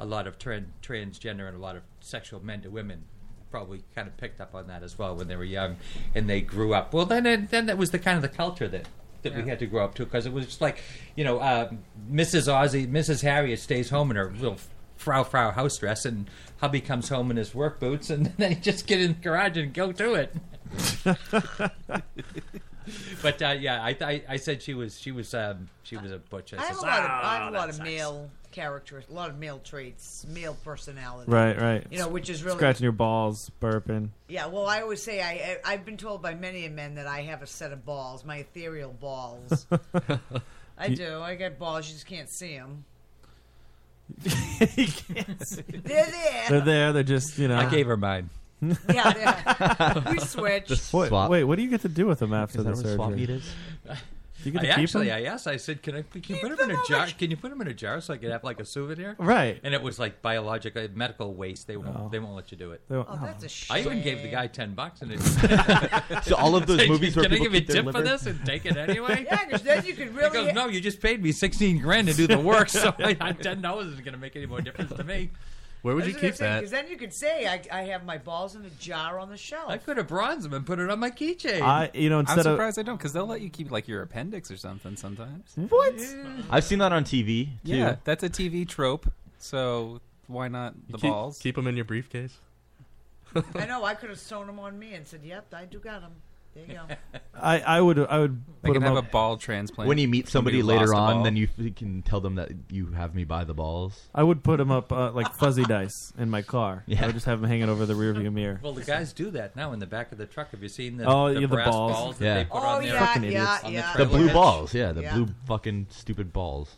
J: a lot of tran- transgender and a lot of sexual men to women probably kind of picked up on that as well when they were young and they grew up. Well, then it, then that was the kind of the culture that. That we
Q: Yeah.
J: had to grow up to because it was just like, you know, uh, Mrs. Ozzy, Mrs. Harriet stays home in her little frau frau house dress, and hubby comes home in his work boots, and then you just get in the garage and go to it. but uh, yeah, I, I I said she was she was um, she was a butch.
K: I have a
J: says,
K: lot of,
J: "Ah,
K: I have a lot
J: that
K: of
J: sucks."
K: male characters, a lot of male traits, male personality.
F: Right, right.
K: You know, which is really
F: scratching your balls, burping.
K: Yeah, well, I always say I, I I've been told by many men that I have a set of balls, my ethereal balls. I
F: You-
K: do. I got balls. You just can't see them.
F: They're
K: there.
F: They're there. They're just you know.
J: I gave her mine.
K: Yeah, yeah. We switched. Just
F: Wait,
K: swap.
F: wait, what do you get to do with them after
N: Is that
F: the
N: what swap
F: surgery?
N: meet is?
F: Do you
J: I
F: get to keep
J: actually,
F: them?
J: I asked. I said, "Can I? Can you put them in a jar? Can you put them in a jar so I could have like a souvenir?"
F: Right.
J: And it was like biological, medical waste. They won't. They won't let you do it.
F: They won't-
K: Oh, that's a
J: I even
K: shame.
J: gave the guy ten bucks, and it.
N: So all of those
J: Say,
N: movies where
J: can I
N: people
J: give you a
N: keep their
J: tip
N: liver?"
J: for this and take it anyway?
K: Yeah, 'cause then you could
J: He
K: really-
J: goes, no, you just paid me sixteen grand to do the work, so I, I, ten dollars isn't going to make any more difference to me.
H: Where would
K: I
H: you
K: was gonna
H: keep
K: say,
H: that?
K: 'cause then you could say I, I have my balls in a jar on the shelf.
J: I could have bronzed them and put it on my keychain.
F: I- you know,
Q: I'm
F: instead of-
Q: surprised I don't, because they'll let you keep like your appendix or something sometimes.
F: What?
N: I've seen that on TV too.
Q: Yeah, that's a TV trope. So why not the
H: keep-
Q: balls?
H: Keep them in your briefcase.
K: I know. I could have sewn them on me and said, "Yep, I do got them." There you go.
F: I, I would I would
Q: They
F: put
Q: can
F: them
Q: have a
F: up.
Q: ball transplant.
F: When
N: When you meet somebody
Q: Somebody
N: later
Q: lost a
N: on,
Q: ball.
N: then you f- can tell them that you have me by the balls.
F: I would put them up uh, like fuzzy dice in my car. I would just have them hanging over the rearview mirror.
J: Well, the guys do that now in the back of the truck. Have you seen the,
F: Oh,
J: the
F: yeah, the
J: brass
F: balls.
J: that
N: Yeah.
J: they put
N: Oh,
J: on there?
K: yeah, Fucking idiots.
J: On
K: yeah,
N: The
J: trailer
N: blue
J: hitch?
N: balls, yeah, the
K: Yeah.
N: blue fucking stupid balls.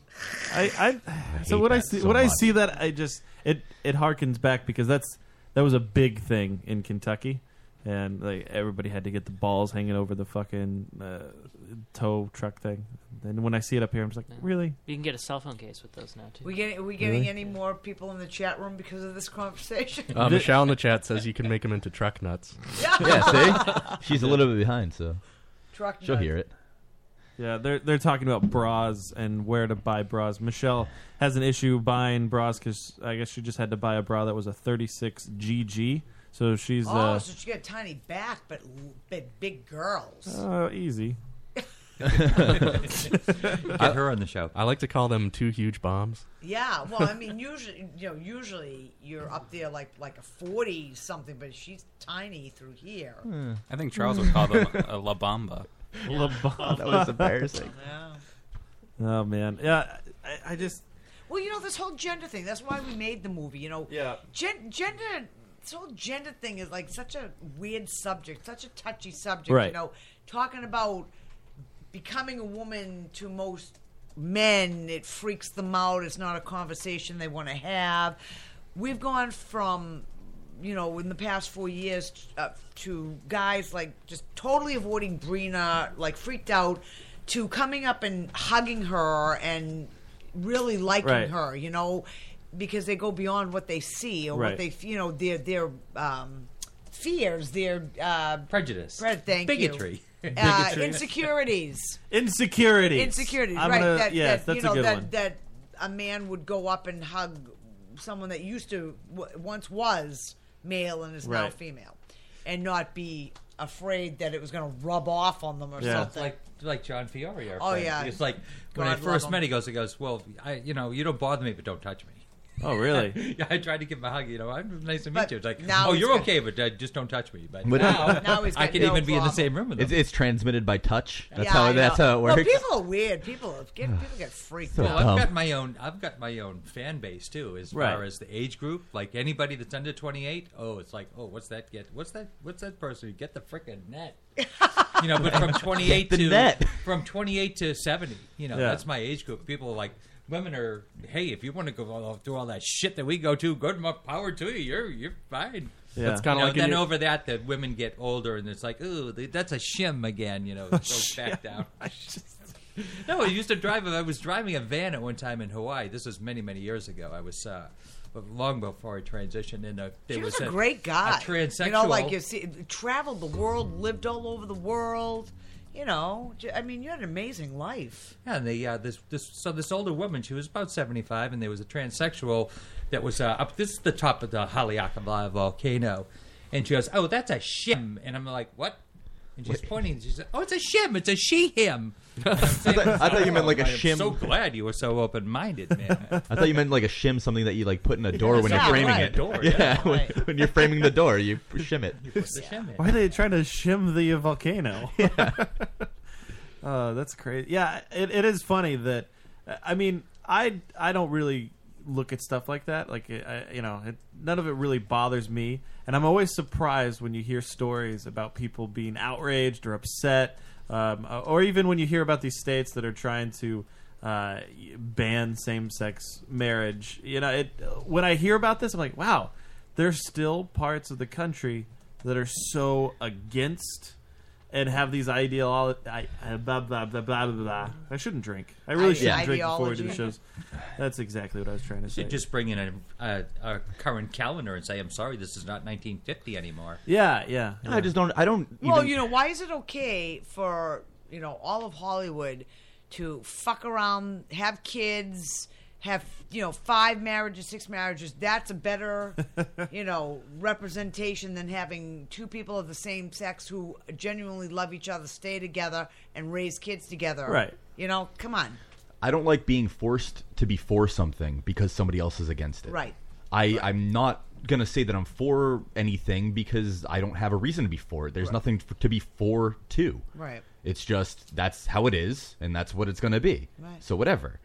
F: I, I
N: I
F: so
N: hate
F: what I
N: that
F: see
N: so
F: what I
N: much.
F: see that I just it it harkens back because that's that was a big thing in Kentucky, and like everybody had to get the balls hanging over the fucking uh, tow truck thing. And when I see it up here, I'm just like, really?
L: You can get a cell phone case with those now too.
K: We get are we getting
F: Really?
K: any more people in the chat room because of this conversation?
H: Uh, Michelle in the chat says you can make them into truck nuts.
N: yeah, see, she's a little bit behind, so
K: Truck
N: she'll
K: nuts.
N: hear it.
F: Yeah, they're they're talking about bras and where to buy bras. Michelle has an issue buying bras because I guess she just had to buy a bra that was a 36 GG. So she's
K: oh,
F: uh,
K: so she got a tiny back, but but big girls.
F: uh, easy.
J: Get her on the show.
H: I like to call them two huge bombs.
K: Yeah, well, I mean, usually, you know, usually you're up there like like a forty something, but she's tiny through here.
Q: I think Charles would call them uh, a La Bamba.
F: La Bamba.
K: That was embarrassing. Yeah.
F: Oh man, yeah. I, I just
K: Well, you know, this whole gender thing. That's why we made the movie. You know, yeah. Gen- gender. This whole gender thing is like such a weird subject, such a touchy subject.
F: Right.
K: You know, talking about becoming a woman to most men, it freaks them out. It's not a conversation they want to have. We've gone from, you know, in the past four years uh, to guys like just totally avoiding Brina, like freaked out, to coming up and hugging her and really liking
F: Right.
K: her, you know, because they go beyond what they see or what
J: Right.
K: they, f- you know, their their um, fears, their uh,
J: Prejudice.
K: Pre- thank you.
J: Bigotry.
K: Uh,
J: Bigotry.
K: insecurities.
F: insecurity.
K: Insecurities,
F: I'm
K: right?
F: gonna-
K: that,
F: yes,
K: that,
F: that's
K: you know
F: a good
K: that
F: one.
K: that a man would go up and hug someone that used to w- once was male and is now
J: Right.
K: female, and not be afraid that it was going to rub off on them or
J: It's
K: something.
J: like like John Fiore. Our
K: Oh,
J: friend.
K: yeah.
J: It's like when
K: God
J: I first
K: love
J: met,
K: him.
J: he goes, he goes, well, I, you know, you don't bother me, but don't touch me.
F: Oh, really?
J: yeah, I tried to give him a hug. You know, I'm nice to meet
K: But
J: you. It's like,
K: now
J: oh,
K: he's
J: you're
K: got-
J: okay, but uh, just don't touch me. But
I: But-
J: now,
K: Now he's
J: I
K: got
J: can
K: no
J: even be in the
K: problem.
J: same room with him.
I: It's, it's transmitted by touch. That's
K: Yeah,
I: how
K: I
I: that's
K: know.
I: how it
K: Well,
I: works.
K: people are weird. People get people get freaked
I: So
K: out.
J: well, I've
I: dumb.
J: got my own. I've got my own fan base too, as far
F: Um, Right.
J: as the age group. Like anybody that's under twenty eight, oh, it's like, oh, what's that? Get what's that? What's that person? Get the frickin' net. You know, but from twenty eight
F: Get the
J: to
F: net.
J: from twenty eight to seventy, you know,
F: Yeah.
J: that's my age group. People are like. Women are, hey, if you want to go all- through all that shit that we go to, good more power to you. You're you're fine.
H: Yeah. That's kinda
J: You know,
H: like in
J: then
H: your-
J: over that, the women get older, and it's like, ooh, th- that's a shim again. You know,
F: Oh,
J: it goes back down. No, I used to drive. I was driving a van at one time in Hawaii. This was many, many years ago. I was uh, long before I transitioned. And uh, there
K: He was,
J: was
K: a, great guy.
J: a transsexual.
K: You know, like you see, traveled the world, lived all over the world. You know, j- I mean, you had an amazing life.
J: Yeah, and they, uh, this, this, so this older woman, she was about 75, and there was a transsexual that was uh, up, this is the top of the Haleakala volcano. And she goes, oh, that's a shim. And I'm like, what? And she's pointing, she said, oh, it's a shim, it's a she him. I
I: I thought you meant like a shim.
J: I'm so glad you were so open minded, man.
I: I thought you meant like a shim, something that you like put in a door when
J: Yeah,
I: you're framing
J: right.
I: it.
J: A door,
I: yeah,
J: yeah,
I: when,
J: right.
I: when you're framing the door, you shim it.
F: Why are they trying to shim the volcano? Oh, that's crazy. Yeah, it, it is funny that I mean, I I don't really look at stuff like that. Like I, you know, it, none of it really bothers me, and I'm always surprised when you hear stories about people being outraged or upset, um, or even when you hear about these states that are trying to uh, ban same-sex marriage. You know, it when I hear about this, I'm like, wow, there's still parts of the country that are so against and have these ideal I, I, blah, blah, blah, blah, blah, blah. I shouldn't drink. I really
J: Ide-
F: shouldn't drink before we do the
J: ideology.
F: shows. That's exactly what I was trying to say.
J: should just bring in a, a, a current calendar and say, I'm sorry, this is not 1950 anymore.
F: yeah, yeah.
J: I just
I: don't. I don't.
K: Well, you know, why is it okay for you know all of Hollywood to fuck around, have kids, have you know five marriages, six marriages? That's a better you know representation than having two people of the same sex who genuinely love each other, stay together, and raise kids together.
I: Right.
K: You know, come on.
I: I don't like being forced to be for something because somebody else is against it.
K: Right.
I: I, I'm not gonna say that I'm for anything because I don't have a reason to be for it. There's
K: Right.
I: nothing f- to be for to.
K: Right.
I: It's just that's how it is, and that's what it's gonna be.
K: Right.
I: So whatever.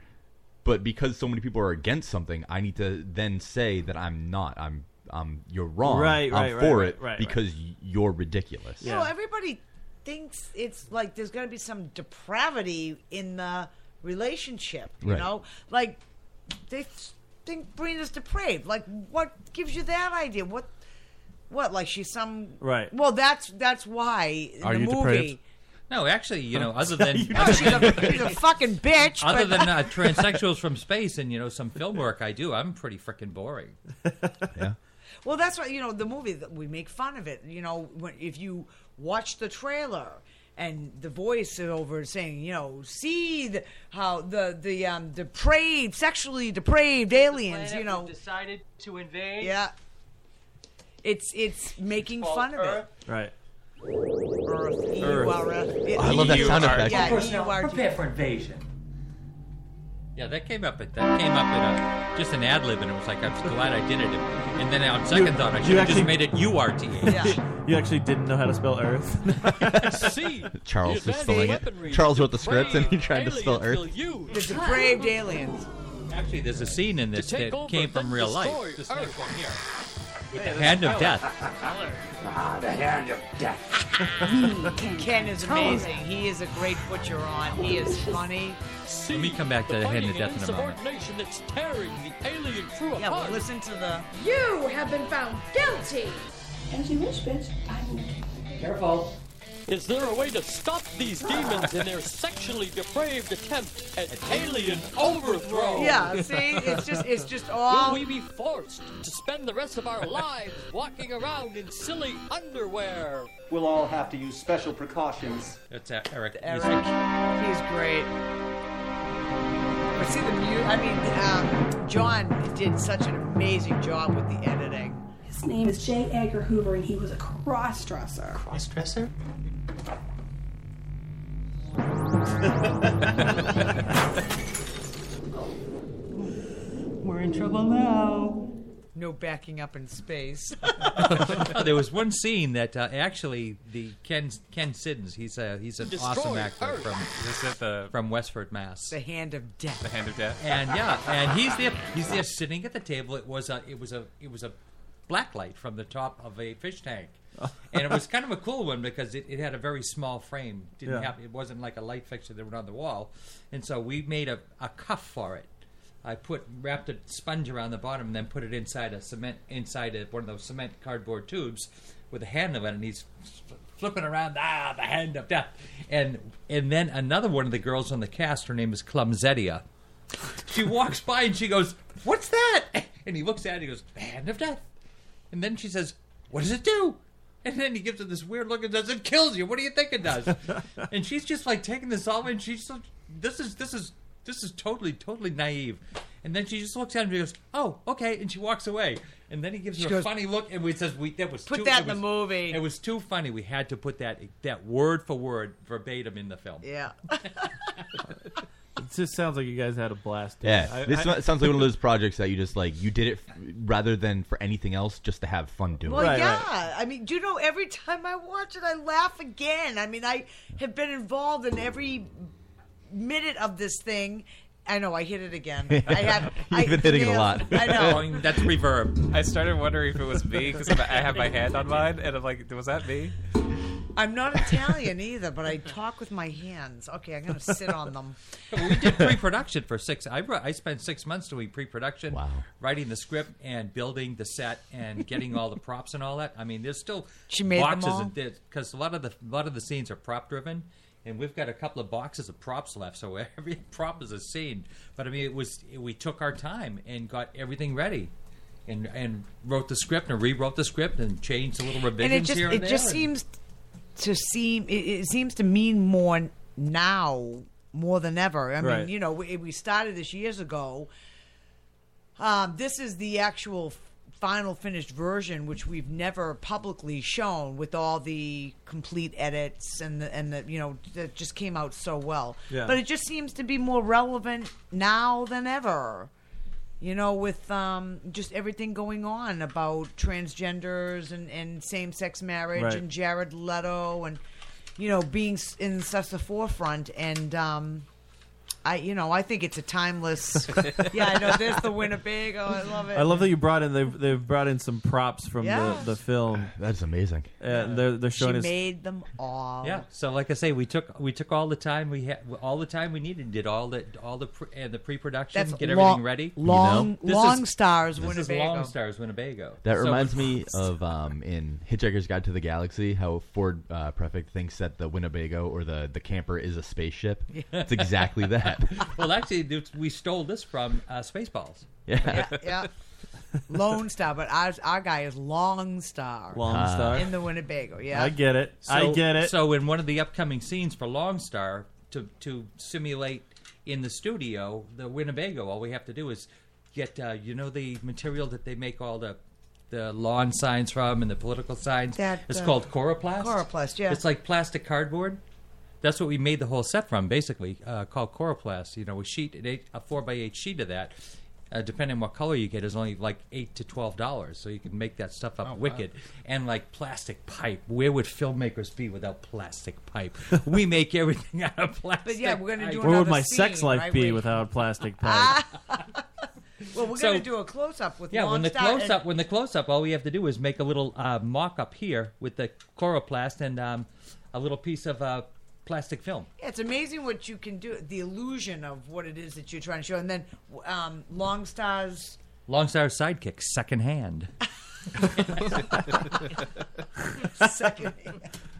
I: But because so many people are against something, I need to then say that I'm not. I'm. Um, you're wrong.
F: Right,
I: I'm
F: right,
I: for
F: right,
I: it
F: right, right.
I: because y- you're ridiculous.
K: You know, everybody thinks it's like there's going to be some depravity in the relationship. You
I: Right.
K: know, like they th- think Brina's depraved. Like, what gives you that idea? What, what? Like she's some
J: Right.
K: Well, that's that's why in
J: Are
K: the
J: you
K: movie.
J: depraved? No, actually, you know, other than
K: No, she's a, she's a fucking bitch.
J: other
K: but-
J: than uh, transsexuals from space and you know some film work I do, I'm pretty freaking boring.
K: Well, that's why you know the movie that we make fun of it. You know, when, if you watch the trailer and the voice over is saying, you know, see the, how the the um, depraved, sexually depraved aliens. You know,
L: decided to invade.
K: yeah, it's it's making
L: called
K: fun of it.
L: Earth.
F: Right.
K: Earth.
L: E
E: Earth.
K: E-U-R-F.
N: I love that sound effect.
K: Yeah, E
J: Prepare-
K: E-U-R-F.
J: Prepare for invasion. Yeah, that came up. At, that came up at a, just an ad lib, and it was like, I'm just glad I did it. And then on second thought, I
F: you
J: should have
F: actually-
J: just made it U R T H.
F: You actually didn't know how to spell Earth.
J: See?
I: Charles was spelling it. Charles wrote the script and he tried to spell Earth.
K: The depraved aliens.
J: Actually, there's a scene in this that came from real life. This next one here. With the hand of death.
D: Ah, the hand of death.
K: Ken is amazing. He is a great butcher on. He is funny.
J: Let me come back to the hand of death in a moment.
K: that's tearing the alien crew yeah, apart. listen to the.
B: You have been found guilty. Empty misfits.
S: Careful. Is there a way to stop these demons in their sexually depraved attempt at alien overthrow?
K: Yeah, see, it's just it's just all.
S: Will we be forced to spend the rest of our lives walking around in silly underwear?
R: We'll all have to use special precautions.
J: That's uh, Eric.
K: Eric, he's great. But see the mu I mean, um, John did such an amazing job with the editing.
T: His name is J. Edgar Hoover, and he was a cross-dresser.
K: Crossdresser.
T: We're in trouble now.
K: No backing up in space.
J: Oh, there was one scene that uh, actually the Ken Ken Siddons. He's a he's an
K: Destroy
J: awesome actor
K: Earth.
J: from from Westford, Mass.
K: the hand of death.
Q: The hand of death.
J: And yeah, and he's there. He's there sitting at the table. It was a it was a it was a black light from the top of a fish tank, and it was kind of a cool one because it, it had a very small frame. Didn't
F: Yeah.
J: have it wasn't like a light fixture that went on the wall, and so we made a, a cuff for it. I put wrapped a sponge around the bottom and then put it inside a cement inside a, one of those cement cardboard tubes with a hand of it, and he's flipping around ah the hand of death and and then another one of the girls on the cast her name is clumzedia she walks by and she goes what's that and he looks at it and he goes the hand of death and then she says what does it do and then he gives her this weird look and says it kills you what do you think it does and she's just like taking this all in she's so, this is this is this is totally totally naive and then she just looks at him and goes oh okay and she walks away and then he gives
K: She
J: her a
K: goes,
J: funny look and we says we that was
K: Put
J: too,
K: that in
J: it
K: the
J: was-
K: movie.
J: it was too funny. We had to put that that word for word verbatim in the film.
K: Yeah.
F: It just sounds like you guys had a blast.
I: Yeah,
F: I-
I: this
F: I-
I: so- sounds like one of those projects that you just like you did it f- rather than for anything else, just to have fun doing.
K: Well,
I: it.
K: yeah. I mean, do you know every time I watch it, I laugh again. I mean, I have been involved in every minute of this thing. I know I hit it again. I have. I, nailed- I know.
J: That's reverb.
Q: I started wondering if it was me because I have my hand on mine, and I'm like, was that me?
K: I'm not Italian either, but I talk with my hands. Okay, I'm going to sit on them.
J: We did pre-production for six. I wrote- I spent six months doing pre-production, writing the script and building the set and getting all the props and all that. I mean, there's still
K: She made them
J: boxes
K: all?
J: and because a lot of the a lot of the scenes are prop driven. And we've got a couple of boxes of props left, so every prop is a scene. But I mean, it was we took our time and got everything ready, and and wrote the script and rewrote the script and changed a little revisions
K: And it just
J: here and
K: it
J: there.
K: just
J: and-
K: seems to seem it, it seems to mean more now more than ever. I mean,
J: Right.
K: you know, we, we started this years ago. Um, this is the actual f- final finished version, which we've never publicly shown, with all the complete edits and the and the you know that just came out so well.
T: Yeah.
K: But it just seems to be more relevant now than ever. You know, with um, just everything going on about transgenders and, and same sex marriage
T: Right.
K: and Jared Leto and you know being s- in such the forefront and um, I you know I think it's a timeless. yeah, I know. There's the Winnebago. I love it.
F: I love that you brought in they've they've brought in some props from
K: Yeah.
F: the, the film.
I: That's amazing.
F: And they're they're
K: She
F: showing us
K: made them all.
J: Yeah. So, like I say, we took we took all the time we had, all the time we needed, did all the all the pre, and the pre-production,
K: That's
J: get
K: long-
J: everything ready.
K: long-
J: This
K: long stars
J: This is
K: Winnebago.
J: long stars Winnebago.
I: That
J: So
I: reminds
J: when-
I: me of um, in Hitchhiker's Guide to the Galaxy, how Ford uh, Prefect thinks that the Winnebago or the, the camper is a spaceship. It's exactly that.
J: well, actually, th- we stole this from uh, Spaceballs.
I: Yeah.
K: yeah. Lone Star, but our, our guy is Long Star.
J: Long Ah. Star.
K: in the Winnebago. Yeah,
J: So- So in one of the upcoming scenes for Long Star to to simulate in the studio the Winnebago, all we have to do is get uh, you know the material that they make all the the lawn signs from and the political signs.
K: That,
J: it's
K: uh,
J: called coroplast.
K: Coroplast, yeah.
J: It's like plastic cardboard. That's what we made the whole set from, basically, uh, called coroplast. You know, we sheet an eight, a four by eight sheet of that. Uh, depending on what color you get, is only like eight to twelve dollars. So you can make that stuff
F: Oh,
J: up
S: wow.
J: wicked and like plastic pipe. Where would filmmakers be without plastic pipe? we make everything out of plastic.
K: But yeah, we're gonna do
F: Where would
K: another
F: my
K: scene,
F: sex life
K: right?
F: be
K: We-
F: without plastic pipe?
K: Well, we're
J: So-
K: gonna do a close up with
J: Yeah, when the
K: Longstaff
J: close
K: and-
J: up, when the close up, all we have to do is make a little uh, mock up here with the coroplast and um, a little piece of uh, plastic film.
K: Yeah, it's amazing what you can do. The illusion of what it is that you're trying to show, and then um, Longstars.
J: Longstar sidekick, second hand.
K: Second.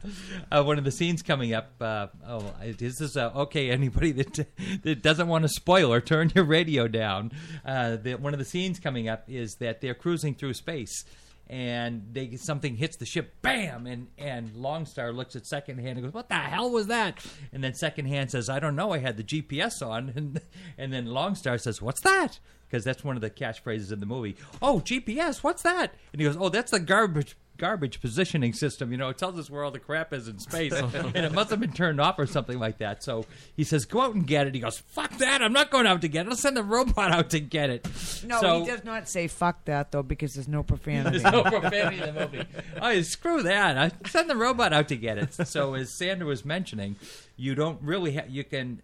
J: uh, one of the scenes coming up. Uh, oh, it is this. Uh, okay, anybody that that doesn't want a spoiler, turn your radio down. Uh, the, one of the scenes coming up is that they're cruising through space. And they something hits the ship, bam! And and Longstar looks at Secondhand and goes, "What the hell was that?" And then Secondhand says, "I don't know. I had the GPS on." And and then Longstar says, "What's that?" Because that's one of the catchphrases in the movie. Oh, GPS, what's that? And he goes, "Oh, that's the garbage garbage positioning system. You know, it tells us where all the crap is in space, and it must have been turned off or something like that. So he says, "Go out and get it." He goes, "Fuck that! I'm not going out to get it. I'll send the robot out to get it."
K: No,
J: so,
K: he does not say "fuck that" though, because there's no profanity.
J: There's no profanity in the movie. Oh, screw that! I send the robot out to get it. So, as Sandra was mentioning, you don't really ha- you can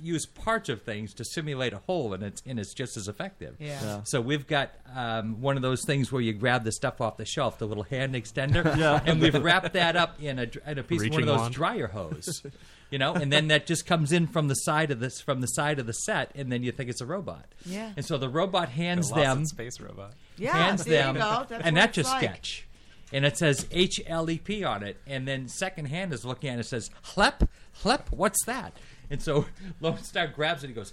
J: use parts of things to simulate a whole, and it's and it's just as effective.
S: Yeah. Yeah.
J: So we've got um, one of those things where you grab the stuff off the shelf, the little hand extender,
S: Yeah.
J: and we've wrapped that up in a dr- in a piece of one of
S: Reaching
J: those
S: wand.
J: dryer hose. You know, and then that just comes in from the side of this from the side of the set, and then you think it's a robot.
S: Yeah.
J: And so the robot hands
Q: They're lost
J: them
Q: in space robot.
S: Yeah,
J: hands
S: there you
J: them,
S: go. That's what
J: and that's
S: it's
J: just
S: like.
J: sketch. And it says H L E P on it, and then second hand is looking at it and says HLEP, HLEP, what's that? And so Lone Star grabs it. He goes,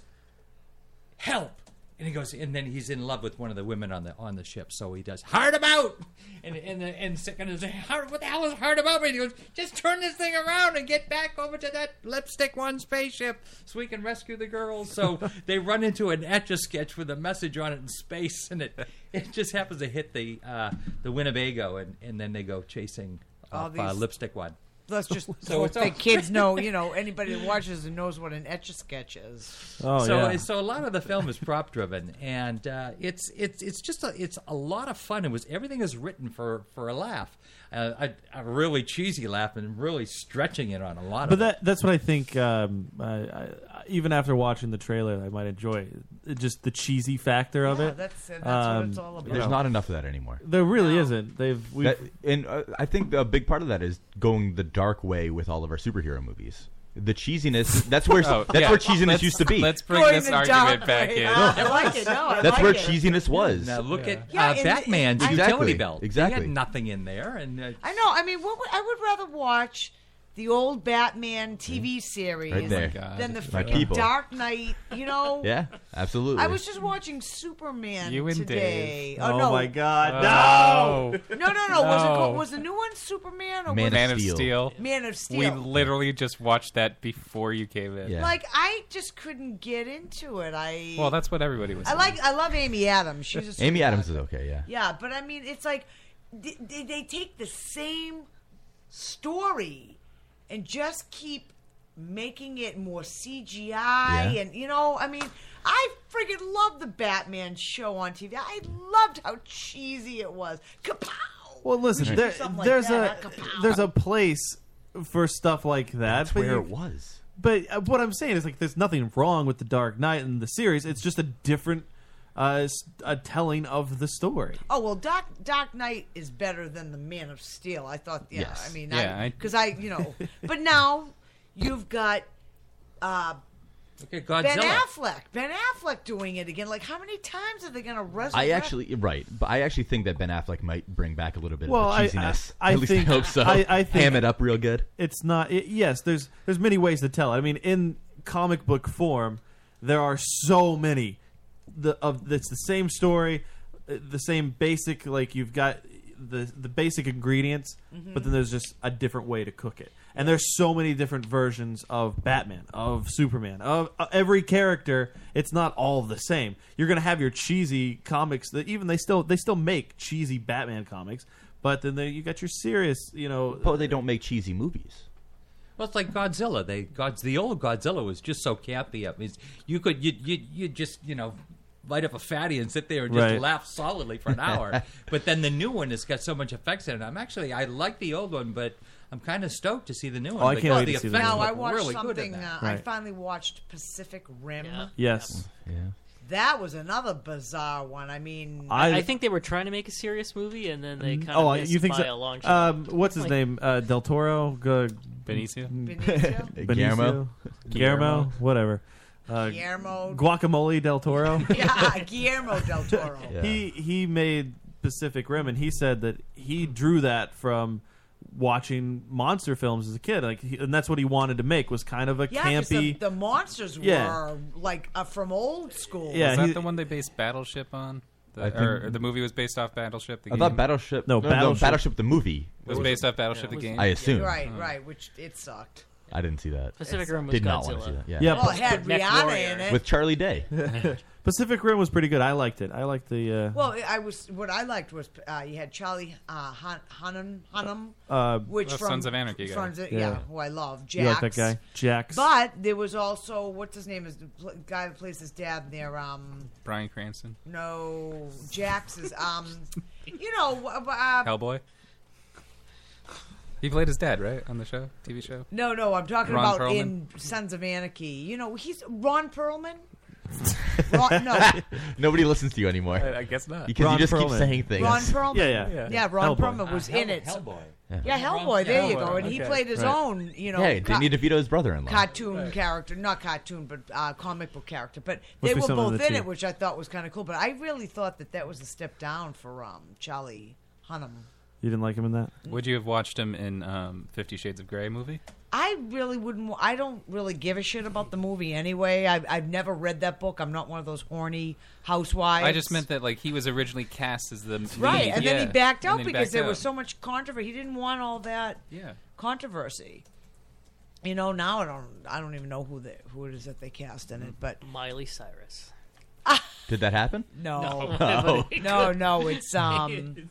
J: "Help!" And he goes, and then he's in love with one of the women on the on the ship. So he does hard about, and and the, and second is hard. What the hell is hard about? And he goes, "Just turn this thing around and get back over to that lipstick one spaceship, so we can rescue the girls." So they run into an etch a sketch with a message on it in space, and it it just happens to hit the uh, the Winnebago, and and then they go chasing
K: All
J: off, uh,
K: these-
J: lipstick one.
K: Let's just
J: So
K: hope
J: it's
K: the
J: all-
K: kids know. You know, anybody that watches and knows what an etch a sketch is.
I: Oh,
J: so so a lot of the film is prop driven, and uh, it's it's it's just a, it's a lot of fun. It was everything is written for for a laugh, uh, a, a really cheesy laugh, and really stretching it on a lot
F: But
J: of.
F: that that's what I think. Um, I, I, I- even after watching the trailer, I might enjoy it. just the cheesy factor of
K: Yeah,
F: it. Um,
K: that's- that's
I: what it's all about. There's not enough of that anymore.
F: There really isn't. They've we've,
I: That- and uh, I think a big part of that is going the dark way with all of our superhero movies. The cheesiness. That's where
Q: Oh,
I: that's
Q: yeah.
I: where cheesiness
Q: Let's-
I: used to be.
Q: let's bring Going this the argument dark back way. in. Ah, I like it. No, I
I: that's
Q: like
I: where
Q: it.
I: cheesiness was.
J: Now look at
K: Yeah,
J: uh,
K: in the-
J: Batman's
I: Exactly.
J: utility belt.
I: Exactly.
J: he had nothing in there, and uh,
K: I know. I mean, what would, I would rather watch the old Batman TV series
I: Mm-hmm. Right there. Oh my God.
K: than the
I: My
K: freaking
I: people.
K: Dark Knight. You know.
I: Yeah, absolutely.
K: I was just watching Superman
I: You and
K: today.
I: Dave.
K: Oh,
I: Oh
K: no.
I: my God,
Q: no.
K: No, no, no. Was, it
Q: Oh. No.
K: called, was the new one Superman or was
Q: Man
K: it-
Q: of Steel.
K: Man of Steel.
Q: We literally just watched that before you came in.
K: Like I just couldn't get into it. I
Q: well, that's what everybody was.
K: I like I love Amy Adams. She's a sweet-
I: Amy Adams is okay. Yeah.
K: yeah, but I mean, it's like they, they, they take the same story and just keep making it more CGI,
I: Yeah.
K: and you know, I mean, I friggin' love the Batman show on TV. I loved how cheesy it was. Kapow!
F: Well, listen,
K: Right.
F: there,
K: Something like
F: there's
K: that,
F: a
K: not kapow.
F: there's a place for stuff like that.
I: That's
F: but
I: where
F: you-
I: it was.
F: But uh, what I'm saying is, like, there's nothing wrong with the Dark Knight and the series. It's just a different uh, s- a telling of the story.
K: Oh well, Doc Doc Knight is better than the Man of Steel. I thought. Yeah,
F: Yes.
K: I mean,
F: Yeah,
K: I
F: I-
K: because I, you know, but now you've got uh,
J: look at
K: Ben
J: Godzilla.
K: Affleck. Ben Affleck doing it again. Like how many times are they going to resurrect?
I: I actually right, but I actually think that Ben Affleck might bring back a little bit
F: Well,
I: of the
F: I-
I: cheesiness.
F: I- I
I: At least
F: think-
I: I hope so.
F: I- I think-
I: ham it up real good.
F: It's not. It, yes, there's there's many ways to tell it. I mean, in comic book form, there are so many. The of it's the same story, uh, the same basic. Like you've got the the basic ingredients,
S: Mhm.
F: but then there's just a different way to cook it. And there's so many different versions of Batman, of Superman, of uh, every character. It's not all the same. You're gonna have your cheesy comics that even they still they still make cheesy Batman comics, but then they, you got your serious, you know. But
I: they don't make cheesy movies.
J: Well, it's like Godzilla. They God's the old Godzilla was just so campy. I mean, you could you you you just you know light up a fatty and sit there and just
F: Right.
J: laugh solidly for an hour. but then the new one has got so much effects in it. I'm actually I like the old one, but I'm kind of stoked to see the new one.
F: Oh, I
J: because
F: can't wait
J: the
F: to see the
J: effects
F: new
K: Now
J: look
K: I watched
J: really good
K: something.
J: in that.
K: Uh, I
F: Right.
K: finally watched Pacific Rim.
F: Yes.
I: Yeah.
K: That was another bizarre one. I mean,
F: I-
L: I think they were trying to make a serious movie, and then they kind of
F: Oh,
L: missed
F: you think
L: by
F: so?
L: a long shot.
F: Um, what's his
L: Like,
F: name? Uh, Del Toro, G- mm.
G: Benicio?
F: Benicio,
I: Guillermo.
F: Guillermo, whatever. Uh,
K: Guillermo.
F: Guacamole Del Toro.
K: yeah, Guillermo del Toro.
F: He he made Pacific Rim, and he said that he drew that from watching monster films as a kid, like, he, and that's what he wanted to make was kind of a
K: Yeah, 'cause the,
F: campy.
K: the monsters
F: Yeah.
K: were like uh, from old school.
F: Yeah,
Q: is that
F: he-
Q: the one they based Battleship on? The,
I: I think-
Q: or, or the movie was based off Battleship. The
I: I
Q: game?
I: thought Battleship. Battleship the movie
Q: was based off Battleship the game.
I: I assume.
K: Right, right. Which it sucked.
I: I didn't see that.
K: Pacific Rim
L: was
I: Did not
L: Godzilla.
I: want to see that. Yeah.
F: Yeah,
K: Well, Oh, it had
L: Mech
K: Rihanna
L: Warrior.
K: in it.
I: With Charlie Day.
F: Pacific Rim was pretty good. I liked it. I liked the. Uh,
K: Well, I was what I liked was uh, you had Charlie uh, Han- Hunnam, Hunnam
F: Uh,
K: which
F: Well,
K: from
F: Sons of Anarchy guy.
K: Sons of-
F: Yeah.
K: yeah. who I love,
F: You like
K: Jax.
F: that guy? Jax.
K: But there was also what's his name is the pl- guy that plays his dad in there. Um,
Q: Brian Cranston,
K: no, Jax is um, you know, wh- uh,
Q: Hellboy. He played his dad, right, on the show, TV show.
K: no, no, I'm talking
Q: Ron
K: about
Q: Perlman?
K: in Sons of Anarchy. You know, he's Ron Perlman. Ron, no,
I: Nobody listens to you anymore.
Q: I- I guess not.
I: Because
Q: Ron
I: you just keep
Q: Perlman.
I: saying things.
K: Ron Perlman.
I: Yeah, yeah.
K: Ron
I: Hellboy.
K: Perlman was
J: Uh,
K: in
J: Hell-
K: it.
J: Hellboy.
K: Yeah,
I: Yeah.
K: Hellboy. There you go.
J: Hellboy,
K: And he
J: okay.
K: played his
I: Right.
K: own, you know,
I: Yeah, Danny
K: ca-
I: DeVito's brother-in-law.
K: cartoon character, not cartoon, but uh, comic book character. But
I: Must
K: they
I: be
K: were
I: something of
K: both
I: the
K: in
I: two.
K: it, which I thought was kind of cool. But I really thought that that was a step down for um, Charlie Hunnam.
F: you didn't like him in that?
Q: Would you have watched him in um, Fifty Shades of Grey movie?
K: I really wouldn't. wa- I don't really give a shit about the movie anyway. I've, I've never read that book. I'm not one of those horny housewives.
Q: I just meant that like he was originally cast as the
K: right,
Q: lead,
K: and
Q: yeah.
K: then he backed
Q: And
K: out
Q: then he
K: because
Q: backed
K: there
Q: out.
K: was so much controversy. He didn't want all that
Q: Yeah.
K: controversy. You know, now I don't. I don't even know who the who it is that they cast in it, but
L: Miley Cyrus.
I: Did that happen?
K: No,
I: Oh.
K: no, no. It's um,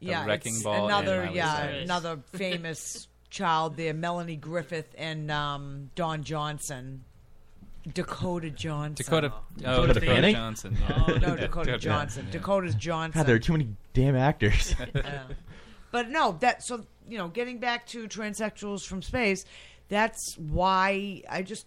K: yeah,
I: Wrecking
K: it's
I: Ball
K: another
I: and Miley
K: yeah,
I: Cyrus.
K: another famous child there, Melanie Griffith and um, Don Johnson, Dakota Johnson,
Q: Dakota- oh, Dakota Dakota Fanning? Johnson, yeah.
K: Oh, no,
Q: Dakota
K: Dakota Johnson,
Q: Johnson, yeah.
K: Dakota's Johnson.
I: God, there are too many damn actors.
K: Yeah. But no, that so you know, getting back to transsexuals from space, that's why I just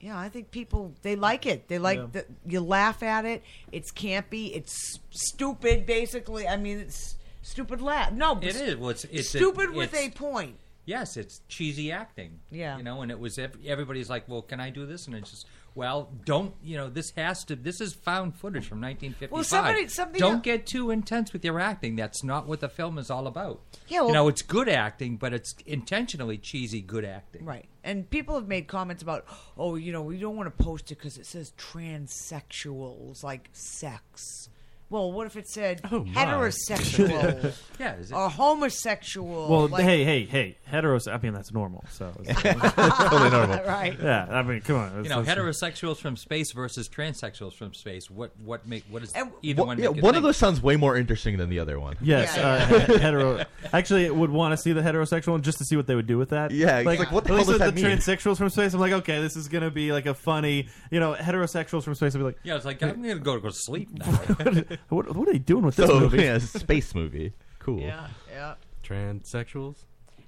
K: yeah, I think people they like it. They like
O: Yeah.
K: the, you laugh at it. It's campy. It's stupid. Basically, I mean, it's stupid laugh. No,
J: It
K: it's
J: is. Well, it's- it's-
K: stupid with
J: it's-
K: a point.
J: Yes, it's cheesy acting.
K: Yeah.
J: You know, and it was ev- everybody's like, "Well, can I do this?" And it's just, "Well, don't, you know, this has to this is found footage from 1955.
K: Well, somebody- something
J: don't
K: else-
J: get too intense with your acting. That's not what the film is all about."
K: Yeah, well-
J: you know, it's good acting, but it's intentionally cheesy good acting.
K: Right. And people have made comments about, oh, you know, we don't want to post it because it says transsexuals, like sex. Well, what if it said
F: Oh, my.
K: heterosexual
F: Yeah, is it-
K: or homosexual?
F: Well,
K: like-
F: hey, hey, hey, heteros. I mean, that's normal. So it's
K: Totally normal. Right.
F: Yeah, I mean, come on.
J: You
F: it's-
J: know,
F: it's-
J: heterosexuals from space versus transsexuals from space. What what make what is either
I: One-
J: one?
I: yeah,
J: make a
I: one
J: thing?
I: of those sounds way more interesting than the other one.
F: Yes, uh, he- hetero. Actually, it would want to see the heterosexual one just to see what they would do with that.
I: Yeah, it's like, what the
F: at
I: hell
F: least
I: does
F: with
I: that
F: the
I: mean?
F: transsexuals from space, I'm like, okay, this is gonna be like a funny, you know, heterosexuals from space. I'll be like,
J: Yeah, it's like I'm gonna go to go to sleep now.
F: what, what are they doing with this
I: So,
F: movie?
I: yeah, space movie. Cool.
K: Yeah, yeah.
H: Transsexuals?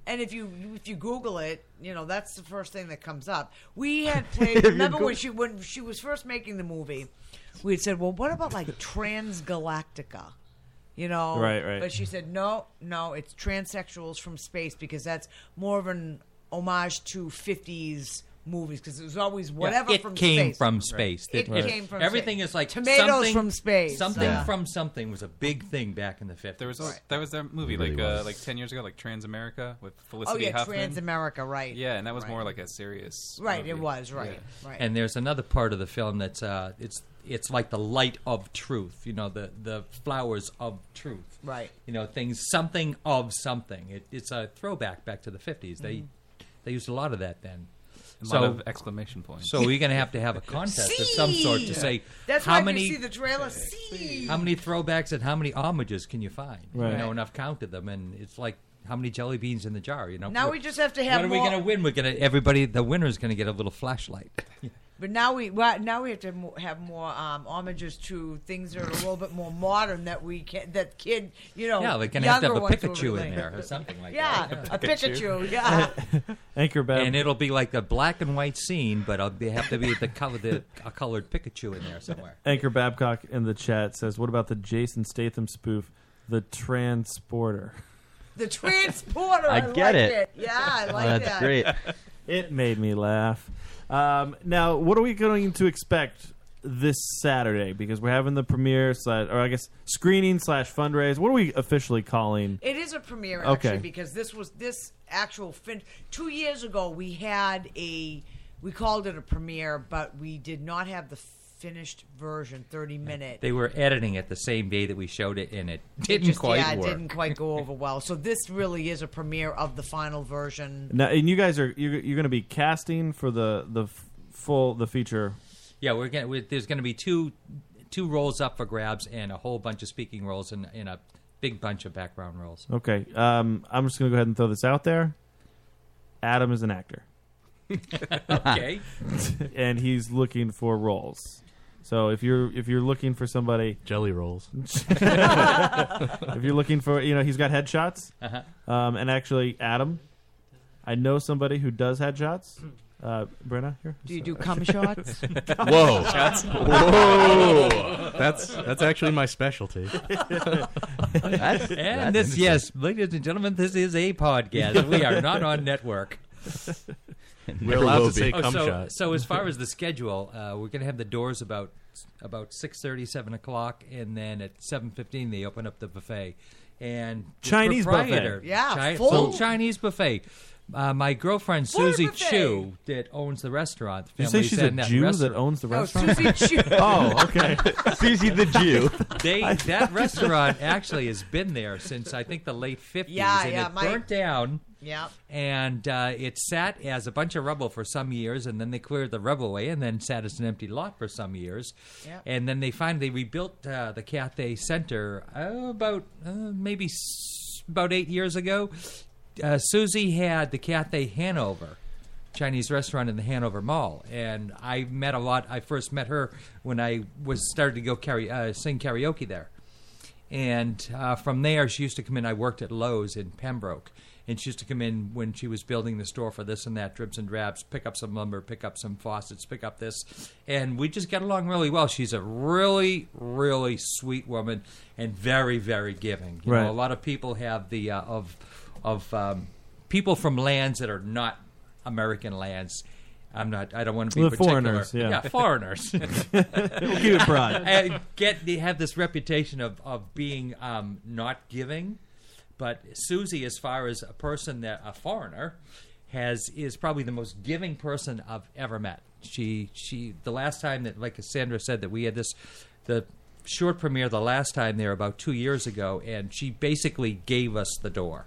K: And if you if you Google it, you know that's the first thing that comes up. We had played. remember
O: Go-
K: when she when she was first making the movie, we had said, "Well, what about like Transgalactica?" You know,
F: Right, right.
K: But she said, "No, no, it's transsexuals from space because that's more of an homage to '50s movies because it was always whatever
J: it
K: from
J: came
K: space.
J: from space.
K: It
J: That-
K: came from
J: everything
K: space.
J: is like
K: tomatoes
J: something-
K: from space.
J: Something
K: Yeah.
J: from something was a big thing back in the fifties.
Q: There was a, that was that movie
J: It really
Q: like uh,
J: was.
Q: like ten years ago, like Transamerica with Felicity
K: Oh, yeah,
Q: Huffman.
K: Transamerica, right,
Q: Yeah, and that was
K: right.
Q: more like a serious.
K: Right, it
Q: movie.
K: was, right,
Q: Yeah.
K: right.
J: And there's another part of the film that's uh, it's it's like the light of truth, you know, the the flowers of truth,
K: Right.
J: You know, things something of something. It, it's a throwback back to the 50s. They
Q: Mhm.
K: Mm-hmm.
J: they used a lot of that then.
Q: A lot of exclamation points.
J: So we're gonna have to have a contest of some sort uh, to
K: See?
J: say
K: That's
J: how
K: why
J: many
K: if you see the trailer. See
J: how many throwbacks and how many homages can you find?
K: Right.
J: You know, and I've counted them, and it's like how many jelly beans in the jar. You know.
K: Now we just have to have
J: What are
K: more-
J: we going to win? We're going to everybody. The winner's going to get a little flashlight.
K: But now we well, now we have to mo- have more um, homages to things that are a little bit more modern that we can that kid you know
J: yeah, they're going to have to have
K: Oh,
J: a
K: younger ones will
J: Pikachu in
K: relate.
J: there or something like
K: yeah,
J: that.
K: a Pikachu yeah
F: Anchorbed.
J: And it'll be like a black and white scene, but it'll be, have to be the color, the, a colored Pikachu in there somewhere.
F: Anchor Babcock in the chat says, "What about the Jason Statham spoof, The Transporter?"
K: the transporter
F: I
K: Oh, I,
F: get
K: like
F: it.
K: it. yeah I like that
F: It made me laugh. Um, now, what are we going to expect this Saturday? Because we're having the premiere, slash, or I guess screening slash fundraise. What are we officially calling?
K: It is a premiere
F: Okay.
K: actually because this was this actual fin. Two years ago, we had a we called it a premiere, but we did not have the finished version, thirty minute.
J: They were editing it the same day that we showed it, and it
K: It
J: didn't
K: just-
J: quite
K: yeah, it
J: work.
K: didn't quite go over well. So this really is a premiere of the final version.
F: Now, and you guys are you're, you're going to be casting for the the f- full the feature.
J: Yeah, we're gonna. We, there's gonna be two two roles up for grabs and a whole bunch of speaking roles and, and a big bunch of background roles.
F: Okay, um, I'm just going to go ahead and throw this out there. Adam is an actor.
J: Okay.
F: and he's looking for roles. So if you're if you're looking for somebody,
H: jelly rolls.
F: if you're looking for, you know, he's got headshots.
J: Uh-huh.
F: Um, and actually, Adam, I know somebody who does headshots. Uh, Brenna, here.
K: Do you do cum shots?
H: Whoa. Whoa. That's that's actually my specialty.
J: and this, yes, ladies and gentlemen, this is a podcast. we are not on network.
H: We're allowed to say
J: Oh,
H: cum
J: so,
H: shot.
J: So as far as the schedule, uh, we're going to have the doors about about 6.30, 7 o'clock, and then at 7.15 they open up the buffet. And the
F: Chinese buffet.
J: proprietor-
F: Yeah,
J: Chi-
F: full.
J: full Chinese buffet. Uh, my girlfriend Susie Chu that owns the restaurant. The
F: You say
J: family's
F: she's a
J: in that
F: Jew
J: restaurant.
F: that owns the No, restaurant? Susie Chu. Oh, okay. Susie the Jew.
J: They
F: I
J: that
F: thought-
J: restaurant actually has been there since I think the late fifties.
K: Yeah,
J: and
K: yeah,
J: it
K: my-
J: burnt down.
K: Yep.
J: And uh, it sat as a bunch of rubble for some years, and then they cleared the rubble away, and then sat as an empty lot for some years.
K: Yep.
J: And then they finally rebuilt uh, the Cathay Center uh, about uh, maybe s- about eight years ago. Uh, Susie had the Cathay Hanover. Chinese restaurant in the Hanover Mall, and I met a lot. I first met her when I was started to go karaoke, uh, sing karaoke there, and uh, from there she used to come in. I worked at Lowe's in Pembroke, and she used to come in when she was building the store for this and that, dribs and drabs, pick up some lumber, pick up some faucets, pick up this, and we just got along really well. She's a really, really sweet woman and very, very giving. You
F: Right.
J: know, a lot of people have the uh, of of um, people from lands that are not American lands. I'm not. I don't want to be
F: The
J: particular.
F: foreigners, yeah.
J: foreigners.
F: We'll keep it broad.
J: And get they have this reputation of of being um, not giving, but Susie, as far as a person that a foreigner has, is probably the most giving person I've ever met. She she the last time that like Sandra said that we had this the short premiere the last time there about two years ago, and she basically gave us the door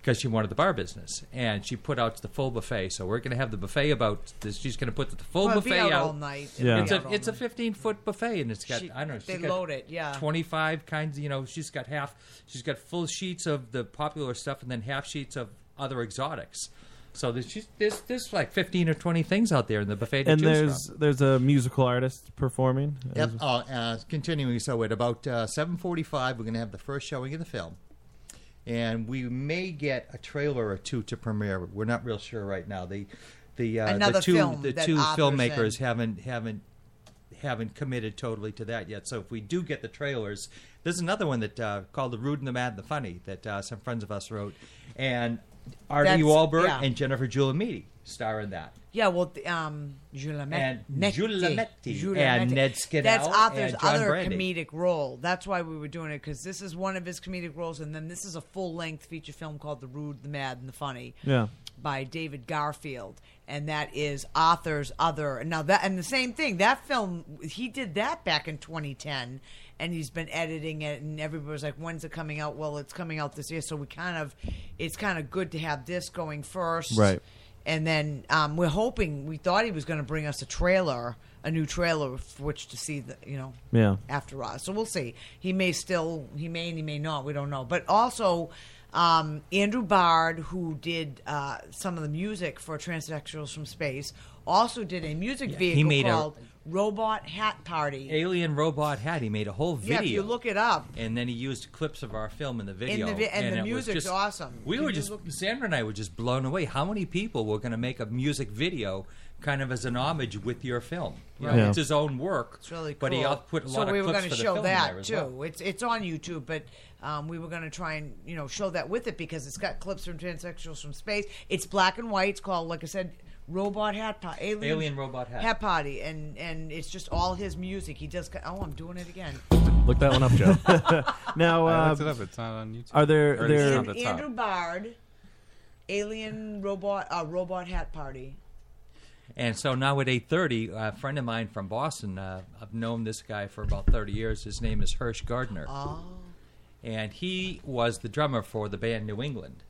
J: because she wanted the bar business, and she put out the full buffet. So we're going to have the buffet about. This, she's going to put the full
K: Well, it'll be
J: buffet
K: out
J: out,
K: all night. It'll Yeah. be
J: it's
K: out
J: a
K: all
J: it's a fifteen foot buffet, and it's got
K: She-
J: I don't know.
K: they
J: she's got
K: load it, yeah.
J: twenty five kinds. You know, she's got half. She's got full sheets of the popular stuff, and then half sheets of other exotics. So there's just, there's there's like fifteen or twenty things out there in the buffet. To
F: and
J: choose
F: there's there's a musical artist performing.
J: Yep. Oh, uh, continuing. So at about uh, seven forty-five, we're going to have the first showing of the film, and we may get a trailer or two to premiere. We're not real sure right now. The the uh,
K: Another
J: the two
K: film
J: the
K: that
J: two
K: authors
J: filmmakers
K: in.
J: haven't haven't haven't committed totally to that yet. So if we do get the trailers, there's another one that uh, called "The Rude and the Mad and the Funny" that uh, some friends of us wrote, and Artie
K: That's-
J: Wahlberg
K: yeah.
J: and Jennifer Giuliamini star in that.
K: Yeah, well, th- um, Giulametti.
J: And Giulametti. And Ned Schiedel
K: That's Arthur's
J: and John
K: other
J: Brandy.
K: comedic role. That's why we were doing it because this is one of his comedic roles, and then this is a full-length feature film called "The Rude, the Mad, and the Funny."
F: Yeah.
K: by David Garfield, and that is Arthur's other. Now that and the same thing. That film he did that back in 2010, and he's been editing it. And everybody was like, "When's it coming out?" Well, it's coming out this year, so we kind of, it's kind of good to have this going first,
F: Right.
K: And then um, we're hoping. We thought he was going to bring us a trailer, a new trailer, for which to see the, you know,
F: Yeah.
K: after us. So we'll see. He may still, he may and he may not. We don't know. But also, um, Andrew Bard, who did uh, some of the music for Transsexuals from Space, also did a music
J: Yeah, he
K: vehicle
J: made a-
K: called Robot Hat Party.
J: Alien Robot Hat. He made a whole video.
K: Yeah, if you look it up,
J: and then he used clips of our film in the video.
K: vi- and the
J: it was
K: music's
J: just-
K: awesome.
J: We
K: Can
J: were
K: you
J: just Sandra and I were just blown away. How many people were going to make a music video, kind of as an homage with your film? You know,
K: Right.
J: It's his own work.
K: It's really cool.
J: But he output a lot
K: so we
J: of
K: were
J: clips
K: gonna
J: for the
K: show
J: film in
K: that
J: there as
K: too.
J: well.
K: It's it's on YouTube, but um, we were going to try and you know show that with it because it's got clips from Transsexuals from Space. It's black and white. It's called, like I said, Robot Hat Party. Alien,
J: Alien Robot Hat.
K: Hat Party, and and it's just all his music. He does. Oh, I'm doing it again.
F: Look that one up, Joe. now,
Q: I
F: uh,
Q: looked it up. It's not on YouTube.
F: Are there
Q: Or it's
F: there
Q: not on the top.
K: Andrew Bard, Alien Robot uh, Robot Hat Party.
J: And so now at 8.30, a friend of mine from Boston, uh, I've known this guy for about 30 years. His name is Hirsch Gardner.
K: Oh.
J: And he was the drummer for the band New England.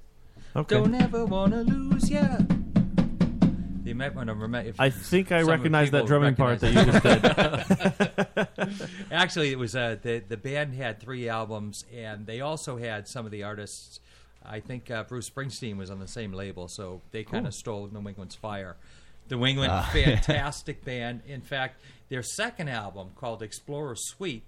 F: Okay.
J: Don't ever want to lose ya. You might want to remember.
F: I think
J: some
F: I
J: of the
F: recognize that
J: people
F: drumming part
J: recognize
F: that you
J: it. Actually, it was uh, the the band had three albums, and they also had some of the artists. I think uh, Bruce Springsteen was on the same label, so they kind
F: Cool.
J: of stole New England's fire. New England,
F: Ah.
J: fantastic band. In fact, their second album called Explorer Suite.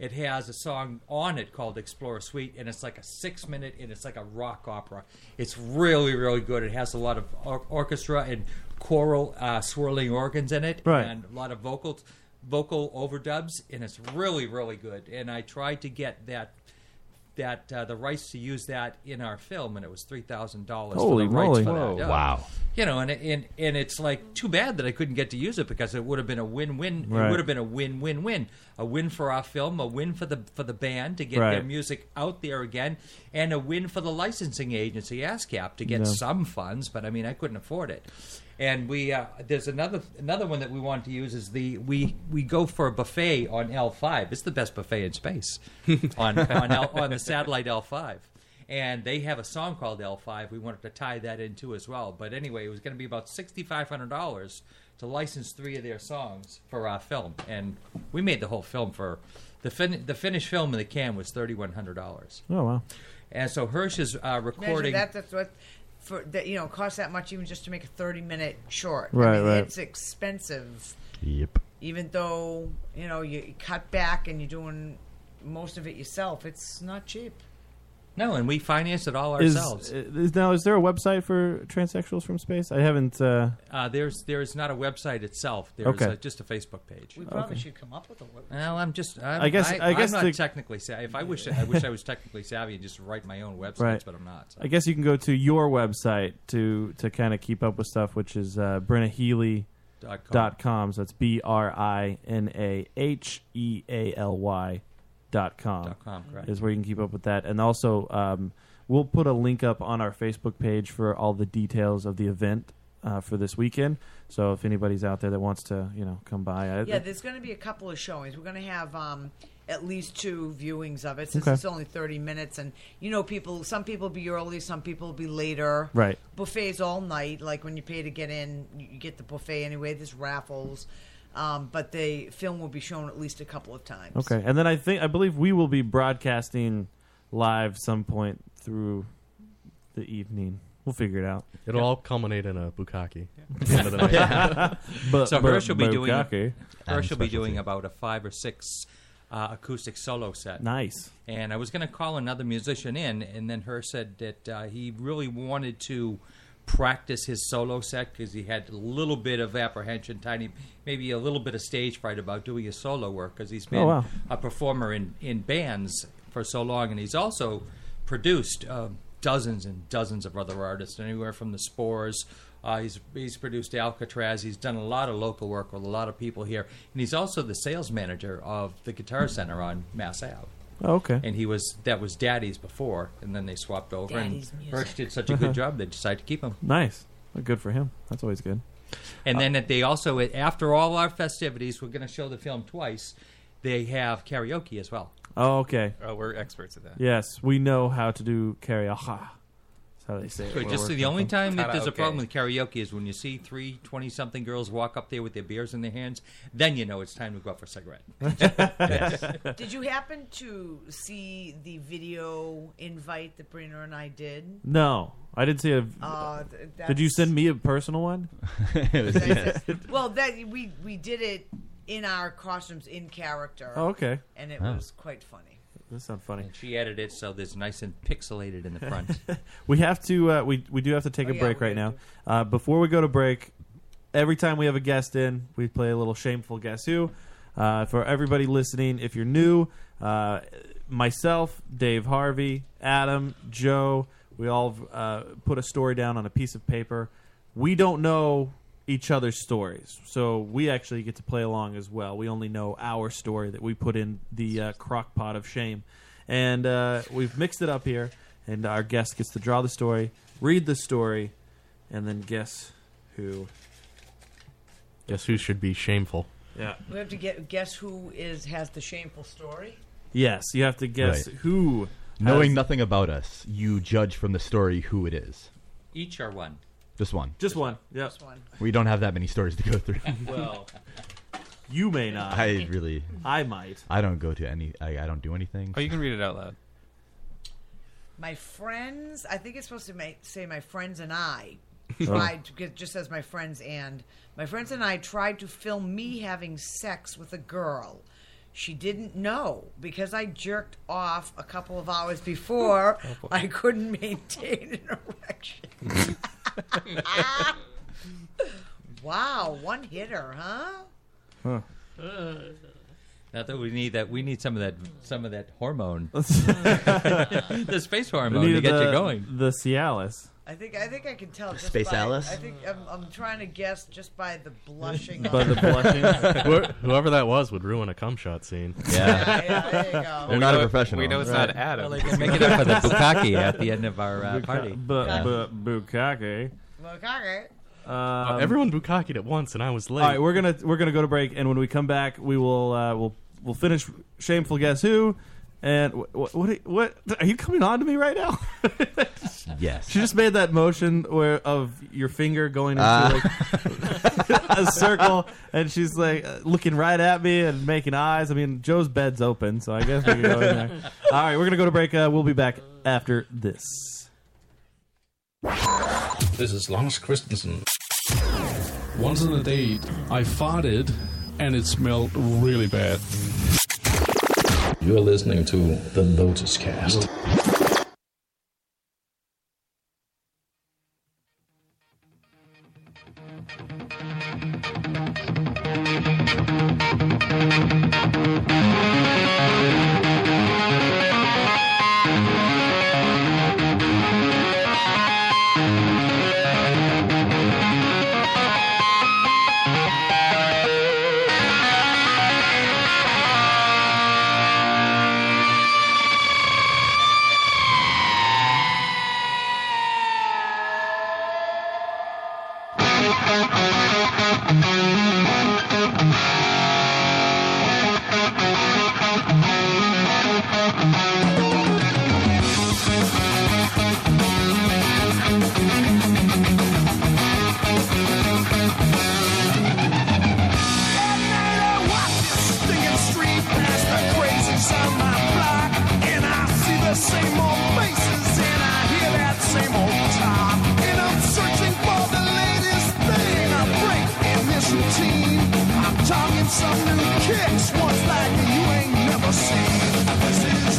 J: It has a song on it called Explorer Suite, and it's like a six minute, and it's like a rock opera. It's really, really good. It has a lot of or- orchestra and choral uh, swirling organs in it,
F: Right.
J: and a lot of vocals, vocal overdubs, and it's really, really good. And I tried to get that that uh, the rights to use that in our film, and it was three thousand dollars.
F: Holy
J: for the rights
F: moly.
J: for
F: Whoa.
J: that. Yeah.
F: Wow.
J: You know, and and and it's like too bad that I couldn't get to use it because it would have been a win-win. It
F: Right.
J: would have been a win-win-win. A win for our film, a win for the for the band to get their
F: Right.
J: music out there again, and a win for the licensing agency ASCAP to get
F: Yeah.
J: some funds. But I mean, I couldn't afford it. And we uh, there's another another one that we want to use is the we we go for a buffet on L5. It's the best buffet in space on on, L, on the satellite L5. And they have a song called L5. We wanted to tie that in too as well. But anyway, it was going to be about $6,500 to license three of their songs for our film. And we made the whole film for the, fin- the finished film in the can was $3,100.
F: Oh, wow.
J: And so Hirsch is uh,
K: Imagine
J: recording.
K: that, that's what for that you know costs that much even just to make a 30 minute short. I
F: Right,
K: mean,
F: right.
K: It's expensive.
N: Yep.
K: even though you know you cut back and you're doing most of it yourself it's not cheap
J: No, and we financed it all
F: is,
J: ourselves.
F: is now is there a website for transsexuals from space? I haven't. Uh,
J: Uh, there's there is not a website itself. There's
F: Okay.
J: a, just a Facebook page.
K: we probably should come up with a word
J: Well, I'm just. I'm,
F: I guess- I
J: I,
F: guess
J: am
F: the-
J: not technically savvy. If I wish, I wish I was technically savvy and just write my own websites,
F: right.
J: but I'm not. so.
F: I guess you can go to your website to to kind of keep up with stuff, which is uh,
J: Dot com.
F: brennahealy.com. So that's B R I N A H E A L Y dot com. Dot
J: com, correct.
F: Is where you can keep up with that. And also, um, we'll put a link up on our Facebook page for all the details of the event. Uh, for this weekend, so if anybody's out there that wants to, you know, come by, I,
K: yeah there's going to be a couple of showings we're going to have um at least two viewings of it since
F: Okay.
K: it's only 30 minutes and you know people some people will be early some people will be later
F: Right.
K: buffets all night like when you pay to get in you you get the buffet anyway there's raffles um, but the film will be shown at least a couple of times
F: Okay, and then I think I believe we will be broadcasting live some point through the evening. We'll figure it out.
H: It'll all culminate in a bukkake.
F: But-
J: uh, so
F: but-
J: Hirsch will be
F: but
J: doing.
F: Gaki.
J: Hirsch will be doing about a five or six uh, acoustic solo set.
F: Nice.
J: And I was going to call another musician in, and then Hirsch said that uh, he really wanted to practice his solo set because he had a little bit of apprehension, tiny, maybe a little bit of stage fright about doing his solo work because he's been
F: Oh, wow.
J: a performer in, in bands for so long, and he's also produced um dozens and dozens of other artists, anywhere from the Spores. Uh, he's he's produced Alcatraz. He's done a lot of local work with a lot of people here, and he's also the sales manager of the Guitar Center on Mass Ave.
F: Oh, okay.
J: And he was that was Daddy's before, and then they swapped over.
F: Daddy's
J: and
F: music.
J: Birch did such a
F: Uh-huh.
J: good job, they decided to keep him.
F: Nice. Well, Good for him. That's always good.
J: And then that they also, after all our festivities, we're going to show the film twice. They have karaoke as well.
F: Oh, okay.
Q: Oh, we're experts at that.
F: Yes, we know how to do karaoke. That's how they say it.
J: So
F: where
J: just
F: we're
J: the only
F: from.
J: time that there's a problem with karaoke is when you see three 20 something girls walk up there with their beers in their hands, then you know it's time to go out for a cigarette.
K: Did you happen to see the video invite that Brenner and I did?
F: No, I didn't see a.
K: Uh, th-
F: did you
K: that's-
F: send me a personal one?
K: That's it. well, that we we did it in our costumes in character.
F: Oh, okay.
K: And it
F: Wow.
K: was quite funny.
F: That's not funny.
J: She edited it so there's nice and pixelated in the front.
F: We have to. Uh, we we do have to take
J: Oh,
F: a
J: yeah,
F: break
J: we
F: right now. Uh, before we go to break, every time we have a guest in, we play a little shameful guess who. Uh, for everybody listening, if you're new, uh, myself, Dave Harvey, Adam, Joe, we all uh, put a story down on a piece of paper. We don't know each other's stories, so we actually get to play along as well. We only know our story that we put in the uh, crock pot of shame and uh, we've mixed it up here. And our guest gets to draw the story, read the story, and then guess who.
H: Guess who should be shameful?
F: Yeah.
K: We have to get guess who is has the shameful story.
F: Yes, you have to guess
I: Right.
F: who.
I: Knowing
F: has-
I: nothing about us, you judge from the story who it is.
J: Each are one.
I: Just one.
F: Just one. Yep.
J: Just
K: one.
I: We don't have that many stories to go through.
F: Well, you may not.
I: I really.
F: I might.
I: I don't go to any. I, I don't do anything.
Q: Oh, you can read it out loud.
K: My friends, I think it's supposed to ma- say my friends and I
I: Oh.
K: tried to get just as my friends and my friends and I tried to film me having sex with a girl. She didn't know because I jerked off a couple of hours before.
B: Oh, boy.
K: I couldn't maintain an erection. wow, one hitter, huh?
J: Not that we need that. We need some of that. Some of that hormone. the space hormone to
F: Neither
J: get
F: the-
J: you going.
F: The Cialis.
K: I think I think I can tell. Just
F: Space
K: by,
F: Alice?
K: I think I'm, I'm trying to guess just by the blushing.
F: By the blushing?
H: Whoe- Whoever that was would ruin a cum shot scene.
K: Yeah. Yeah, there you go. They're
H: We
I: not a
H: know-
I: professional.
H: we know
I: it's
H: not
J: Adam. Well, they can make it up for the bukkake at the end of our, uh, party.
F: Bu-
J: Yeah.
F: bu- bukkake.
K: Bukake.
H: Uh,
F: Um,
H: everyone bukakied at once, and I was late.
F: All right, we're gonna we're gonna go to break, and when we come back, we will uh, we'll we'll finish shameful guess who, and wh- wh- what are- what are you coming on to me right now?
I: Yes.
F: she just made that motion where of your finger going into
I: Ah.
F: like a circle, and she's like uh, looking right at me and making eyes. I mean, Joe's bed's open, so I guess we can go in there. All right, we're gonna go to break. Uh, we'll be back after this.
U: This is Lars Christensen. Once on a date, I farted and it smelled really bad. You're listening to the Lotus Cast.
E: Some new kicks, ones like you ain't never seen. This is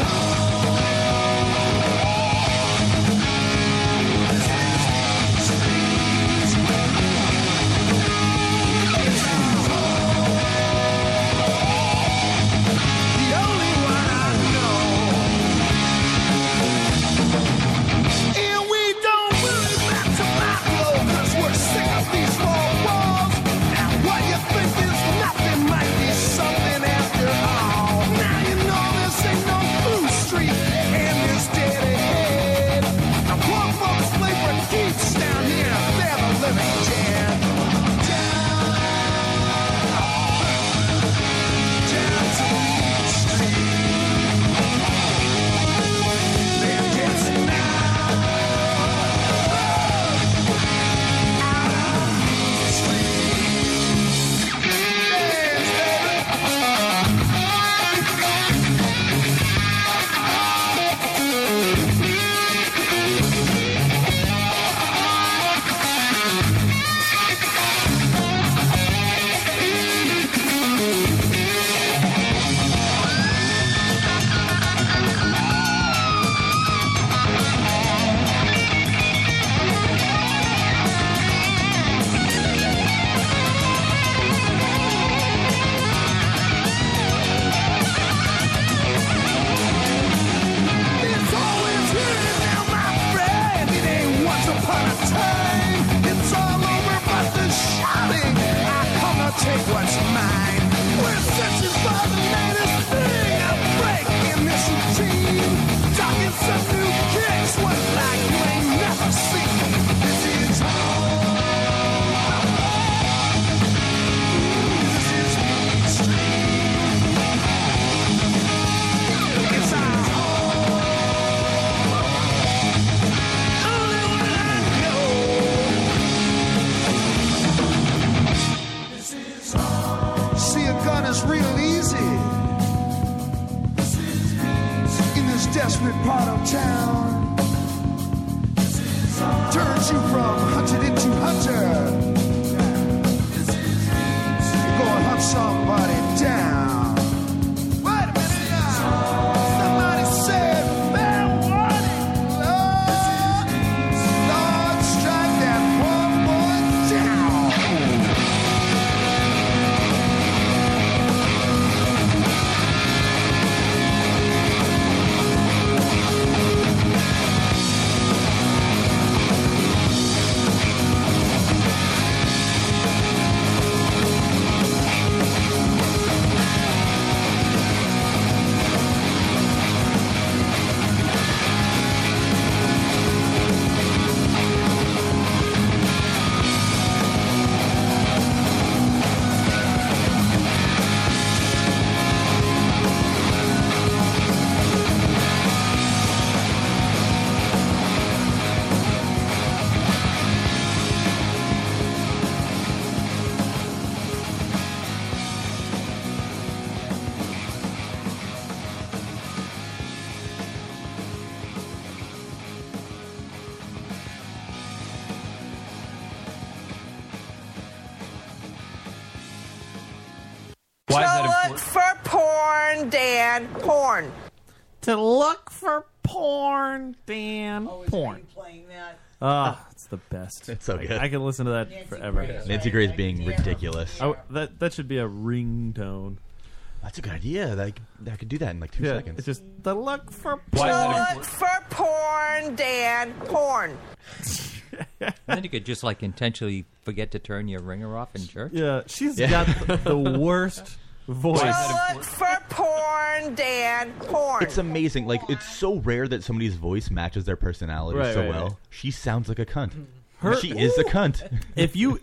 A: desperate part of town turns you from hunted into hunter. You go and hunt somebody down. Wait a minute now. Somebody said, man, what? Lord, Lord, strike that poor boy down.
O: to look for porn, Dan. Porn.
F: To look for porn, Dan. porn. Ah, it's the best. It's
I: so good.
F: I, could listen to that forever.
I: Gray's Nancy right, Gray's like, being yeah. ridiculous.
F: I, that that should be a ringtone.
I: That's a good idea. That I, could- I could do that in like two
F: Yeah,
I: seconds.
F: It's just the look for
O: To look for porn, Dan. Porn.
J: then you could just like intentionally forget to turn your ringer off in church.
F: Yeah, she's got the, the worst voice.
O: To look for porn, Dan. Porn.
I: It's amazing. Like it's so rare that somebody's voice matches their personality
F: Right,
I: so
F: right,
I: well.
F: right.
I: She sounds like a cunt. she is a
F: Ooh.
I: cunt.
F: if you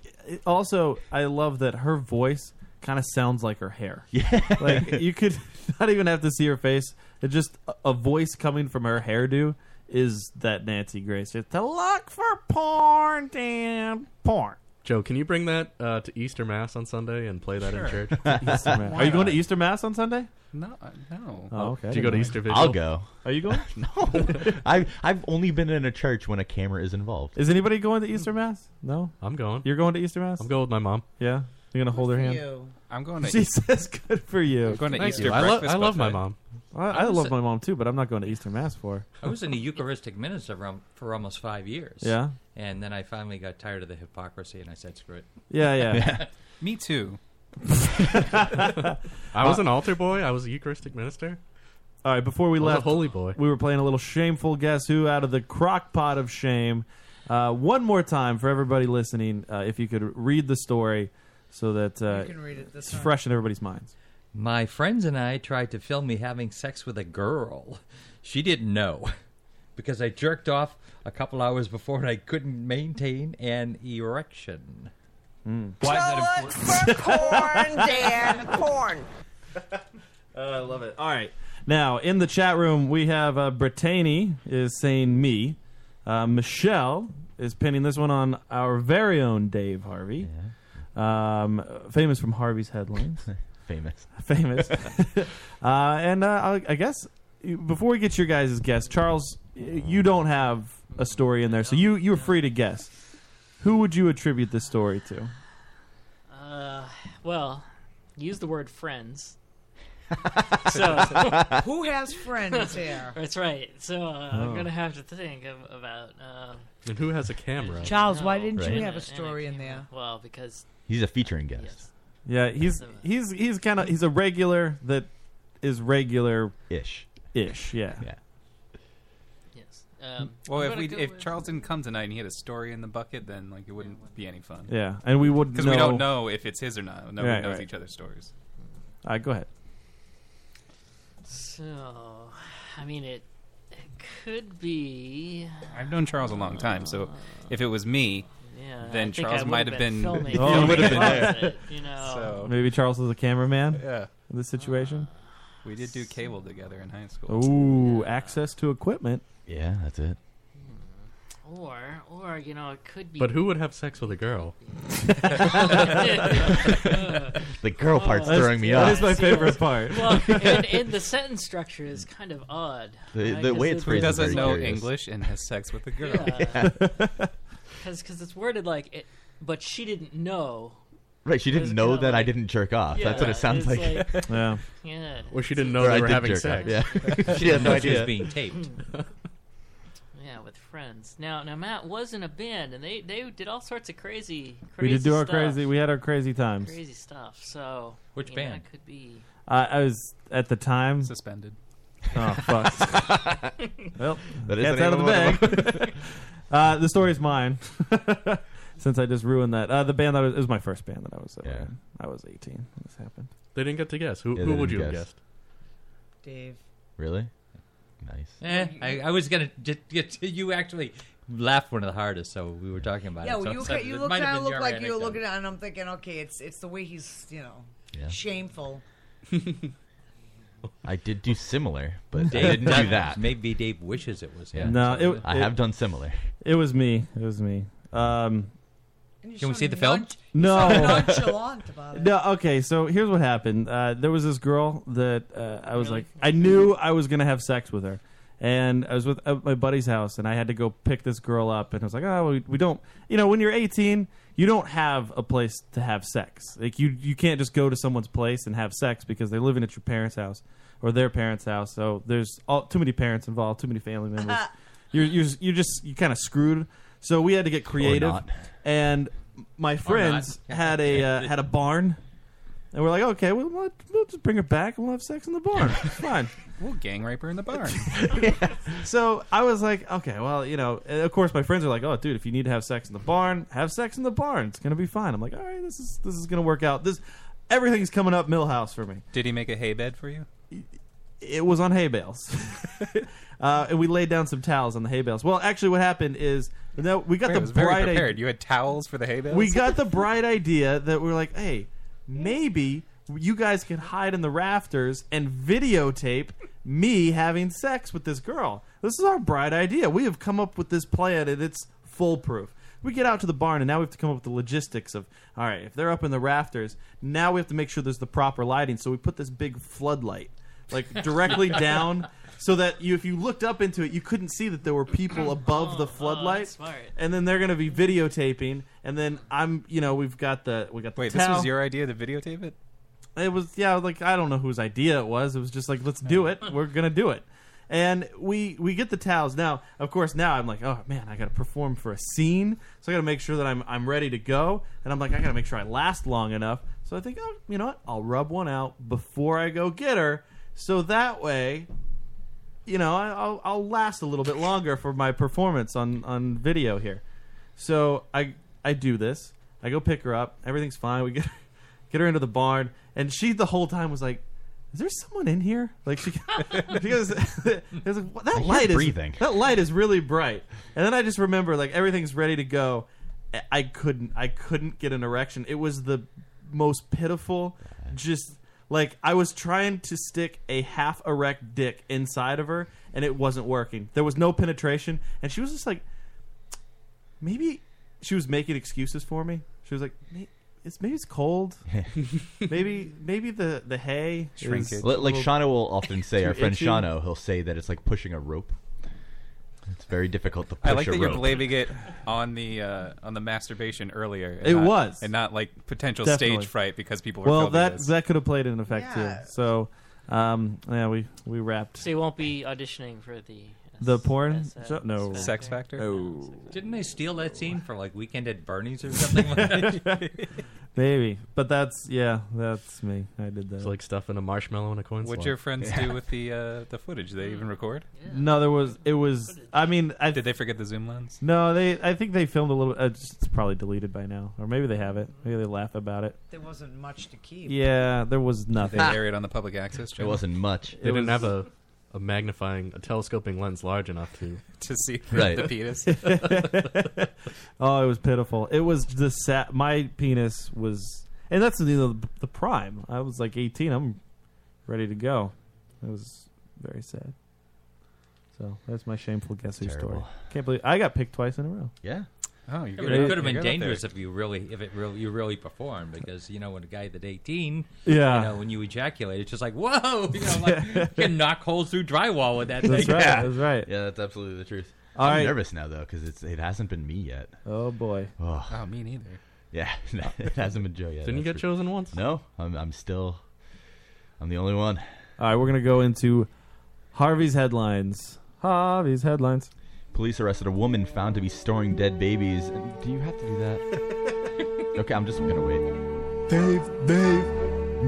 F: also, I love that her voice kind of sounds like her hair.
I: Yeah,
F: like you could not even have to see her face. It just a- a voice coming from her hairdo is that Nancy Grace. Just to look for porn, damn porn.
H: Joe, can you bring that uh, to Easter Mass on Sunday and play that in
F: Sure.
H: church?
F: Easter Mass. Are you going to Easter Mass on Sunday?
G: No, I- no.
F: Oh, okay.
H: Do you go to Easter Vigil?
I: I'll go.
F: Are you going?
I: no, I've I've only been in a church when a camera is involved.
F: Is anybody going to Easter Mass? No,
H: I'm going.
F: You're going to Easter Mass? I'm
H: going with my mom.
F: Yeah, you're gonna hold her hand.
Q: I'm going to
F: She says, "Good for you."
Q: I'm going to
F: Thank
Q: Easter
F: you.
Q: breakfast. buffet.
F: I, I
J: I'm
F: love
J: s-
F: my mom too, but I'm not going to Easter Mass for. her.
J: I was in the Eucharistic minister for, for almost five years.
F: Yeah.
J: And then I finally got tired of the hypocrisy and I said, screw it.
F: Yeah, yeah.
Q: Me too.
H: I was an altar boy. I was a Eucharistic minister.
F: All right, before we
H: I was a
F: left,
H: holy boy.
F: we were playing a little shameful guess who out of the crock pot of shame. Uh, one more time for everybody listening, uh, if you could read the story so that uh,
J: You can read it this
F: it's
J: time.
F: fresh in everybody's minds.
J: My friends and I tried to film me having sex with a girl. She didn't know because I jerked off a couple hours before and I couldn't maintain an erection.
I: Hmm.
O: Why is that important? Porn, Dan. Porn.
F: Uh, I love it. All right. Now, in the chat room, we have uh, Brittany is saying me. Uh, Michelle is pinning this one on our very own Dave Harvey, um, famous from Harvey's headlines.
I: Famous.
F: famous. uh, and uh, I, I guess you- before we get your guys' guess, Charles, y- you don't have a story in there, so you you're free to guess. Who would you attribute this story to?
L: Uh, well, use the word friends. so
K: Who has friends here?
L: That's right. So uh,
H: Oh.
L: I'm gonna have to think of, about. Um,
H: And who has a camera?
K: Charles, why
L: no,
K: didn't
I: Right.
K: you have a
L: and
K: story in there?
L: Well, because
I: He's a featuring guest.
F: Yeah, he's he's he's kind of he's a regular that is regular
I: ish
F: ish. Yeah. Yeah.
L: um,
Q: Well,
L: I'm
Q: if
L: gonna
Q: we
L: go
Q: if
L: with-
Q: Charles didn't come tonight and he had a story in the bucket, then like it wouldn't be any fun.
F: Yeah, and we wouldn't
Q: because we don't
F: know-
Q: know if it's his or not. Nobody
F: Right,
Q: knows
F: right.
Q: each other's stories.
F: All right, go ahead.
L: so, I mean, it, it could be.
Q: I've known Charles a long time, so if it was me,
L: Yeah, I
Q: then
L: think I
Q: Charles
L: would've
Q: might have
L: been
Q: been.
L: filming.
Q: Yeah,
L: Oh,
Q: he would've
L: yeah.
Q: there.
L: You know.
Q: So
F: Maybe Charles is a cameraman.
Q: Yeah.
F: In this situation.
L: Ah,
Q: we did do cable together in high school.
F: Ooh, access to equipment.
I: Yeah, that's it.
L: Or, or you know, it could be.
H: But who would have sex with a girl?
I: the girl part's throwing me off.
F: That is my favorite part.
L: Well, and, and the sentence structure is kind of odd.
I: The- the way it's written is
G: doesn't
I: very
G: know
I: curious.
G: English and has sex with a girl.
L: Because it's worded like it, but she didn't know.
I: Right, she didn't know that I didn't jerk off. That's what
L: Yeah,
I: it sounds
L: it's
I: like.
L: like- Yeah. Yeah.
H: Well, she didn't know
I: Or
H: they
I: I
H: were
I: did
H: having
I: jerk off,
H: sex.
I: Yeah. she had no idea
L: Yeah, with friends. Now, now Matt was in a band, and they, they did all sorts of crazy.
F: we
L: crazy
F: did do our
L: stuff.
F: crazy. We had our crazy times.
L: Crazy stuff. So
J: Which
L: you know,
J: band?
L: that could be.
F: I, I was at the time
G: suspended.
F: Oh fuck! well,
I: That
F: that
I: is
F: is
I: the
F: out of
I: name
F: the
I: of one of
F: bag. uh, the story's mine, since I just ruined that. Uh, the band that was, it was my first band that I was. Yeah. I was eighteen. when This happened.
H: They didn't get to guess. Who,
I: Yeah,
H: who
I: they
H: would you
I: didn't
H: have
I: guess.
H: guessed?
K: Dave.
I: Really? Nice.
J: Eh, I, I was gonna j- get to, you actually laughed one of the hardest, so we were talking about
K: Yeah,
J: it.
K: well,
J: so
K: you,
J: so
K: you
J: it
K: look
J: might have
K: kind of look
J: been your
K: like you were
J: anecdote.
K: looking at, it and I'm thinking, okay, it's it's the way he's, you know,
I: Yeah.
K: shameful.
I: I did do similar, but I
J: Dave
I: didn't do
J: does.
I: that.
J: Maybe Dave wishes it was him.
F: No, it,
I: I
F: it-
I: have done similar.
F: It was me. It was me. Um,
K: Can we
J: see the film?
F: No.
K: sound nonchalant about it.
F: No. Okay. So here's what happened. Uh, there was this girl that uh, I was like, I knew I was gonna have sex with her, and I was with at my buddy's house, and I had to go pick this girl up, and I was like, oh, we, we don't. You know, when you're 18, you don't have a place to have sex. Like you, you can't just go to someone's place and have sex because they're living at your parents' house or their parents' house. So there's all, too many parents involved, too many family members. you're, you're you're just you kind of screwed. So we had to get creative,
I: not.
F: and my friends
I: not.
F: had a uh, had a barn, and we're like, okay, well, we'll, we'll just bring her back and we'll have sex in the barn. It's fine.
G: We'll gang rape her in the barn.
F: so I was like, okay, well, you know, and of course, my friends are like, oh, dude, if you need to have sex in the barn, have sex in the barn. It's gonna be fine. I'm like, all right, this is this is gonna work out. This everything's coming up Millhouse for me.
Q: Did he make a hay bed for you?
F: It was on hay bales. Uh, and we laid down some towels on the hay bales. Well, actually, what happened is no, we got
Q: Wait,
F: the
Q: it was very
F: bright idea-
Q: prepared. You had towels for the hay bales.
F: We got the bright idea that we're like, hey, maybe you guys can hide in the rafters and videotape me having sex with this girl. This is our bright idea. We have come up with this plan and it's foolproof. We get out to the barn and now we have to come up with the logistics of all right, if they're up in the rafters, now we have to make sure there's the proper lighting. So we put this big floodlight like directly down so that you if you looked up into it you couldn't see that there were people above the floodlight
L: smart.
F: and then they're going to be videotaping and then i'm you know we've got the we got the
Q: Wait,
F: towel.
Q: this was your idea to videotape it?
F: it was yeah like i don't know whose idea it was it was just like let's do it we're going to do it and we we get the towels now of course now i'm like oh man i got to perform for a scene so i got to make sure that i'm i'm ready to go and i'm like i got to make sure i last long enough so i think oh you know what i'll rub one out before i go get her so that way you know, I- I'll, I'll last a little bit longer for my performance on, on video here. So I I do this. I go pick her up. Everything's fine. We get her, get her into the barn, and she the whole time was like, "Is there someone in here?" Like she because it was like, "What-
I: I
F: that
I: hear
F: light is
I: breathing."
F: that light is really bright. And then I just remember like everything's ready to go. I- I couldn't I couldn't get an erection. It was the most pitiful just like I was trying to stick a half erect dick inside of her and it wasn't working. There was no penetration and she was just like maybe she was making excuses for me. She was like "May- it's maybe it's cold. maybe maybe the the hay is
I: Li-
F: a
I: Like
F: little
I: Shano will often say, our
F: too
I: friend
F: itchy."
I: Shano, he'll say that it's like pushing a rope. It's very difficult to push
Q: I like
I: a
Q: that you're
I: rope.
Q: blaming it on the uh, on the masturbation earlier. and
F: It
Q: not-
F: was.
Q: and not like potential
F: Definitely.
Q: stage fright because people were
F: well
Q: filming
F: that
Q: this.
F: that could have played an effect
L: Yeah.
F: too. So um yeah we we wrapped
L: So you won't be auditioning for the.
F: the porn
L: That's, uh,
F: show? no
Q: Sex Factor.
J: Oh. Didn't they steal that scene for like Weekend at Bernie's or something like that?
F: Maybe, but that's yeah, that's me. I did that.
H: It's like stuffing a marshmallow in a coin
Q: What'd
H: slot.
Q: your friends do with the uh, the footage? Did they
L: Hmm.
Q: even record?
F: No, there was. It was. I mean, I,
Q: Did they forget the zoom lens?
F: no, they. I think they filmed a little. Uh, it's it's probably deleted by now, or maybe they have it. Maybe they laugh about it.
K: There wasn't much to keep.
F: Yeah, there was nothing.
Q: They air it on the public access channel.
I: much.
H: They
F: It
H: didn't
F: was-
H: have a, a magnifying, a telescoping lens large enough to
Q: to see
H: right.
Q: the penis.
F: oh, it was pitiful. It was the sat. My penis was, and that's you know, the prime. I was like eighteen. I'm ready to go. It was very sad. So that's my shameful guess who story.
I: Terrible.
F: Can't believe I got picked twice in a row.
I: Yeah.
Q: Oh,
J: it
Q: you're
J: would-
Q: getting
J: it could
Q: out-
J: have been
Q: you're getting out
J: dangerous
Q: there.
J: if you really, if it really, you really performed because you know when a guy that eighteen,
F: Yeah.
J: you know when you ejaculate, it's just like whoa, you know, like you can knock holes through drywall with that
F: That's
J: thing.
F: right, Yeah. that's right.
I: Yeah, that's absolutely the truth.
F: All
I: I'm
F: right.
I: nervous now though because it's it hasn't been me yet.
F: Oh boy.
I: Oh,
G: Oh, me neither.
I: yeah, it hasn't been Joe yet.
H: Didn't you get
I: that's for-
H: chosen once?
I: No, I'm I'm still I'm the only one.
F: All right, we're gonna go into Harvey's headlines. Harvey's headlines.
I: Police arrested a woman found to be storing dead babies. And Do you have to do that? okay, I'm just gonna wait. Dave, Dave,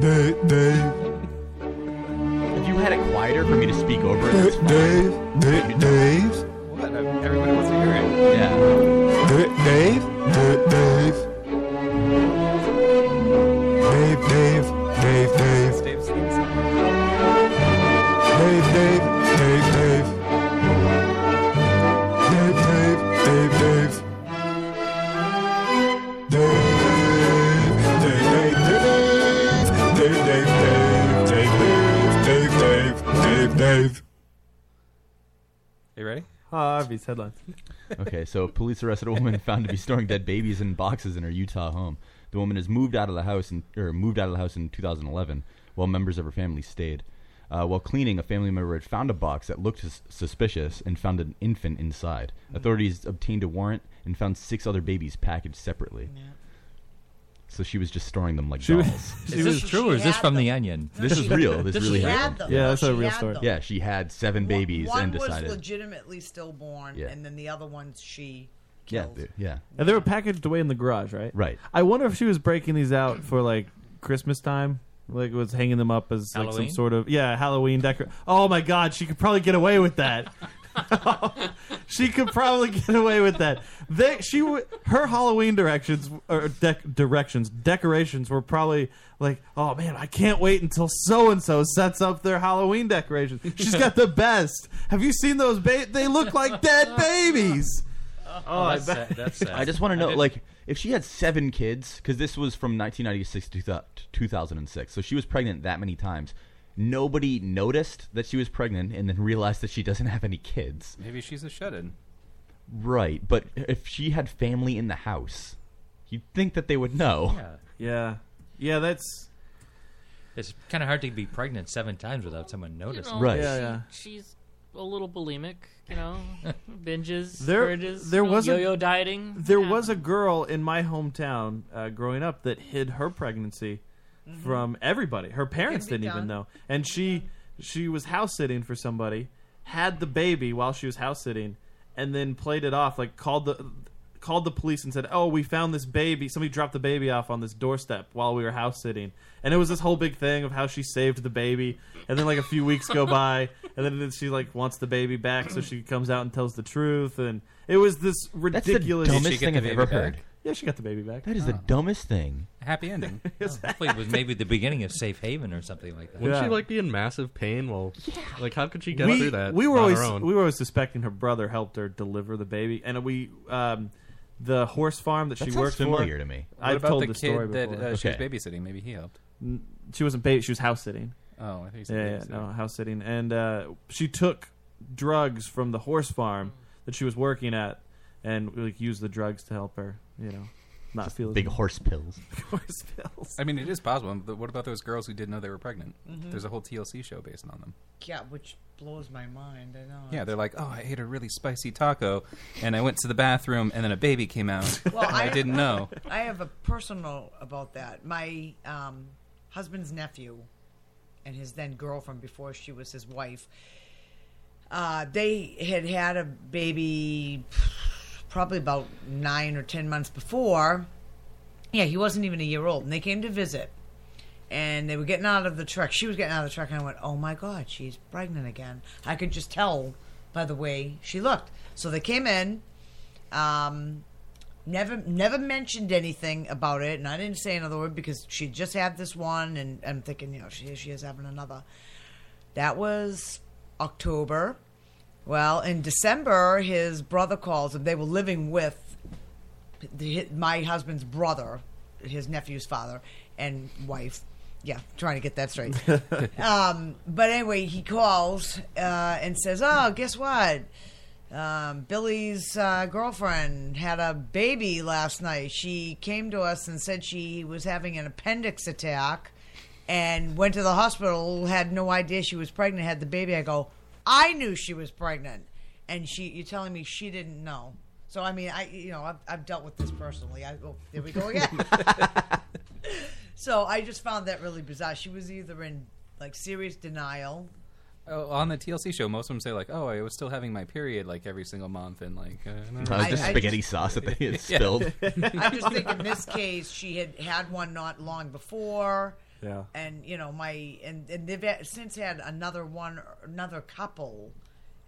I: Dave, Dave. If you had it quieter for me to speak over it, it's fine.
A: Dave, Dave, Dave.
Q: What? Everybody wants to hear it.
I: Yeah.
A: Dave, Dave, Dave. Dave, Dave, Dave, Dave. Dave, Dave,
Q: Dave,
A: Dave. Dave, Dave, Dave, Dave. Dave, Dave, Dave, Dave. Dave, Dave, Dave, Dave, Dave, Dave, Dave, Dave.
Q: You ready?
F: Harvey's headlines.
I: okay, so police arrested a woman found to be storing dead babies in boxes in her Utah home. The woman has moved out of the house in, or moved out of the house in 2011, while members of her family stayed. Uh, while cleaning, a family member had found a box that looked sus- suspicious and found an infant inside.
J: Mm-hmm.
I: Authorities obtained a warrant and found six other babies packaged separately. So she was just storing them like
J: She was-
I: dolls.
J: Is she this was- true or is she this had from The them. Onion?
I: This
J: She-
I: is real. This
J: She
I: really
J: had
I: happened.
J: them. Yeah, that's a She real had story. them.
I: Yeah, she had seven babies
K: One
I: and
K: was
I: decided.
K: legitimately stillborn,
I: Yeah.
K: and then the other one she
I: yeah, they- yeah.
F: And they were packaged away in the garage, right?
I: Right.
F: I wonder if she was breaking these out for like Christmas time. Like was hanging them up as like some
I: Halloween?
F: sort of yeah Halloween decor. Oh my God, she could probably get away with that. she could probably get away with that. They, she w- her Halloween directions or dec- directions decorations were probably like, oh man, I can't wait until so and so sets up their Halloween decorations. She's got the best. Have you seen those? Ba- they look like dead babies.
J: Oh, that's sad. That's sad.
I: I just want to know,
J: did-
I: like, if she had seven kids, because this was from 1996 to thou- to 2006, so she was pregnant that many times. Nobody noticed that she was pregnant, and then realized that she doesn't have any kids.
Q: Maybe she's a shut-in.
I: Right, but if she had family in the house, you'd think that they would know.
J: Yeah.
F: Yeah, yeah, that's
J: It's kind of hard to be pregnant seven times without someone noticing.
I: know, Right.
F: Yeah, yeah.
L: She's a little bulimic, you know, binges,
F: there,
L: purges,
F: there
L: you know,
F: was a-
L: yo-yo dieting.
F: There was a girl in my hometown uh, growing up that hid her pregnancy
L: Mhm.
F: from everybody. Her parents
L: Can be
F: didn't even
L: done.
F: know, and she she was house sitting for somebody, had the baby while she was house sitting, and then played it off like called the. Called the police and said, "Oh, we found this baby. Somebody dropped the baby off on this doorstep while we were house sitting, and it was this whole big thing of how she saved the baby. And then like a few weeks go by, and then she like wants the baby back, so she comes out and tells the truth. And it was this
I: That's the
F: ridiculous,
I: dumbest thing I've ever heard.
F: Yeah, she got the baby back.
I: That is the dumbest thing.
J: Happy ending. Hopefully, it was maybe the beginning of Safe Haven or something like that.
H: Wouldn't she like be in massive pain? Well, like how could she get
F: we,
H: through that?
F: We were
H: on
F: always
H: her own?
F: we were always suspecting her brother helped her deliver the baby, and we um, the horse farm that,
Q: That
F: she
Q: sounds
F: worked
Q: familiar
F: for.
Q: to me. What
F: I've
Q: about
F: told
Q: the kid
F: story
Q: that,
F: before.
Q: uh, she was Okay. babysitting? Maybe he helped.
F: N- She wasn't baby. She was house sitting.
Q: Oh, I think you said
F: yeah, yeah, no house sitting, and uh, she took drugs from the horse farm that she was working at, and like used the drugs to help her. You know, not feel as
I: Big
F: bad.
I: horse pills.
F: horse pills.
Q: I mean, it is possible. But what about those girls who didn't know they were pregnant?
F: Mm-hmm.
K: Mhm.
Q: There's a whole TLC show based on them.
K: yeah, which blows my mind. I know.
Q: Yeah, they're like, oh, I ate a really spicy taco, and I went to the bathroom, and then a baby came out, and I, didn't know.
K: I have a personal about that. My um, husband's nephew and his then girlfriend before she was his wife. Uh, they had had a baby probably about nine or ten months before. Yeah, he wasn't even a year old, and they came to visit. And they were getting out of the truck. She was getting out of the truck, and I went, "Oh my God, she's pregnant again." I could just tell by the way she looked. So they came in. Um, never never mentioned anything about it, and I didn't say another word because she just had this one, and I'm thinking, you know, she she is having another. That was October. Well, in December, his brother calls him. They were living with the, my husband's brother, his nephew's father, and wife. Yeah, trying to get that straight. um, but anyway, he calls uh, and says, "Oh, guess what? Um, Billy's uh, girlfriend had a baby last night. She came to us and said she was having an appendix attack and went to the hospital, had no idea she was pregnant, had the baby. I go, I knew she was pregnant. And she, you're telling me she didn't know. So, I mean, I, you know, I've, I've dealt with this personally. I, oh, there we go again. so I just found that really bizarre. She was either in like serious denial
Q: Oh, on the TLC show, most of them say like, "Oh, I was still having my period like every single month," and like, uh, no,
I: Uh, I- just I spaghetti just- sauce that they had spilled.
K: I just think in this case, she had had one not long before.
F: Yeah.
K: And you know my and, and they've had- since had another one, another couple,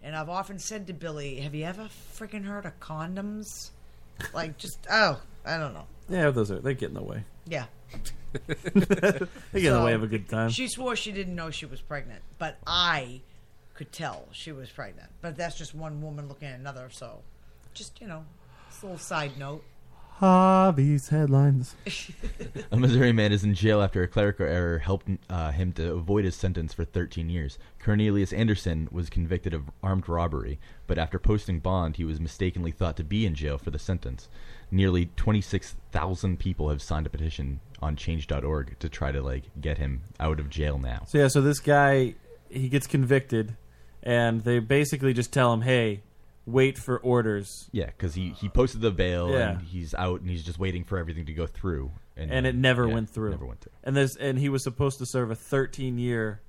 K: and I've often said to Billy, "Have you ever freaking heard of condoms? Like just oh, I don't know.
F: Yeah, those are they get in the way.
K: Yeah.
F: they get in the
K: So,
F: way of a good time.
K: She swore she didn't know she was pregnant, but I could tell she was pregnant. But that's just one woman looking at another. So, just you know, it's a little side note.
F: Hobbies headlines.
I: A Missouri man is in jail after a clerical error helped uh, him to avoid his sentence for 13 years. Cornelius Anderson was convicted of armed robbery, but after posting bond, he was mistakenly thought to be in jail for the sentence. Nearly 26,000 people have signed a petition on change.org to try to like get him out of jail now.
F: So yeah, so this guy he gets convicted, and they basically just tell him, "Hey, wait for orders."
I: Yeah, because he, he posted the bail
F: Yeah.
I: and he's out and he's just waiting for everything to go through.
F: and it never
I: yeah,
F: went through.
I: Never went through.
F: And this, and he was supposed to serve a 13 year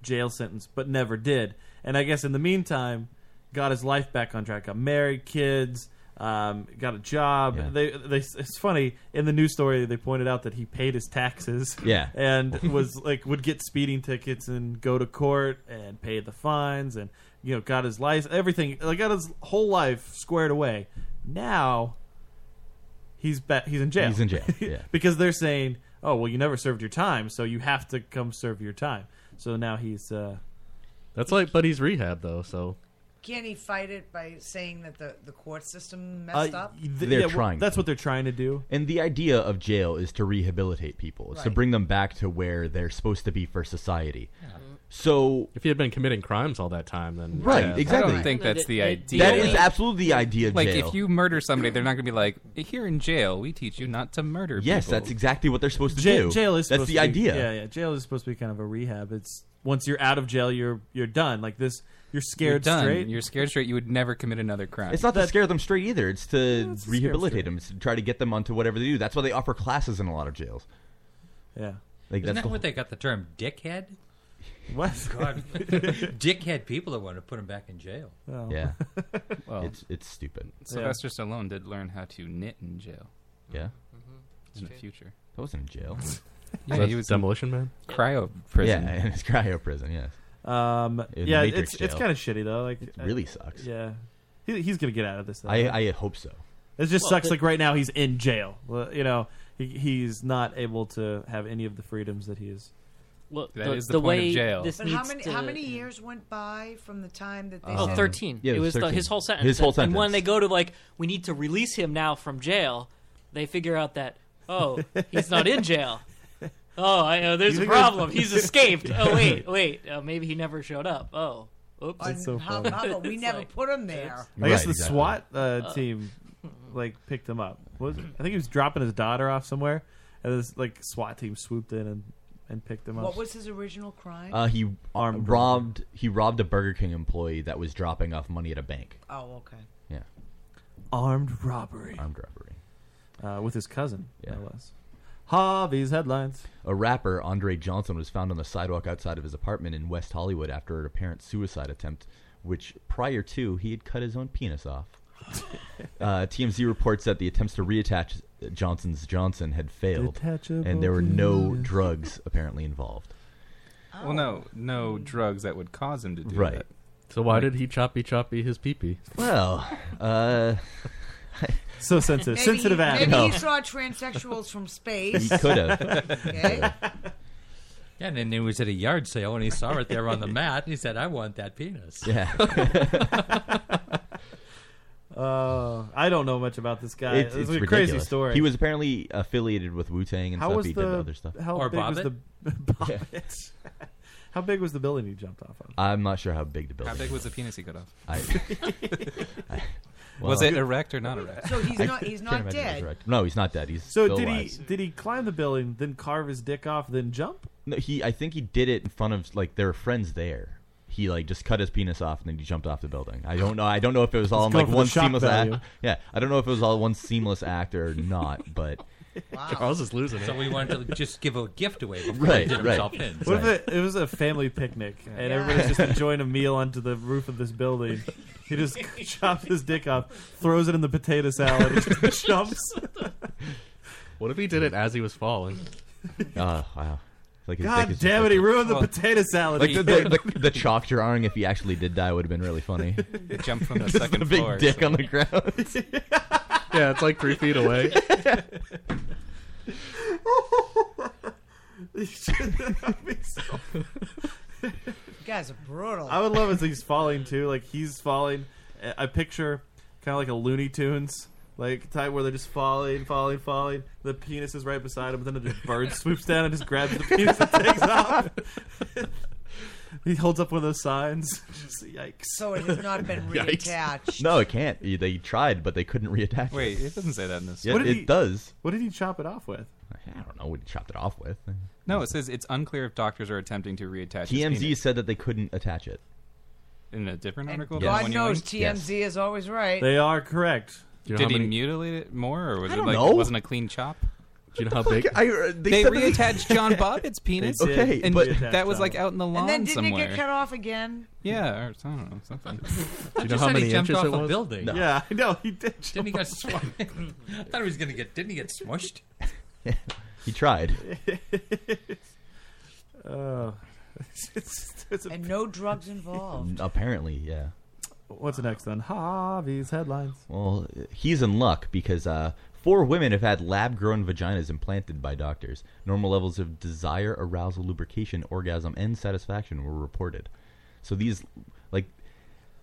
F: jail sentence, but never did. And I guess in the meantime, got his life back on track. Got married, kids, um, got a job. They, they, it's funny in the news story they pointed out that he paid his taxes.
I: Yeah.
F: and was like would get speeding tickets and go to court and pay the fines and you know got his life everything like got his whole life squared away. Now he's ba- he's in jail.
I: He's in jail, yeah.
F: because they're saying, "Oh, well, you never served your time, so you have to come serve your time." So now he's uh
H: That's like Buddy's rehab though, so
K: Can he fight it by saying that the, the court system
F: uh,
K: messed up?
F: th-
I: They're
F: yeah, well,
I: trying
F: That's what they're trying to do.
I: And the idea of jail is to rehabilitate people, it's to
F: Right.
I: bring them back to where they're supposed to be for society.
F: Yeah.
I: So
H: if he had been committing crimes all that time, then
I: Right,
H: yeah.
I: exactly.
Q: I don't think that's the idea.
I: That is absolutely the idea of
Q: Like,
I: jail.
Q: if you murder somebody, they're not going to be like, "Here in jail, we teach you not to murder."
I: Yes,
Q: people."
I: that's exactly what they're supposed to
F: Jail,
I: do.
F: jail is
I: that's
F: supposed
I: the
F: to be-
I: idea.
F: yeah, yeah. Jail is supposed to be kind of a rehab. It's once you're out of jail, you're you're done. Like this, you're scared
Q: You're done.
F: straight.
Q: You're scared straight. You would never commit another crime.
I: It's not to scare them straight either. It's to
Q: it's to scare 'em
I: rehabilitate them. It's to try to get them onto whatever they do. That's why they offer classes in a lot of jails.
F: Yeah.
I: Like
J: Isn't
I: that's
J: that
I: the
J: what they got the term dickhead? Oh,
F: What?
J: God. dickhead people that want to put him back in jail.
F: Oh.
I: Yeah. It's- it's stupid.
Q: Sylvester Stallone did learn how to knit in jail.
I: Yeah.
F: Mm-hmm.
Q: In the future.
I: That wasn't in jail.
Q: Yeah,
H: That's
Q: he was in
H: Demolition Man.
Q: Cryo prison.
I: Yeah, it's cryo prison. Yes.
F: Um,
I: In
F: yeah,
I: Matrix
F: it's it's
I: jail.
F: kind of shitty though. Like uh, it
I: really sucks.
F: Yeah, he, he's gonna get out of this. Though,
I: I-
F: right?
I: I hope so.
F: It just
I: Well,
F: sucks.
I: the-
F: like right now, he's in jail. Well, You know, he, he's not able to have any of the freedoms that he is.
L: Well,
Q: That the- is the the point of way jail. this
K: But how many how many years went by from the time that they?
L: Oh,
K: said-
L: 13.
I: Um, yeah, it
L: it
I: was
L: was The,
I: 13.
L: his whole sentence.
I: His whole
L: And- And when
I: sentence.
L: they go to like, we need to release him now from jail, they figure out that oh, he's not in jail. Oh, I, uh, there's
F: You
L: a
F: think there's-
L: problem. He's escaped. Oh wait, wait. Uh, maybe he never showed up. Oh, oops.
F: That's so
K: How, how about we never put him there?
F: I guess
I: Right,
F: the
I: exactly.
F: SWAT uh,
L: Uh,
F: team like picked him up. What Was it? I think he was dropping his daughter off somewhere, and this like SWAT team swooped in and, and picked him up.
K: What was his original crime?
I: Uh, he armed robbed. He robbed a Burger King employee that was dropping off money at a bank.
K: oh, okay.
I: Yeah.
F: Armed robbery.
I: Armed robbery.
F: Uh, with his cousin, yeah. no less. Hobbies headlines.
I: A rapper, Andre Johnson, was found on the sidewalk outside of his apartment in West Hollywood after an apparent suicide attempt, which prior to he had cut his own penis off. uh, TMZ reports that the attempts to reattach Johnson's Johnson had failed,
F: Detachable
I: and there were no
F: penis.
I: drugs apparently involved.
Q: Well, no, no drugs that would cause him to do
I: Right.
Q: that.
H: So why did he choppy choppy his peepee?
I: Well, uh,
F: so sensitive,
K: Maybe, he, maybe he saw transsexuals from space.
I: He coulda.
K: Okay.
J: Yeah, and then he was at a yard sale and he saw it there on the mat and he said, I want that penis.
F: Uh, I don't know much about this guy.
I: It's,
F: This
I: it's
F: is a
I: ridiculous.
F: crazy story.
I: He was apparently affiliated with Wu Tang and
F: how
I: stuff.
F: was
I: he
F: the
I: did other stuff.
F: How big was the Bobbit? How big was the building you jumped off of?
I: I'm not sure how big the building.
Q: How big was the penis he cut off?
I: I, I-
Q: Was it erect or not erect?
K: So he's
I: I
K: not- he's
I: can't
K: not
I: imagine it was
K: dead.
I: erect. No, he's not dead. He's
F: So
I: still
F: did
I: alive.
F: he did he climb the building, then carve his dick off, then jump?
I: No, he. I think he did it in front of like there were friends there. He like just cut his penis off and then he jumped off the building. I don't know. I don't know if it was all
F: He's going
I: in, like
F: for the
I: one
F: shock
I: seamless
F: value.
I: act. Yeah, I don't know if it was all one seamless act or not. But
H: Charles is losing it.
J: So we wanted to just give a gift away before
I: Right,
J: he did
I: right.
J: himself in.
F: What if it, it was a family picnic and everybody's just enjoying a meal onto the roof of this building? He just chops his dick off, throws it in the potato salad, and just jumps.
H: What if he did it as he was falling?
I: Oh wow! Like his dick
F: God
I: is just
F: damn it!
I: like
F: He
I: a-
F: ruined the potato salad.
I: Like the,
F: he
I: the,
F: ate.
I: the, the chalk drawing, if he actually did die, would have been really funny.
Q: Jump from the
I: Just
Q: second
I: a big
Q: floor or
I: dick on the
Q: something.
I: ground.
H: yeah, it's like three feet away.
K: You guys are brutal.
F: I would love as he's falling too. Like he's falling. I- I picture kind of like a Looney Tunes like type where they're just falling, falling, falling. The penis is right beside him, but then a bird swoops down and just grabs the penis and takes off. he holds up one of those signs. Just, yikes!
K: So it has not been
I: Yikes.
K: reattached.
I: No, it can't. They tried, but they couldn't reattach.
Q: Wait, it doesn't say that in this.
I: Yeah,
Q: What
I: it
Q: did he-
I: does.
F: What did he chop it off with?
I: I don't know what he chopped it off with.
Q: No, it says it's unclear if doctors are attempting to reattach. his
I: TMZ
Q: penis.
I: said that they couldn't attach it.
Q: in a different article. than the
K: God
Q: one you
K: knows
Q: linked?
K: TMZ is always right.
F: They are correct.
Q: Did he mutilate it more, or was
K: I
Q: it
K: don't
Q: like
K: know.
Q: it wasn't a clean chop?
H: Do you know how big?
I: I, uh,
Q: they
I: said that-
Q: reattached John Bobbitt's penis.
I: They did. Okay,
Q: and
I: but-
Q: that was like out in the lawn
K: and then didn't
Q: somewhere.
K: it get cut off again?
Q: Yeah, or I don't know something.
J: Do you know how many inches it was? No.
F: Yeah, I know he did.
J: Didn't he get smushed? I thought he was gonna get. Didn't he get smushed?
I: He tried.
F: Oh.
K: and no drugs involved.
I: Apparently, yeah.
F: What's next then? Harvey's headlines.
I: Well, he's in luck because uh, four women have had lab grown vaginas implanted by doctors. Normal levels of desire, arousal, lubrication, orgasm, and satisfaction were reported. So these, like,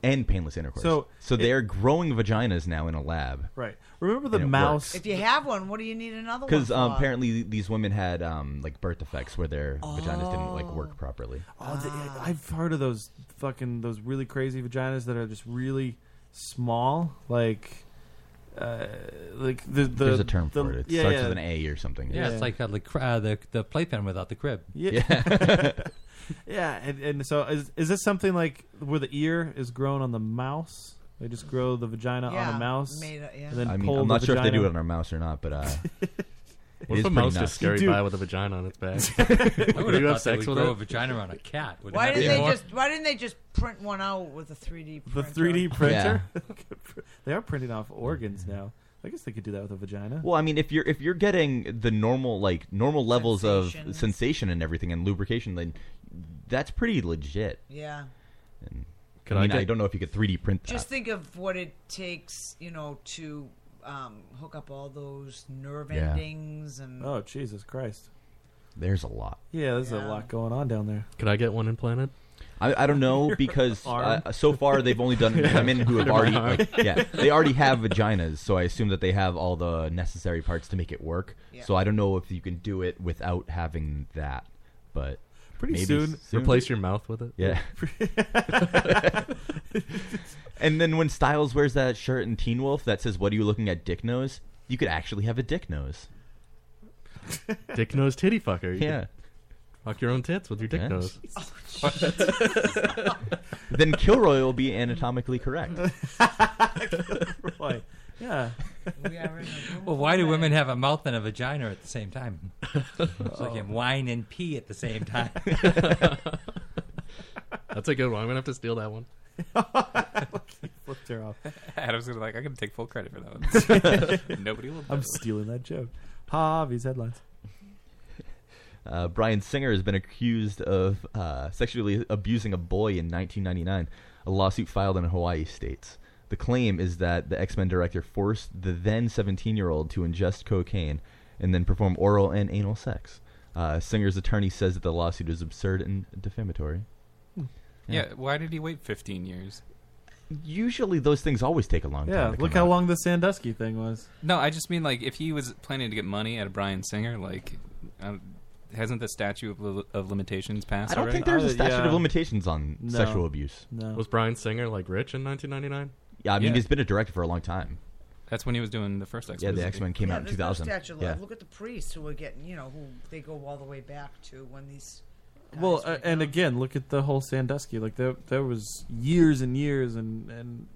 I: and painless intercourse.
F: So
I: they're growing vaginas now in a lab.
F: Right. Remember
I: And
F: the
I: it
F: mouse?
K: If you have one, what do you need another one?
I: Because um,
K: for?
I: apparently these women had um, like birth defects where their vaginas didn't like work properly.
F: Oh, the,
K: Ah.
F: I've heard of those fucking those really crazy vaginas that are just really small, like. Uh, like the, the
I: There's a term
F: the-
I: for it. It
F: yeah,
I: starts
F: yeah.
I: with an A or something.
J: Yeah, it's like uh, the cr- uh, the the playpen without the crib.
F: yeah, Yeah, and, and so is is this something like where the ear is grown on the mouse? They just grow the vagina on
K: Yeah,
F: a mouse,
K: made a- yeah.
F: and then
I: I mean,
F: pull
I: I'm
F: the
I: not sure if they do
F: vagina-
I: it on our mouse or not, but uh,
H: What if
I: it is
H: a
I: pretty
H: mouse
I: nuts.
H: just scurried
I: Dude.
H: by with a vagina on its back?
J: I
H: Would
J: would have
H: you have
J: thought they would
H: sex with
J: grow a
H: it?
J: vagina on a cat. Would
K: why
J: it
K: did
J: be
K: they
J: more-
K: just? Why didn't they just print one out with a 3D?
F: the
K: printer?
F: 3D printer. they are printing off organs now. I guess they could do that with a vagina.
I: Well, I mean, if you're if you're getting the normal like normal levels of sensation and everything and lubrication, then that's pretty legit.
F: Uh,
K: Yeah.
I: And,
H: Could
I: I
H: I
I: mean, I
H: get-
I: don't know if you could 3D print that.
K: Just think of what it takes, you know, to um, hook up all those nerve
I: Yeah.
K: endings and.
F: Oh Jesus Christ!
I: There's a lot.
F: Yeah, there's
K: Yeah.
F: a lot going on down there.
H: Could I get one implanted?
I: I, I don't know because
F: arm.
I: uh, so far they've only done
H: Yeah.
I: women who have
H: Under my
I: already
H: arm.
I: like, yeah they already have vaginas, so I assume that they have all the necessary parts to make it work.
H: Yeah.
I: So I don't know if you can do it without having that, but
H: Pretty
I: maybe
H: soon. Replace your mouth with it?
I: Yeah. and then when Styles wears that shirt in Teen Wolf that says "What are you looking at, Dick Nose?" You could actually have a dick nose.
H: Dick nose titty fucker. You
I: Yeah.
H: could Fuck your own tits with your dick
I: Yeah.
H: nose.
I: then Kilroy will be anatomically correct.
F: Why? Yeah.
J: Well, why do women have a mouth and a vagina at the same time? so they can whine and pee at the same time.
H: That's a good one. I'm gonna have to steal that one.
F: Flipped her off.
Q: Adam's gonna be like, I'm gonna take full credit for that one. Nobody will.
F: I'm
Q: know.
F: stealing that joke. Harvey's headlines.
I: Uh, Brian Singer has been accused of uh, sexually abusing a boy in 1999, a lawsuit filed in Hawaii states. The claim is that the X Men director forced the then 17 year old to ingest cocaine and then perform oral and anal sex. Uh, Singer's attorney says that the lawsuit is absurd and defamatory.
Q: Yeah. why did he wait 15 years?
I: Usually, those things always take a long
F: Yeah,
I: time. to
F: look
I: come
F: how
I: out.
F: long the Sandusky thing was.
Q: No, I just mean like if he was planning to get money out of Brian Singer, like um,
G: uh, hasn't the statute of, li- of limitations passed?
I: I don't
G: already?
I: think
F: Uh,
I: there's a statute of limitations on
G: No.
I: sexual abuse.
H: Was Brian Singer like rich in 1999?
I: Yeah, I mean,
H: Yeah.
I: he's been a director for a long time.
G: That's when he was doing the first X.
I: Yeah, the X Men came
K: yeah,
I: out in
K: there's no
I: 2000.
K: statute of
I: yeah.
K: limitations. Look at the priests who are getting, you know, who they go all the way back to when these.
F: Well, uh, and again, look at the whole Sandusky. Like there, there was years and years and and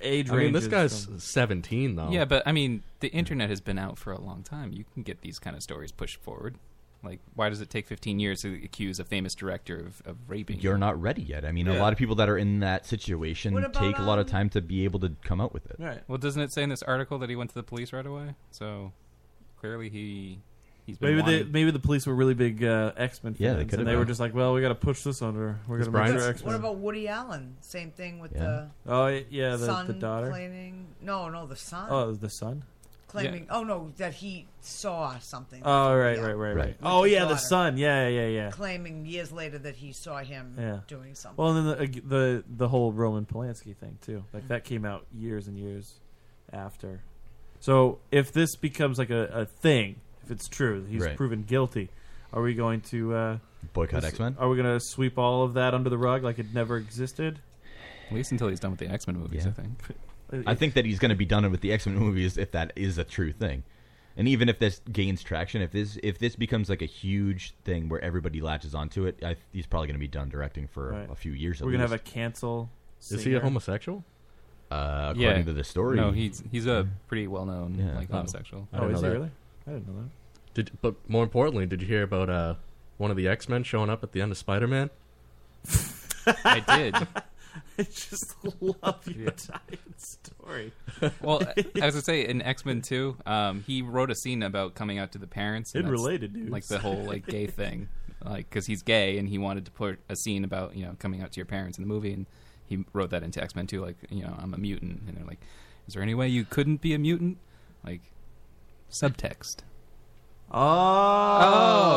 F: age.
H: I mean, this
F: ranges
H: guy's
F: from-
H: 17 though.
G: Yeah, but I mean, the internet has been out for a long time. You can get these kind of stories pushed forward. Like, why does it take 15 years to accuse a famous director of, of raping?
I: You're not ready yet. I mean, a
G: Yeah.
I: lot of people that are in that situation
G: What about,
I: take a lot of
G: um,
I: time to be able to come out with it.
F: Right.
G: Well, doesn't it say in this article that he went to the police right away? So clearly he he's been
F: Maybe
G: wanted.
F: the maybe the police were really big uh, X Men fans,
I: Yeah, they could
F: and
I: have
F: they
I: been.
F: were just like, "Well, we got to push this under. We're going to
I: Is
F: make
I: Brian-
F: sure X
K: What
F: Men."
K: about Woody Allen? Same thing with
F: Yeah.
K: the.
F: Oh, y- yeah, the- the
K: son
F: daughter?
K: claiming- no, no, the son.
F: Oh, the son.
K: claiming. Oh no, that he saw something.
F: Oh, right, right, right, right.
K: With
F: Oh,
K: his
F: yeah, the
K: daughter.
F: son. Yeah, yeah, yeah.
K: Claiming years later that he saw him
F: Yeah.
K: doing something.
F: Well, and then the, the the whole Roman Polanski thing too. Like that came out years and years after. So if this becomes like a, a thing, if it's true, that he's
I: Right.
F: proven guilty. Are we going to uh,
I: Boycott
F: s-
I: X-Men?
F: Are we going to sweep all of that under the rug like it never existed?
G: At least until he's done with the X Men movies, I think. Uh,
I: I think that he's going to be done with the X Men movies if that is a true thing, and even if this gains traction, if this if this becomes like a huge thing where everybody latches onto it, I, he's probably going to be done directing for
F: Right.
I: a few years.
F: We're gonna have a cancel.
I: Is he a
H: homosexual?
I: Uh, according
G: Yeah.
I: to the story,
G: No, he's he's a pretty well known like homosexual.
F: Oh,
H: I didn't know that.
F: I didn't know that.
H: Did, but more importantly, did you hear about uh, one of the X Men showing up at the end of Spider Man?
G: I did.
F: I just love your Italian story.
G: well, I was gonna say in X Men Two, um, he wrote a scene about coming out to the parents. and
F: It
G: that's,
F: related, dude.
G: Like the whole like gay thing, like because he's gay and he wanted to put a scene about you know coming out to your parents in the movie, and he wrote that into X Men Two, like you know I'm a mutant, and they're like, is there any way you couldn't be a mutant? Like subtext.
F: Oh,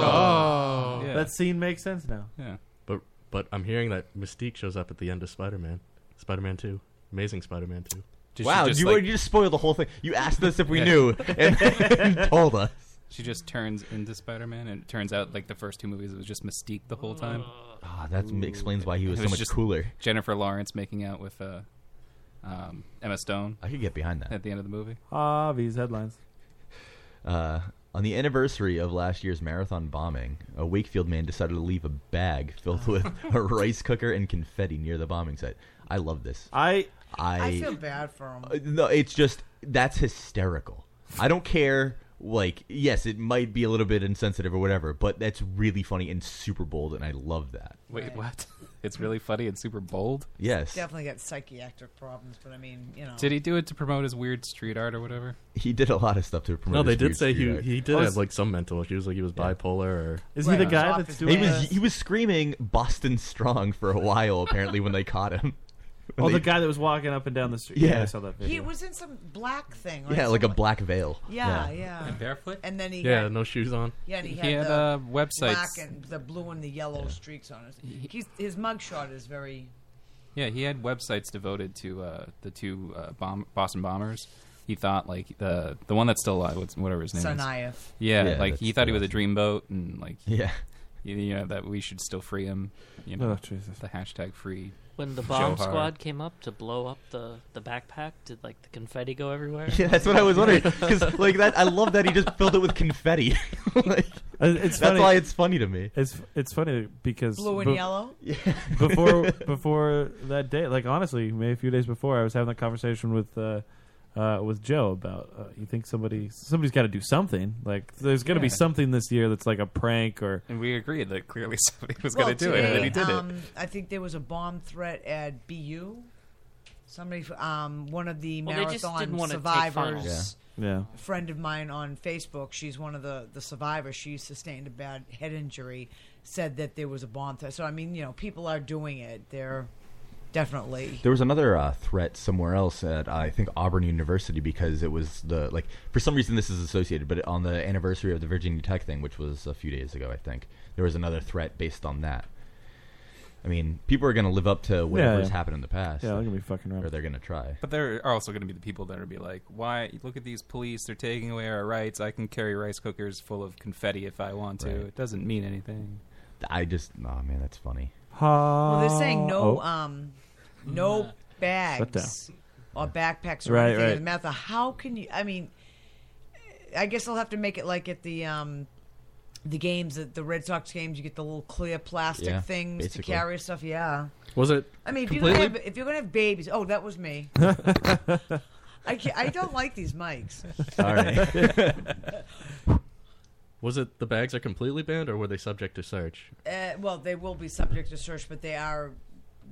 G: Oh. Yeah.
F: that scene makes sense now.
G: Yeah.
H: But but I'm hearing that Mystique shows up at the end of Spider Man, Spider Man Two, Amazing Spider Man Two.
I: wow, you, you just spoiled the whole thing. You asked us if we knew and, and told us.
G: She just turns into Spider Man, and it turns out like the first two movies it was just Mystique the whole time.
I: Ah, that m- explains why he was
G: It
I: so much
G: just
I: cooler.
G: Jennifer Lawrence making out with uh, um, Emma Stone.
I: I could get behind that
G: at the end of the movie.
F: Ah, these headlines.
I: Uh, on the anniversary of last year's marathon bombing, a Wakefield man decided to leave a bag filled with a rice cooker and confetti near the bombing site. I love this.
F: I
I: I,
K: I feel bad for him.
I: Uh, No, it's just that's hysterical. I don't care. Like, yes, it might be a little bit insensitive or whatever, but that's really funny and super bold, and I love that.
G: Wait, what? It's really funny and super bold.
I: Yes,
K: Definitely got psychiatric problems, but I mean, you know.
G: Did he do it to promote his weird street art or whatever?
I: he did a lot of stuff to promote.
H: No, they
I: his
H: did
I: weird
H: say
I: street
H: he,
I: art.
H: he did have like some mental issues, like he was bipolar or.
F: Is he the Right. guy Off that's his doing
I: He was
F: the-
I: he was screaming Boston Strong for a while apparently when they caught him. When
F: Oh,
I: they-
F: the guy that was walking up and down the street.
I: Yeah.
F: Yeah, I saw that video.
K: He was in some black thing. or
I: yeah, like a
K: something.
I: black veil.
K: Yeah, yeah.
G: And barefoot?
K: And then he
H: Yeah,
K: had-
H: no shoes on.
K: Yeah, and he,
G: He
K: had,
G: had,
K: the
G: uh, websites.
K: black and the blue and the yellow streaks on it. He's, his mugshot is very
G: Yeah, he had websites devoted to uh, the two uh, bomb- Boston bombers. He thought like the the one that's still alive, what's, whatever his name
K: Tsarnaev.
G: is. Yeah,
I: Yeah,
G: like he
I: that's
G: thought he
I: the
G: was a
I: last
G: dreamboat, and like
I: Yeah.
G: you, you know that we should still free him. You know,
F: Oh, Jesus.
G: the hashtag free.
O: When the
G: Joe
O: bomb
G: Hart.
O: squad came up to blow up the, the backpack, did like the confetti go everywhere?
I: Yeah, that's what I was wondering. Because like that, I love that he just filled it with confetti. like,
F: Uh, it's
I: that's
F: funny-
I: why it's funny to me.
F: It's it's funny because
K: Blue and yellow? Yeah.
F: before before that day, like honestly, maybe a few days before, I was having that conversation with uh, uh, with Joe about uh, you think somebody somebody's got to do something. Like there's going to be
G: Yeah.
F: something this year that's like a prank or
G: And we agreed that clearly somebody was
K: Well,
G: going to do it,
K: today,
G: and then he did
K: um, I think there was a bomb threat at BU. Somebody, f- um, one of the
O: Well, they just
K: marathon
O: didn't wanna take
K: survivors,
O: funnels.
F: Yeah. Yeah.
K: a friend of mine on Facebook, she's one of the, the survivors. She sustained a bad head injury, said that there was a bomb threat. So, I mean, you know, people are doing it. They're definitely.
I: There was another uh, threat somewhere else at uh, I think Auburn University because it was the like for some reason this is associated, but on the anniversary of the Virginia Tech thing, which was a few days ago, I think there was another threat based on that. I mean, people are going to live up to whatever's happened in the past.
F: Yeah, they're gonna be fucking around.
I: Or they're going to try.
G: But there are also going to be the people that are be like, "Why? Look at these police! They're taking away our rights. I can carry rice cookers full of confetti if I want to.
I: Right.
G: It doesn't mean anything."
I: I just, oh man, that's funny.
K: Well,
G: Well,
K: they're saying no,
I: Oh.
K: um, no bags
I: down.
K: or backpacks or
I: Right,
K: anything
I: right.
K: in the mouth. How can you? I mean, I guess they'll have to make it like at the um, the games, at the Red Sox games. You get the little clear plastic
H: Yeah,
K: things to
H: basically.
K: carry stuff. Yeah.
H: Was it
K: I mean, if you're,
H: completely?
K: gonna have, if you're gonna have babies, oh, that was me. I can't, I don't like these mics.
H: was it the bags are completely banned, or were they subject to search?
K: Uh, well, they will be subject to search, but they are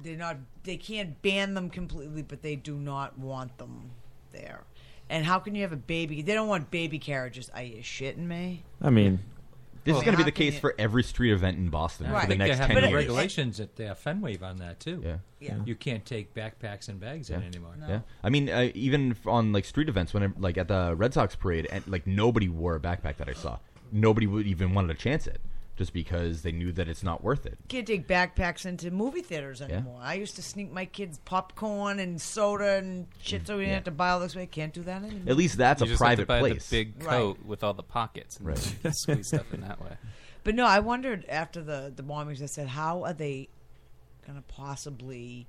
K: they're not they can't ban them completely, but they do not want them there. And how can you have a baby? They don't want baby carriages. Are you shitting me?
F: I mean,
I: this
K: Well,
I: is going to
K: how
I: be the
K: can
I: case
K: you-
I: for every street event in Boston
J: I
I: for the
J: think
I: next
J: they have
I: 10
J: new
I: years.
J: regulations at uh, Fenwave on that too.
I: Yeah.
K: Yeah.
J: You can't take backpacks and bags in anymore.
I: Yeah, I mean, uh, even f- on like street events, when I- like at the Red Sox parade, and like nobody wore a backpack that I saw. Nobody would even wanted to chance it, just because they knew that it's not worth it.
K: Can't take backpacks into movie theaters anymore. I used to sneak my kids popcorn and soda and shit, so we didn't
I: Yeah.
K: have to buy all this way. Can't do that anymore.
I: At least that's
G: You
I: a
G: just have to
I: private
G: buy the
I: place.
G: big
K: Right.
G: coat with all the pockets and
I: Right.
G: squeeze stuff in that way.
K: But no, I wondered after the the bombings. I said, how are they going to possibly,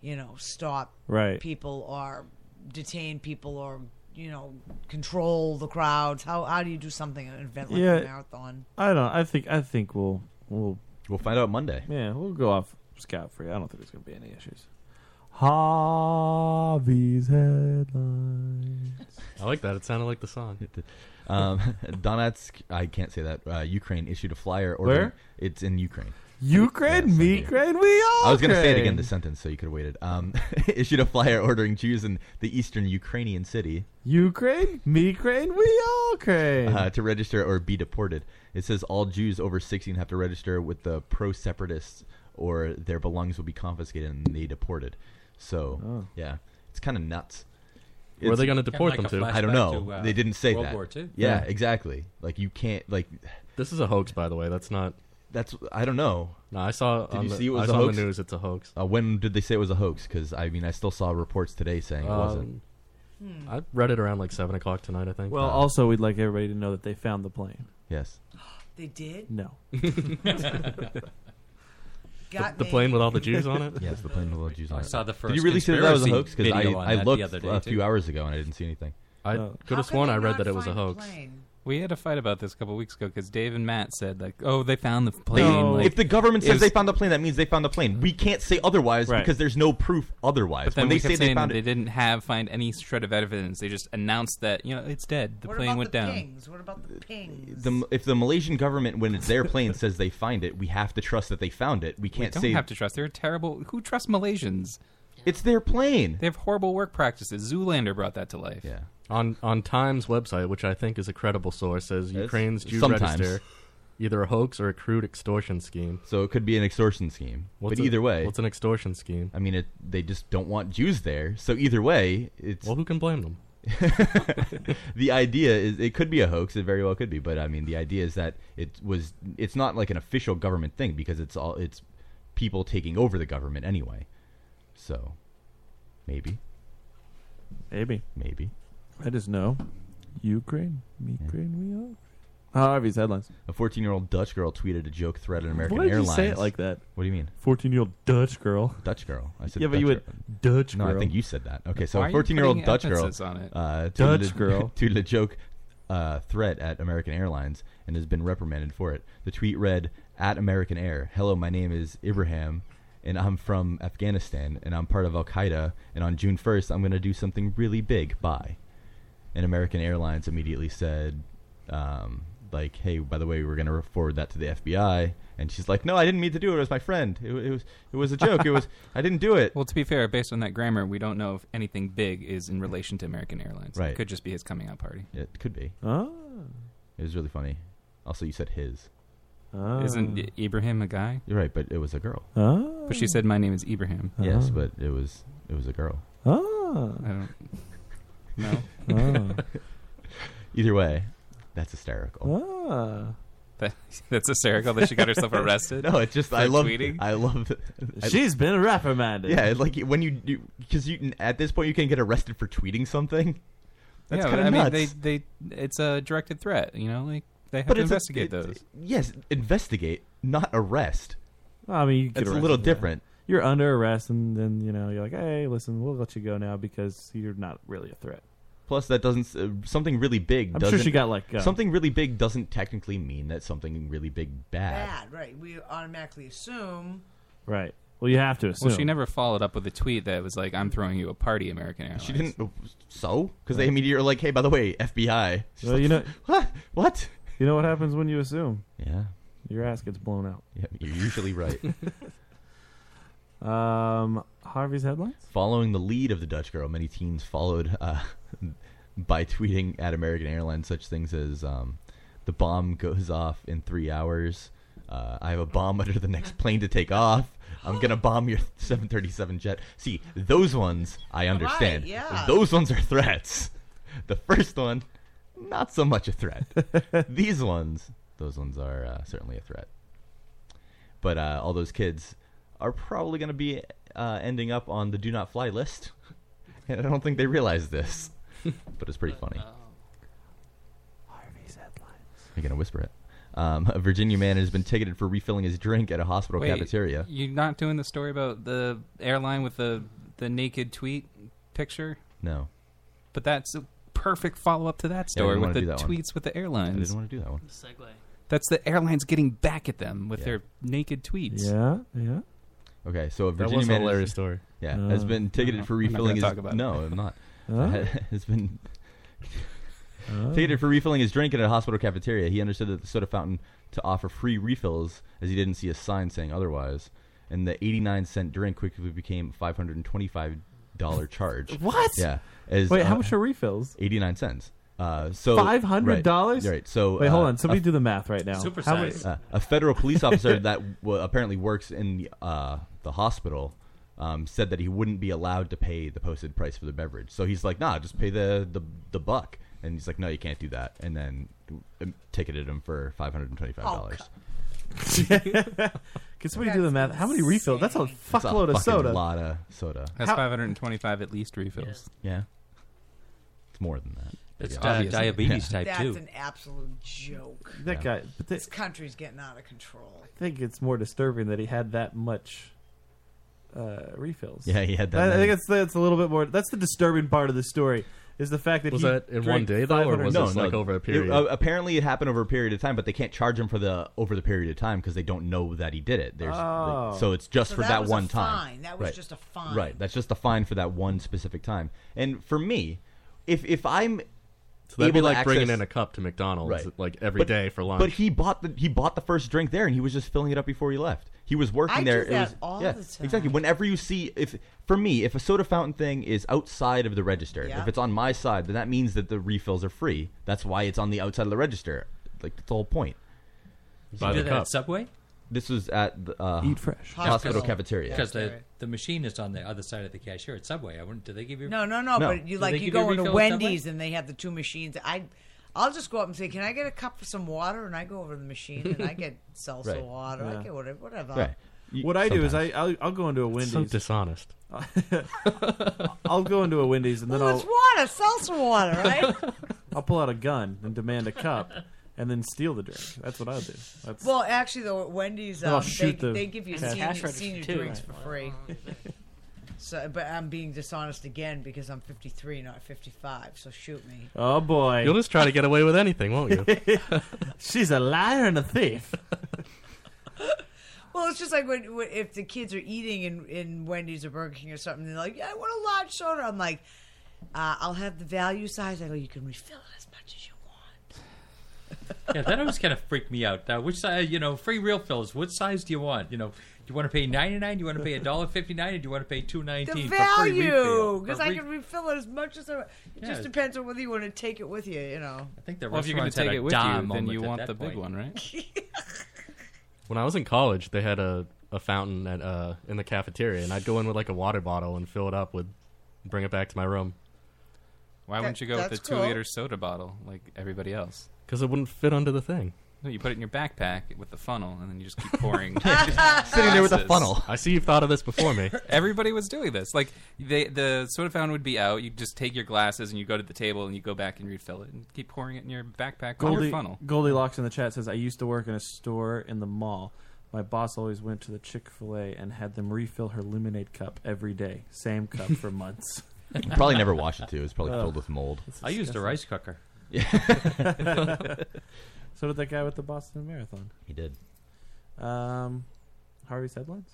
K: you know, stop
F: Right.
K: people or detain people or you know control the crowds? How how do you do something at an event like a marathon?
F: I don't. I think. I think we'll we'll
I: we'll find out Monday.
F: Yeah, we'll go off scot free. I don't think there's going to be any issues. Harvey's headlines.
H: I like that. It sounded like the song.
I: Um, Donetsk, I can't say that. Uh, Ukraine issued a flyer. ordering-
F: Where?
I: It's in Ukraine.
F: Ukraine, me, Ukraine, we all.
I: I was going to say it again
F: Ukraine.
I: this sentence, so you could have waited. Um, issued a flyer ordering Jews in the eastern Ukrainian city
F: Ukraine, me, Ukraine, we all, Ukraine.
I: uh, to register or be deported. It says all Jews over 16 have to register with the pro separatists or their belongings will be confiscated and they deported. So,
F: Oh.
I: yeah, it's kind of nuts.
H: Where are they gonna
I: It's-
H: deport Kinda like them a to?
I: I don't
H: flashback
I: know.
H: to, uh,
I: they didn't say
H: World
I: that.
H: War II.
I: Yeah,
H: Yeah.
I: exactly. Like you can't like
H: This is a hoax, by the way. That's not.
I: That's I don't know.
H: No, I saw.
I: Did
H: on
I: you
H: the,
I: see it was
H: I
I: a
H: saw on
I: hoax?
H: the news. It's a hoax.
I: Uh, when did they say it was a hoax? Because I mean, I still saw reports today saying it
H: Um,
I: wasn't. Hmm.
H: I read it around like seven o'clock tonight. I think.
F: Well, also, we'd like everybody to know that they found the plane.
I: Yes.
K: They did.
F: No.
K: Got
H: The
K: me.
H: plane with all the Jews on it?
I: Yes, the plane with all the Jews on
H: I
I: it.
H: saw the
I: Did you
H: first
I: really see that that was a
H: conspiracy
I: hoax? Because I,
H: video on
I: I
H: that the
I: looked
H: other day,
I: a
H: too.
I: few hours ago and I didn't see anything.
H: I
I: could have
H: sworn I read that it was a hoax.
G: We had a fight about this a couple weeks ago because Dave and Matt said like, "Oh, they found the plane." like-
I: if the government says
G: It was-
I: they found the plane, that means they found the plane. We can't say otherwise
G: Right.
I: because there's no proof otherwise.
G: But then
I: when
G: we
I: they
G: kept
I: say
G: saying
I: they found
G: they
I: it,
G: didn't have find any shred of evidence. They just announced that you know it's dead. The
K: What
G: plane
K: about
G: went
K: the
G: down.
K: pings? What about the pings?
I: the, if the Malaysian government, when it's their plane, says they find it, we have to trust that they found it. We
G: We
I: can't
G: don't
I: say
G: have to trust. They're terrible. Who trusts Malaysians?
I: It's their plane.
G: They have horrible work practices. Zoolander brought that to life.
I: Yeah.
H: On on Times website, which I think is a credible source, says Ukraine's Jew
I: Sometimes.
H: register either a hoax or a crude extortion scheme.
I: So it could be an extortion scheme.
H: What's
I: but
H: a-
I: either way,
H: what's an extortion scheme?
I: I mean, it, they just don't want Jews there. So either way, it's well,
H: who can blame them?
I: the idea is it could be a hoax. It very well could be, but I mean, the idea is that it was. It's not like an official government thing because it's all it's people taking over the government anyway. So maybe,
F: maybe,
I: maybe.
F: I just know. Ukraine, me, Ukraine, we all. Harvey's headlines.
I: A 14-year-old Dutch girl tweeted a joke threat at American
F: Why did you
I: Airlines.
F: say it like that?
I: What do you mean?
F: Fourteen-year-old Dutch girl.
I: Dutch girl. I said
F: Yeah, but you
I: Dutch
F: went
I: girl.
F: Dutch
I: No, I
F: girl.
I: think you said that. Okay, so
F: Why are
I: a
F: you
I: 14 year old
F: putting
I: Dutch girl,
F: emphasis on it?
I: uh,
F: Dutch
I: tweeted a-
F: girl.
I: tweeted a joke uh, threat at American Airlines and has been reprimanded for it. The tweet read, "At American Air, hello, my name is Ibrahim, and I'm from Afghanistan, and I'm part of Al Qaeda, and on June 1st, I'm going to do something really big. Bye." And American Airlines immediately said, um, like, hey, by the way, we're going to forward that to the FBI. And she's like, no, I didn't mean to do it. It was my friend. It, wa- it was it was a joke. It was I didn't do it.
G: Well, to be fair, based on that grammar, we don't know if anything big is in relation to American Airlines.
I: Right.
G: It could just be his coming out party.
I: It could be.
F: Oh.
I: It was really funny. Also, you said his.
G: Isn't I- Ibrahim a guy?
I: You're right, but it was a girl.
F: Oh. Uh-huh.
G: But she said, "My name is Ibrahim."
I: Yes, but it was it was a girl.
F: Oh.
G: I don't. No.
F: Ah.
I: Either way, that's hysterical.
F: Ah.
G: That, that's hysterical that she got herself arrested.
I: no, it's just
G: for
I: I love.
G: tweeting.
I: I love.
F: She's been reprimanded.
I: Yeah, like when you because you, at this point you can get arrested for tweeting something. That's
G: yeah,
I: kind
G: I
I: of nuts.
G: mean, they they it's a directed threat. You know, like they have
I: But
G: to
I: it's a-
G: investigate
I: it-
G: those.
I: yes, investigate, not arrest.
F: Well, I mean, you
I: It's a little different.
F: You're under arrest, and then you know you're like, "Hey, listen, we'll let you go now because you're not really a threat."
I: Plus, that doesn't s- uh, something really big.
F: I'm sure
I: doesn't-
F: she got uh, let go.
I: Something really big doesn't technically mean that something really big bad.
K: Bad, right? We automatically assume.
F: Right. Well, you have to
G: Well, she
I: assume.
G: never followed up with a tweet that was like, "I'm throwing you a party, American Airlines." She
I: didn't. oh, So, because they immediately are like, "Hey, by the way, FBI." She's
F: Well,
I: like,
F: you know
I: what? What?
F: You know what happens when you assume?
I: Yeah.
F: Your ass gets blown out.
I: Yeah, you're usually right.
F: um, Harvey's headline.
I: Following the lead of the Dutch girl, many teens followed uh, by tweeting at American Airlines such things as um, "The bomb goes off in three hours." Uh, I have a bomb under the next plane to take off. I'm gonna bomb your 737 jet. See, those ones I understand.
K: Right, yeah.
I: Those ones are threats. The first one, not so much a threat. These ones, those ones are uh, certainly a threat but uh, all those kids are probably going to be uh, ending up on the do not fly list. And I don't think they realize this, but it's pretty funny.
G: uh,
I: You're going to whisper it. Um, a Virginia man has been ticketed for refilling his drink at a hospital
G: Wait,
I: cafeteria.
G: You're not doing the story about the airline with the the naked tweet picture.
I: No.
G: But that's a perfect follow up to that
I: Yeah,
G: story
I: we didn't
G: with
I: wanna
G: the
I: do that one.
G: tweets with the airlines.
I: I didn't want to do that one.
G: That's the airlines getting back at them with their naked tweets.
F: Yeah, yeah.
I: Okay, so a
G: That
I: Virginia
G: was a
I: man
G: hilarious story.
I: Yeah,
G: No.
I: has been ticketed for
G: I'm not gonna
I: refilling his.
G: talk about it.
I: no, I'm not.
G: Oh.
I: has been
G: Oh.
I: ticketed for refilling his drink at a hospital cafeteria. He understood that the soda fountain to offer free refills, as he didn't see a sign saying otherwise. And the 89 cent drink quickly became 525 dollar charge.
F: What?
I: Yeah.
F: Wait, how much are refills?
I: 89 cents. Uh, so
F: Five hundred dollars.
I: Right, right. So
F: wait, hold
I: uh,
F: on. Somebody
I: a-
F: do the math right now. How many-
I: uh, a federal police officer that w- apparently works in the, uh, the hospital um, said that he wouldn't be allowed to pay the posted price for the beverage. So he's like, "Nah, just pay the the, the buck." And he's like, "No, you can't do that." And then um, ticketed him for five hundred and twenty five dollars.
F: Can somebody do the math? How many refills? That's a fuckload of soda.
I: Lot of soda.
G: That's
F: How-
G: 525 at least refills.
I: Yeah. It's more than that.
G: That's
I: Yeah.
G: di-
I: Obviously.
G: diabetes
I: Yeah.
G: type
K: That's an absolute joke.
F: That Yeah. guy- but they-
K: this country's getting out of control.
F: I think it's more disturbing that he had that much uh, refills.
I: Yeah, he had that
F: I, I
I: many.
F: think that's that's a little bit more. That's the disturbing part of the story is the fact that
H: Was
F: he
H: that in one
F: drank
H: day, though, or
F: 500
H: was
I: no,
H: this,
I: no.
H: like, over a
I: It-
H: period?
I: uh, apparently, it happened over a period of time, but they can't charge him for the over the period of time because they don't know that he did it. There's,
K: Oh.
I: so it's just
K: So
I: for
K: that
I: that,
K: was a
I: one time.
K: fine. That was just a fine.
I: Right. That's just a fine for that one specific time. And for me, if if I'm
H: So that'd be
I: able to
H: like bringing
I: access-
H: in a cup to McDonald's
I: Right.
H: like every
I: But-
H: day for lunch.
I: But he bought the he bought the first drink there, and he was just filling it up before he left. He was working
K: I
I: there.
K: do
I: It
K: that
I: was-
K: all
I: yeah,
K: the time.
I: Exactly. Whenever you see if for me, if a soda fountain thing is outside of the register,
K: Yeah.
I: if it's on my side, then that means that the refills are free. That's why it's on the outside of the register. Like that's the whole point.
J: You By do the that at cup. Subway?
I: This was at the uh,
J: Eat fresh.
I: hospital cafeteria.
J: Because the, the machine is on the other side of the cashier at Subway. I wouldn't. Do they give you?
K: No, no, no. But you
J: Do
K: like
J: they
K: you
J: give
K: go into
J: refills at Subway?
K: Wendy's and they have the two machines. I, I'll just go up and say, "Can I get a cup for some water?" And I go over to the machine and I get salsa
F: Right.
K: water. I
F: Yeah.
K: get whatever. whatever.
F: What I do is I I'll, I'll go into a Wendy's.
H: So dishonest.
F: I'll go into a Wendy's and then
K: Well, it's
F: I'll
K: water, salsa water, right?
F: I'll pull out a gun and demand a cup and then steal the drink. That's what I'll do. That's
K: well, actually, though, at Wendy's,
F: Then I'll
K: um, they,
F: Oh, shoot the
K: they give you
F: cash
K: senior,
F: register,
K: senior
F: too,
K: drinks
F: right.
K: for free. so, but I'm being dishonest again because I'm 53, not 55. So shoot me.
F: Oh boy!
H: You'll just try to get away with anything, won't you?
F: She's a liar and a thief.
K: Well, it's just like when, when if the kids are eating in, in Wendy's or Burger King or something, they're like, "Yeah, I want a large soda." I'm like, uh, "I'll have the value size." I go, "You can refill it as much as you
J: yeah, that always kind of freaked me out. Uh, which size? You know, free real fills. Which size do you want? You know, do you want to pay ninety nine? Do you want to pay a dollar fifty nine? Or do you want to pay two
K: want."
J: nineteen
K: The
J: for free refill?
K: value,
J: For
K: because I
J: re-
K: can refill it as much as I. want. It
J: Yeah.
K: just depends on whether you want to take it with you. You know, I
J: think the
G: Well, if you're going
J: Restaurants
G: to
J: had
G: take
J: a
G: it with
J: dime
G: you, then
J: moment
G: you
J: at
G: want
J: that
G: the big
J: point.
G: one, right?
H: when I was in college, they had a, a fountain at uh, in the cafeteria, and I'd go in with like a water bottle and fill it up with, bring it back to my room
G: Why wouldn't you go with the
H: that's
G: two
H: cool.
G: liter soda bottle like everybody else?
H: because it wouldn't fit under the thing.
G: No, you put it in your backpack with the funnel, and then you just keep pouring.
H: Sitting there with a
G: glasses.
H: funnel. I see you've thought of this before me.
G: Everybody was doing this. Like they, the soda fountain would be out. You just take your glasses and you go to the table and you go back and refill it and keep pouring it in your backpack or your
F: Goldie,
G: funnel.
F: Goldilocks in the chat says, I used to work in a store in the mall. My boss always went to the Chick fil A and had them refill her lemonade cup every day. Same cup for months.
I: Probably never washed it, too. It's probably filled with mold.
F: I
I: used a rice
F: cooker.
I: Yeah.
F: so did that guy with the Boston Marathon.
I: He did.
F: Um, Harvey's headlines?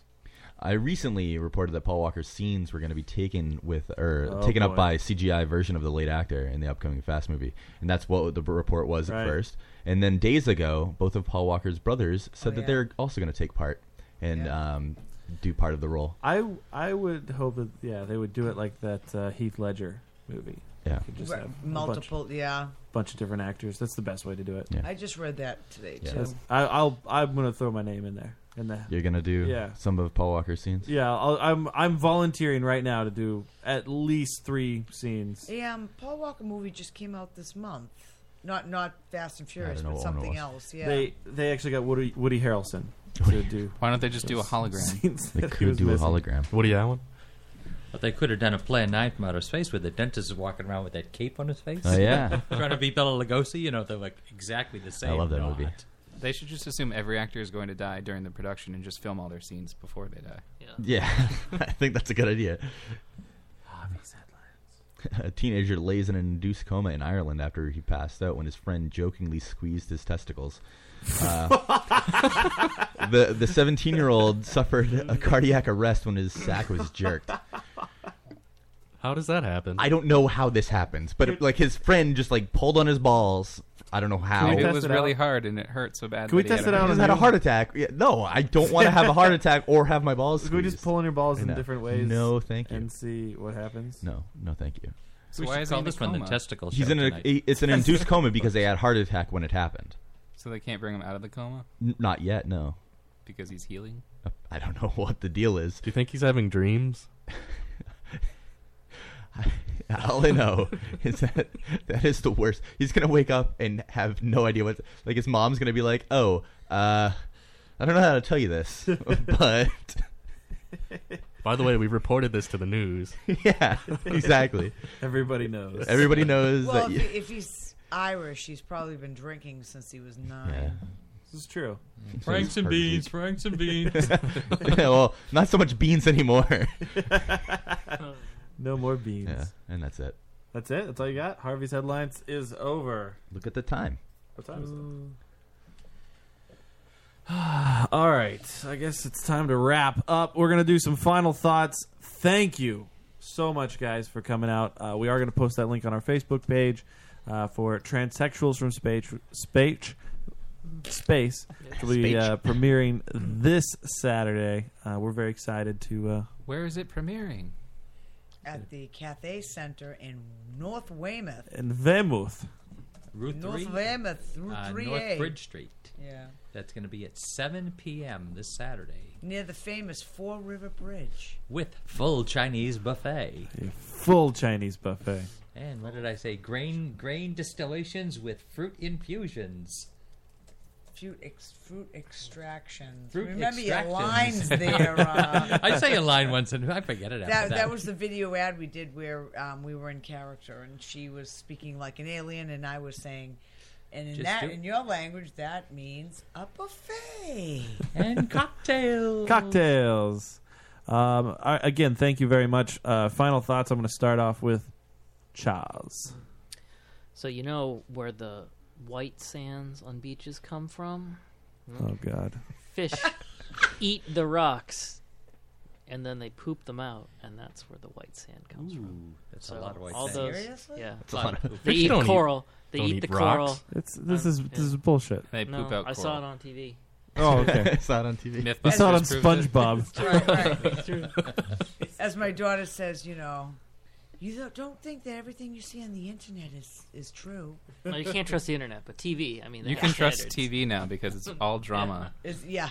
I: I recently reported that Paul Walker's scenes were going to be taken with or
F: Oh,
I: taken
F: boy.
I: up by CGI version of the late actor in the upcoming Fast movie, and that's what the b- report was
F: Right.
I: at first. And then days ago, both of Paul Walker's brothers said
F: Oh,
I: that
F: yeah.
I: they're also going to take part and um, do part of the role.
F: I I would hope that yeah they would do it like that uh, Heath Ledger movie.
I: Yeah.
F: Could just
K: Right,
F: have a bunch-
K: multiple- yeah.
F: bunch of different actors. That's the best way to do it.
K: I just read that today
I: Yeah.
K: too.
I: That's-
F: I, I'll I'm gonna throw my name in there. In the
I: You're going to do
F: yeah
I: some of Paul Walker's scenes.
F: yeah. I'll, I'm I'm volunteering right now to do at least three scenes.
K: Yeah, um, Paul Walker movie just came out this month. Not not Fast and Furious,
F: know
K: but
F: what one it
K: something
F: was.
K: else. Yeah.
F: They they actually got Woody Woody Harrelson to do.
G: Why don't they just do a
F: scenes
G: hologram?
F: that he was missing.
H: Woody Allen.
J: But they could have done a plan nine from outer space where the dentist is walking around with that cape on his face.
I: Oh, yeah.
J: trying to be Bella Lugosi. You know, they're like exactly the same. Not.
G: They should just assume every actor is going to die during the production and just film all their scenes before they die.
I: Yeah, I think that's a good idea. A teenager lays in an induced coma in Ireland after he passed out when his friend jokingly squeezed his testicles. Uh, the the 17 year old suffered a cardiac arrest when his sack was jerked.
H: How does that happen?
I: I don't know how this happens, but like his friend just like pulled on his balls. I don't know how.
G: Maybe it was really hard and it hurt so bad.
I: Can we
G: that he
I: test
G: had
I: it
G: a-
I: out? He just had a heart attack. Yeah, no, I don't want to have a heart attack or have my balls.
F: Can we just
I: squeezed.
F: pull on your balls in
I: No.
F: different ways?
I: No, thank you.
F: And see what happens.
I: No, no, thank you.
G: So We why should is he call in a this one the coma? testicle
I: He's
G: show
I: in a,
G: tonight.
I: it's an induced coma because they had heart attack when it happened.
G: So they can't bring him out of the coma
I: N- not yet, no.
G: because he's healing.
I: I don't know what the deal is.
H: Do you think he's having dreams?
I: All I know is that that is the worst. He's gonna wake up and have no idea what. Like his mom's gonna be like, "Oh, uh, I don't know how to tell you this, but
H: By the way, we reported this to the news.
I: yeah, exactly.
F: Everybody knows.
I: Everybody knows
K: well,
I: that."
K: if,
I: You,
K: he- if he's Irish, he's probably been drinking since he was nine.
F: This is true.
Q: Mm.
J: Franks and beans, franks and beans.
I: yeah, well, not so much beans anymore.
F: no more beans.
I: Yeah, and that's it.
F: That's it. That's all you got. Harvey's headlines is over.
I: Look at the time.
F: What time is it? all right. I guess it's time to wrap up. We're gonna do some final thoughts. Thank you so much, guys, for coming out. Uh, we are gonna post that link on our Facebook page uh, for transsexuals from space. Space. Space. It'll be uh, premiering this Saturday. Uh, we're very excited to. Uh,
G: Where is it premiering?
K: At the Cathay Center in North Weymouth.
F: in Weymouth.
J: Route
K: North
J: 3.
K: Weymouth, Route
J: uh,
K: 3A.
J: North Bridge Street.
K: Yeah.
J: That's going to be at 7 p.m. this Saturday
K: Near the famous Four River Bridge.
J: with full Chinese buffet.
F: Full Chinese buffet.
J: And what did I say? Grain grain distillations with fruit infusions.
K: Fruit, ex- fruit extraction.
J: Fruit
K: Remember your
J: extractions.
K: lines there. Uh,
J: I say a line once and I forget it after
K: that,
J: that.
K: that was the video ad we did where um, we were in character and she was speaking like an alien and I was saying, and in
J: Just
K: that,
J: do-
K: in your language, that means a buffet
J: and cocktails.
F: Cocktails. Um, I, again, thank you very much. Uh, final thoughts. I'm going to start off with Chaz.
L: So you know where the white sands on beaches come from?
I: Mm-hmm.
L: Hmm?
F: Oh God.
L: Fish eat the rocks, and then they poop them out, and that's where the white sand comes from.
J: That's
L: So
J: a lot of white
L: all
J: sand.
L: Those,
J: Seriously?
L: Yeah.
J: That's a lot of-
L: they
J: Fish
L: eat
J: don't eat-
L: coral. they
J: don't
L: eat,
J: eat
L: the
J: rocks.
L: coral. Um,
F: It's this is this is bullshit.
G: They
L: no,
G: poop out
L: I saw
G: coral.
L: it on TV.
F: Oh, okay.
I: Saw it on TV.
F: I saw it on
G: Mythbusters proved it.
F: SpongeBob.
K: Right, right. True. As my daughter says, you know, you don't- don't think that everything you see on the internet is, is true.
L: Well, you can't trust the internet, but TV. I mean,
G: You
L: they
G: can
L: have
G: trust
L: standards.
G: TV now because it's all drama.
K: Is yeah.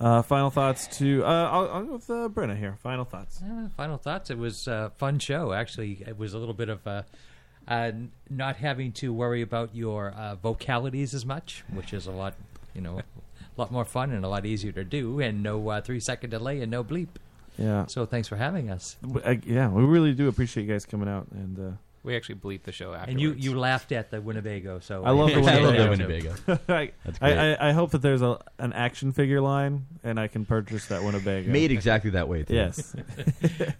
F: Uh, final thoughts to. Uh, I'll, I'll go with uh,
J: Uh,
F: Brenna here. Final thoughts.
J: Final thoughts. It was a fun show. Actually, it was a little bit of a. uh, n- not having to worry about your uh, vocalities as much, which is a lot, you know, a lot more fun and a lot easier to do, and no uh, three second delay and no bleep.
F: Yeah.
J: So thanks for having us.
F: W- I- yeah, we really do appreciate you guys coming out and. Uh,
Q: We actually bleep the show after.
J: And you, you laughed at the Winnebago, so
F: I love the Winnebago. I,
J: Right.
F: I, I, I hope that there's a, an action figure line and I can purchase that Winnebago.
I: Made exactly that way, too.
F: Yes.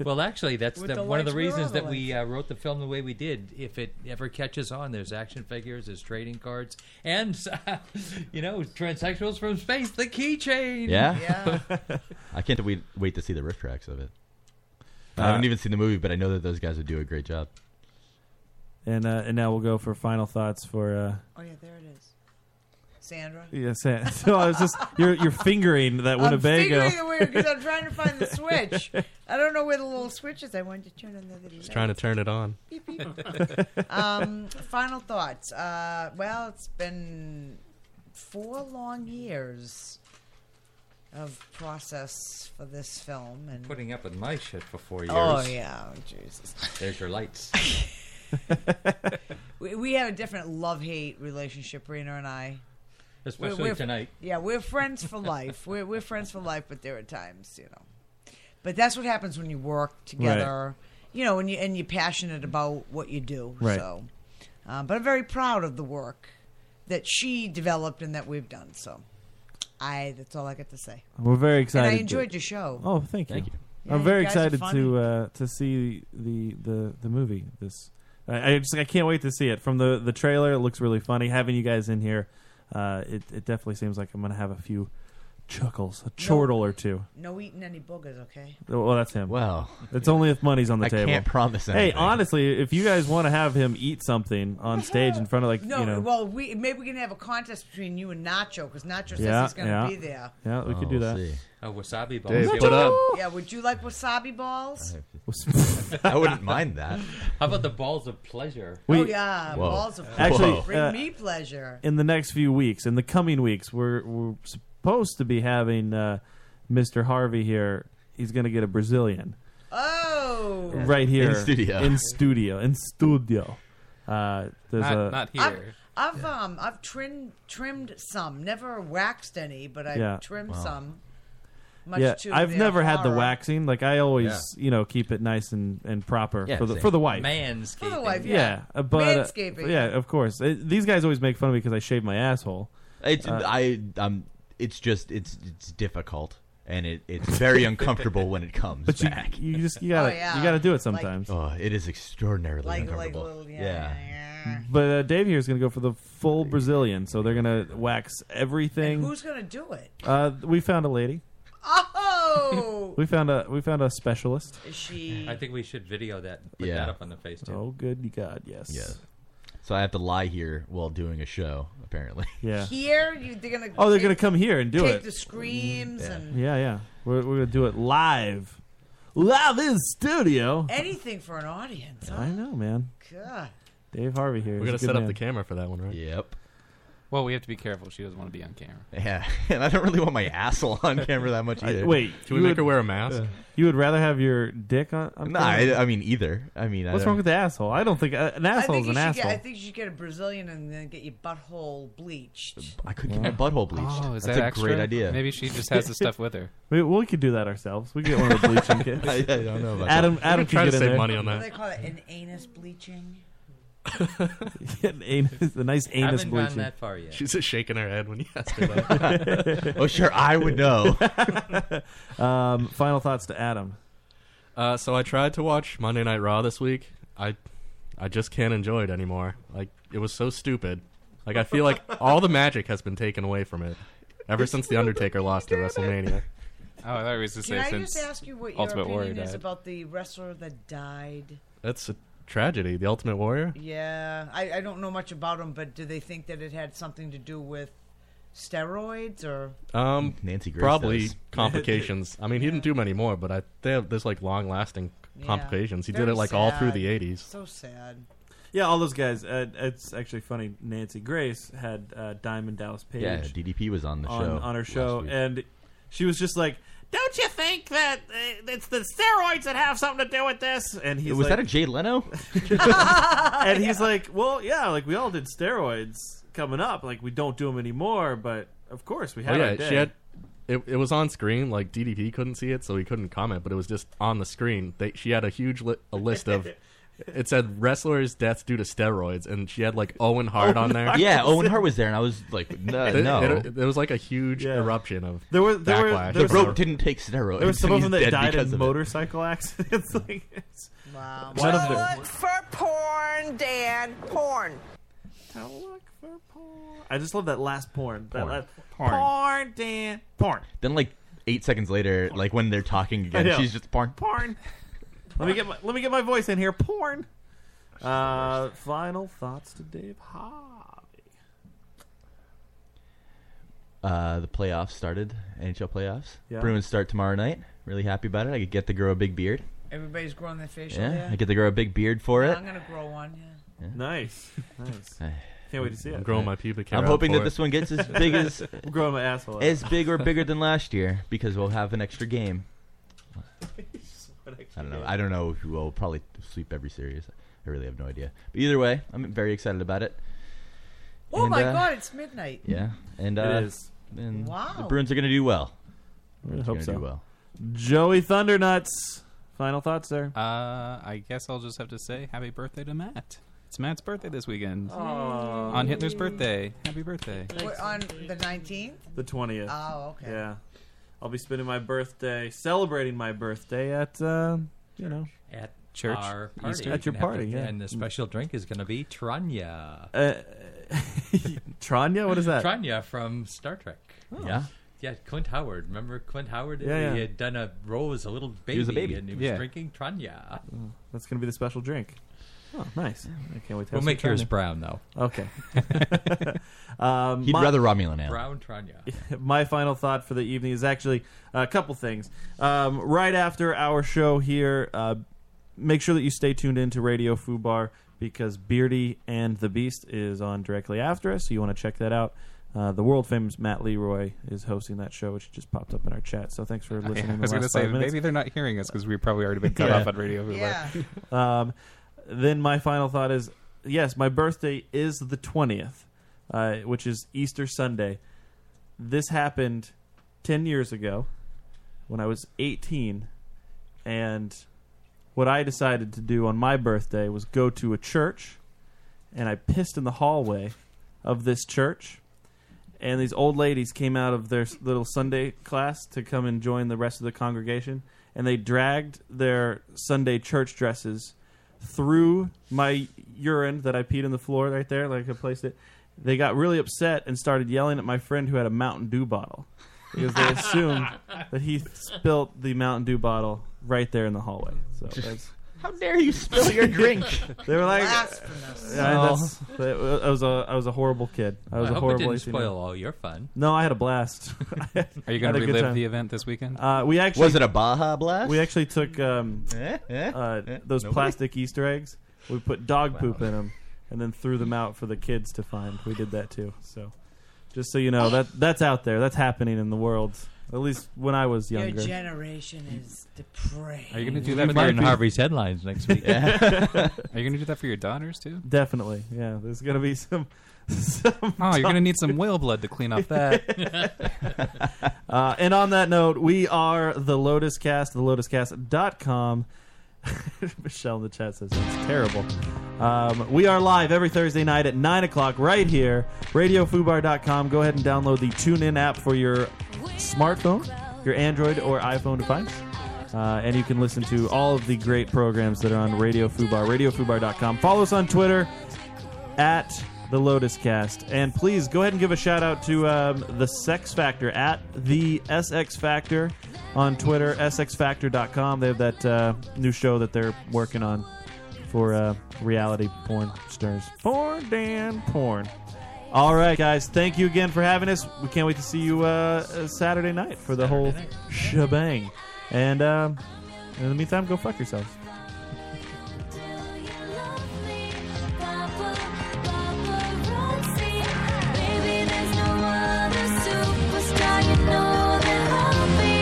J: well, actually, that's
F: With
J: the,
F: the
J: one of the
F: lights, where are
J: reasons
F: the
J: that we uh, wrote the film the way we did. If it ever catches on, there's action figures, there's trading cards, and uh, you know, transsexuals from space, the keychain.
I: Yeah. I can't wait wait to see the riff tracks of it. I
F: Uh,
I: haven't even seen the movie, but I know that those guys would do a great job.
F: And uh, and now we'll go for final thoughts for. Uh,
K: Oh yeah, there it is. Sandra.
F: yeah, Sam. So I was just you're you're fingering that
K: I'm
F: Winnebago.
K: figuring it weird because I'm trying to find the switch. I don't know where the little switch is. I wanted to turn on the other.
H: Just trying to turn it on.
K: Beep, beep. um, final thoughts. Uh, well, it's been four long years of process for this film, and
J: Putting up with my shit for four years.
K: Oh, yeah. Oh, Jesus.
J: There's your lights.
K: we, we have a different love-hate relationship, Rena and I.
J: Especially tonight.
K: Yeah, we're friends for life. we're we're friends for life, but there are times, you know. But that's what happens when you work together, you know, and you and you're passionate about what you do.
F: Right.
K: So, uh, but I'm very proud of the work that she developed and that we've done. So, I that's all I got to say.
F: We're very excited.
K: And I
F: to-
K: enjoyed your show.
F: Oh, thank you.
K: Yeah,
F: I'm very
K: you guys are
F: excited
K: funny.
F: to uh, to see the the the movie. This I, I just I can't wait to see it. From the the trailer, it looks really funny. Having you guys in here, uh, it it definitely seems like I'm gonna have a few chuckles, a chortle or two.
K: No eating any boogers, okay?
F: Well, that's him. Well, it's only if money's on the
I: I
F: table.
I: can't promise
F: Hey,
I: anything.
F: honestly, if you guys want to have him eat something on stage in front of like
K: No,
F: you know,
K: well, we maybe we can have a contest between you and Nacho because Nacho says
F: Yeah,
K: he's going to
F: yeah.
K: be there.
F: Yeah, we could do that.
J: A wasabi ball.
F: Dave, put up.
K: Yeah, would you like wasabi balls?
I: I wouldn't mind that.
J: How about the balls of pleasure?
F: We-
K: oh yeah,
F: Whoa.
K: balls of
F: Actually,
K: pleasure. bring
F: uh,
K: me pleasure.
F: in the next few weeks, in the coming weeks, we're we're supposed to be having uh, Mr. Harvey here. He's going to get a Brazilian.
K: Oh,
F: right here
I: In studio.
F: in studio, in studio. Uh, there's
Q: Not-
F: a
Q: not
K: I've, I've um I've trimmed trimmed some, never waxed any, but I've
F: Yeah.
K: trimmed
F: Wow.
K: some. Much
F: yeah,
K: to
F: I've
K: their
F: never had the
K: horror.
F: waxing. Like I always, you know, keep it nice and, and proper
K: Yeah,
F: for the
K: same.
F: for the wife.
J: Manscaping. For
K: the wife, yeah.
F: yeah, uh, but uh,
K: Manscaping.
F: yeah, of course. Uh, these guys always make fun of me because I shave my asshole.
I: It's
F: Uh,
I: I um it's just it's it's difficult and it, it's very uncomfortable when it comes
F: But you,
I: back.
F: you just you gotta
I: Oh, yeah.
F: you gotta do it
I: Like-
F: sometimes.
I: oh, it is extraordinarily
K: Like- like
I: uncomfortable.
K: little- yeah,
F: But uh, Dave here is gonna go for the full Brazilian, so they're gonna wax everything.
K: Who's gonna do it?
F: Uh, we found a lady.
K: Oh,
F: We found a we found a specialist.
K: Is she?
J: I think we should video that. and Put
I: Yeah.
J: that up on the face too.
F: Oh, good God, yes.
I: Yeah. So I have to lie here while doing a show, apparently.
F: Yeah.
K: Here, you they're gonna.
F: Oh, they're gonna
K: take-
F: come here and do
K: take
F: it.
K: the screams and
F: Mm, Yeah, yeah. We're, we're gonna do it live, live in studio.
K: anything for an audience.
F: Oh. I know, man.
K: God.
F: Dave Harvey here.
H: We're
F: He's a
H: gonna set
F: good
H: up
F: man.
H: the camera for that one, right?
I: Yep.
Q: Well, we have to be careful. She doesn't want to be on camera.
I: Yeah, and I don't really want my asshole on camera that much
F: I-
I: either.
F: wait,
I: Should we
F: you
I: make her wear a mask?
F: uh, you would rather have your dick on? on
I: Nah,
F: camera?
I: I- I mean, either. I mean, I
F: what's
I: don't-
F: wrong with the asshole? I don't think uh, an
K: I
F: asshole
K: think
F: is
K: you
F: an
K: should
F: asshole.
K: Get, I think you should get a Brazilian and then get your butthole bleached.
I: I could get my butthole bleached.
Q: Oh, is
I: That's
Q: that
I: a
Q: extra?
I: great idea.
Q: Maybe she just has the stuff with her.
F: we, we could do that ourselves. We could get one of the bleaching kits.
I: I- I don't know about
F: Adam,
I: that.
F: Adam
I: We could try
F: could get in
I: to save
F: there.
I: money on
K: What do they call it? An anus bleaching.
F: An anus, a nice anus
H: Haven't gone
F: bleaching.
H: that far yet. She's just shaking her head when you asked her that.
F: Oh, sure, I would know. um, final thoughts to Adam.
H: Uh, so I tried to watch Monday Night Raw this week. I, I just can't enjoy it anymore. Like it was so stupid. Like I feel like all the magic has been taken away from it, ever since the Undertaker lost to WrestleMania.
Q: Oh, I thought he was just
K: Can
Q: say
K: I
Q: since
K: just ask you what your
H: Ultimate Warrior
K: opinion is
H: died.
K: about the wrestler that died?
H: That's a tragedy. The Ultimate Warrior.
K: Yeah, I, I don't know much about him, but do they think that it had something to do with steroids or?
H: Um,
I: Nancy Grace
H: probably
I: does.
H: complications. I mean, he didn't do many more, but I they have this like long lasting
K: Yeah.
H: complications. He did
K: Very
H: it like all through
K: sad.
H: the '80s.
K: So sad.
F: Yeah, all those guys. Uh, it's actually funny. Nancy Grace had uh, Diamond Dallas Page.
I: Yeah, DDP was on the
F: on,
I: show
F: on her
I: last
F: show,
I: week.
F: and she was just like,
C: Don't you think that uh, it's the steroids that have something to do with this?
F: And he's
I: was
F: like,
I: that a Jay Leno?
F: and he's like, well, yeah, like we all did steroids coming up. Like we don't do them anymore, but of course we
H: Oh,
F: had our
H: yeah,
F: day.
H: she had. It, it was on screen. Like DDP couldn't see it, so he couldn't comment. But it was just on the screen. They, she had a huge li- a list of. It said wrestlers' deaths due to steroids, and she had like Owen Hart on there.
I: Yeah, Owen Hart was there, and I was like, no,
H: There-
I: no.
H: there- there was like a huge eruption of
F: There were- there were-
H: backlash.
F: there The was- Rock
I: didn't take steroids.
F: There was some of them
I: and
F: that
I: he's dead
F: died
I: because
F: in
I: of it.
F: motorcycle accidents. like, it's,
K: wow.
F: None of them.
O: Look for porn, Dan. Porn.
F: I just love that last porn. That
I: Porn.
F: last
I: Porn.
F: porn, Dan. Porn.
I: Then like eight seconds later, like when they're
F: I
I: talking again,
F: know.
I: she's just porn.
F: Porn. let me get my let me get my voice in here. Porn. Uh, final thoughts to Dave Harvey.
I: Uh, the playoffs started, NHL playoffs.
K: Yeah.
I: Bruins start tomorrow night. Really happy about it. I could get to grow a big beard.
K: Everybody's growing their facial
I: Yeah,
K: hair.
I: I get to grow a big beard for
K: Yeah,
I: it.
K: I'm gonna grow one. Yeah.
F: Nice, nice. Can't wait to see it.
H: I'm growing my pubic hair
I: I'm
H: out
I: hoping
H: for
I: that
H: it.
I: this one gets as big as
F: I'm growing my asshole out.
I: as big or bigger than last year because we'll have an extra game. I don't know. I don't know who will probably sleep every series. I really have no idea. But either way, I'm very excited about it.
K: Oh
I: And,
K: my
I: uh,
K: God! It's midnight.
I: Yeah, and
F: It
I: uh,
F: is.
I: and
K: Wow.
I: the Bruins are going to do well.
F: I
I: Bruins are
F: hope
I: gonna
F: so.
I: do well.
F: Joey Thundernuts. Final thoughts there.
Q: Uh, I guess I'll just have to say happy birthday to Matt. It's Matt's birthday this weekend. On Hitler's birthday. Happy birthday.
K: We're on the 19th.
F: The twentieth.
K: Oh, okay.
F: Yeah, I'll be spending my birthday celebrating my birthday at uh, you know
J: At
F: church
J: our party.
F: at your
J: Gonna have
F: party.
J: to-
F: Yeah,
J: And the special drink is going to be Tranya.
F: Uh, Tranya, what is that?
J: Tranya from Star Trek.
F: Oh. Yeah.
J: Yeah, Clint Howard. Remember Clint Howard?
F: Yeah,
J: He
F: yeah.
J: had done a role as a little baby,
F: He was a baby.
J: and he was
F: Yeah.
J: drinking Tranya.
F: Oh, that's gonna be the special drink. Oh, nice! I can't wait to.
J: We'll
F: have
J: make
F: some
J: yours
F: Tranya.
J: brown, though.
F: Okay. um,
I: He'd rather Romulan ale.
J: Brown Tranya.
F: my final thought for the evening is actually a couple things. Um, right after our show here, uh, make sure that you stay tuned in to Radio Fubar because Beardy and the Beast is on directly after us. So you want to check that out. Uh, the world famous Matt Leroy is hosting that show, which just popped up in our chat. So thanks for listening.
Q: I was gonna
F: going to
Q: say maybe they're not hearing us because we've probably already been cut
F: Yeah.
Q: off on radio.
F: Yeah. um, then my final thought is yes, my birthday is the 20th, uh, which is Easter Sunday. This happened 10 years ago when I was 18. And what I decided to do on my birthday was go to a church and I pissed in the hallway of this church. And these old ladies came out of their s- little Sunday class to come and join the rest of the congregation. And they dragged their Sunday church dresses through my urine that I peed in the floor right there, like I placed it. They got really upset and started yelling at my friend who had a Mountain Dew bottle because they assumed that he spilt the Mountain Dew bottle right there in the hallway. So that's.
I: How dare you spill your drink?
F: They were like,
I: Blasphemous.
F: Yeah, that's, that, I was a I was a horrible kid. I
J: I
F: was a
J: hope it
F: horrible.
J: didn't
F: 18 year old.
J: spoil all your fun.
F: No, I had a blast.
Q: Are you
F: I had
Q: going
F: a
Q: to
F: good
Q: relive
F: time.
Q: the event this weekend?
F: Uh, we actually
I: Was it a Baja Blast?
F: We actually took um,
I: eh,
F: uh,
I: eh,
F: those
I: nobody?
F: plastic Easter eggs. We put dog poop in them, and then threw them out for the kids to find. We did that too. So, just so you know, that that's out there. That's happening in the world. At least when I was younger.
K: Your generation is depraved.
Q: Are you going to do
J: We
Q: that for
J: might
Q: your
J: be in Harvey's headlines next week.
Q: Are
J: Yeah.
Q: you going to do that for your daughters too?
F: Definitely, yeah. There's gonna be some. some
Q: Oh, you're gonna need some whale blood to clean off that.
F: uh, and on that note, we are the Lotus Cast, thelotuscast.com. Michelle in the chat says it's terrible. Um, we are live every Thursday night at 9 o'clock right here, radiofubar.com. Go ahead and download the TuneIn app for your smartphone, your Android or iPhone device. Uh, and you can listen to all of the great programs that are on Radio Fubar, radiofubar.com. Follow us on Twitter at the Lotus Cast. And please go ahead and give a shout out to um, the Sex Factor at the SX Factor on Twitter, sxfactor.com. They have that uh, new show that they're working on for uh, reality porn stars. Porn, Dan, porn. All right, guys. Thank you again for having us. We can't wait to see you uh, uh, Saturday night for the whole shebang. And um, in the meantime, go fuck yourselves.
V: Baby, there's no other superstar. You know that I'll be.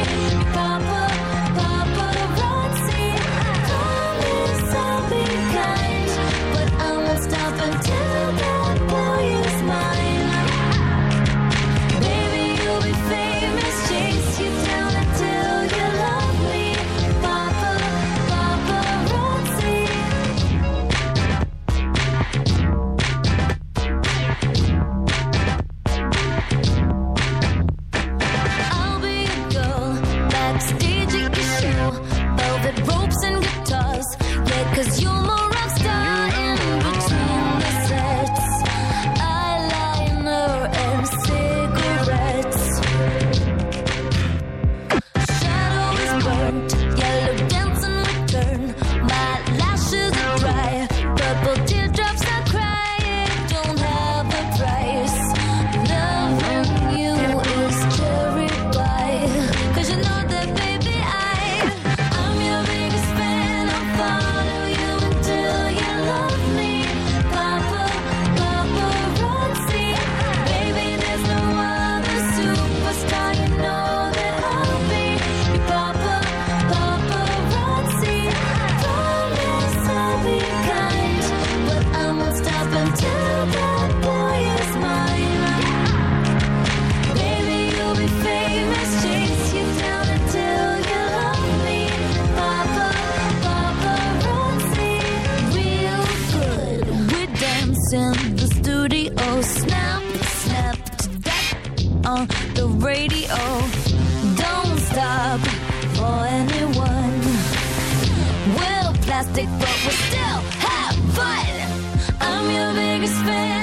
E: plastic, but we still have fun. I'm your biggest fan.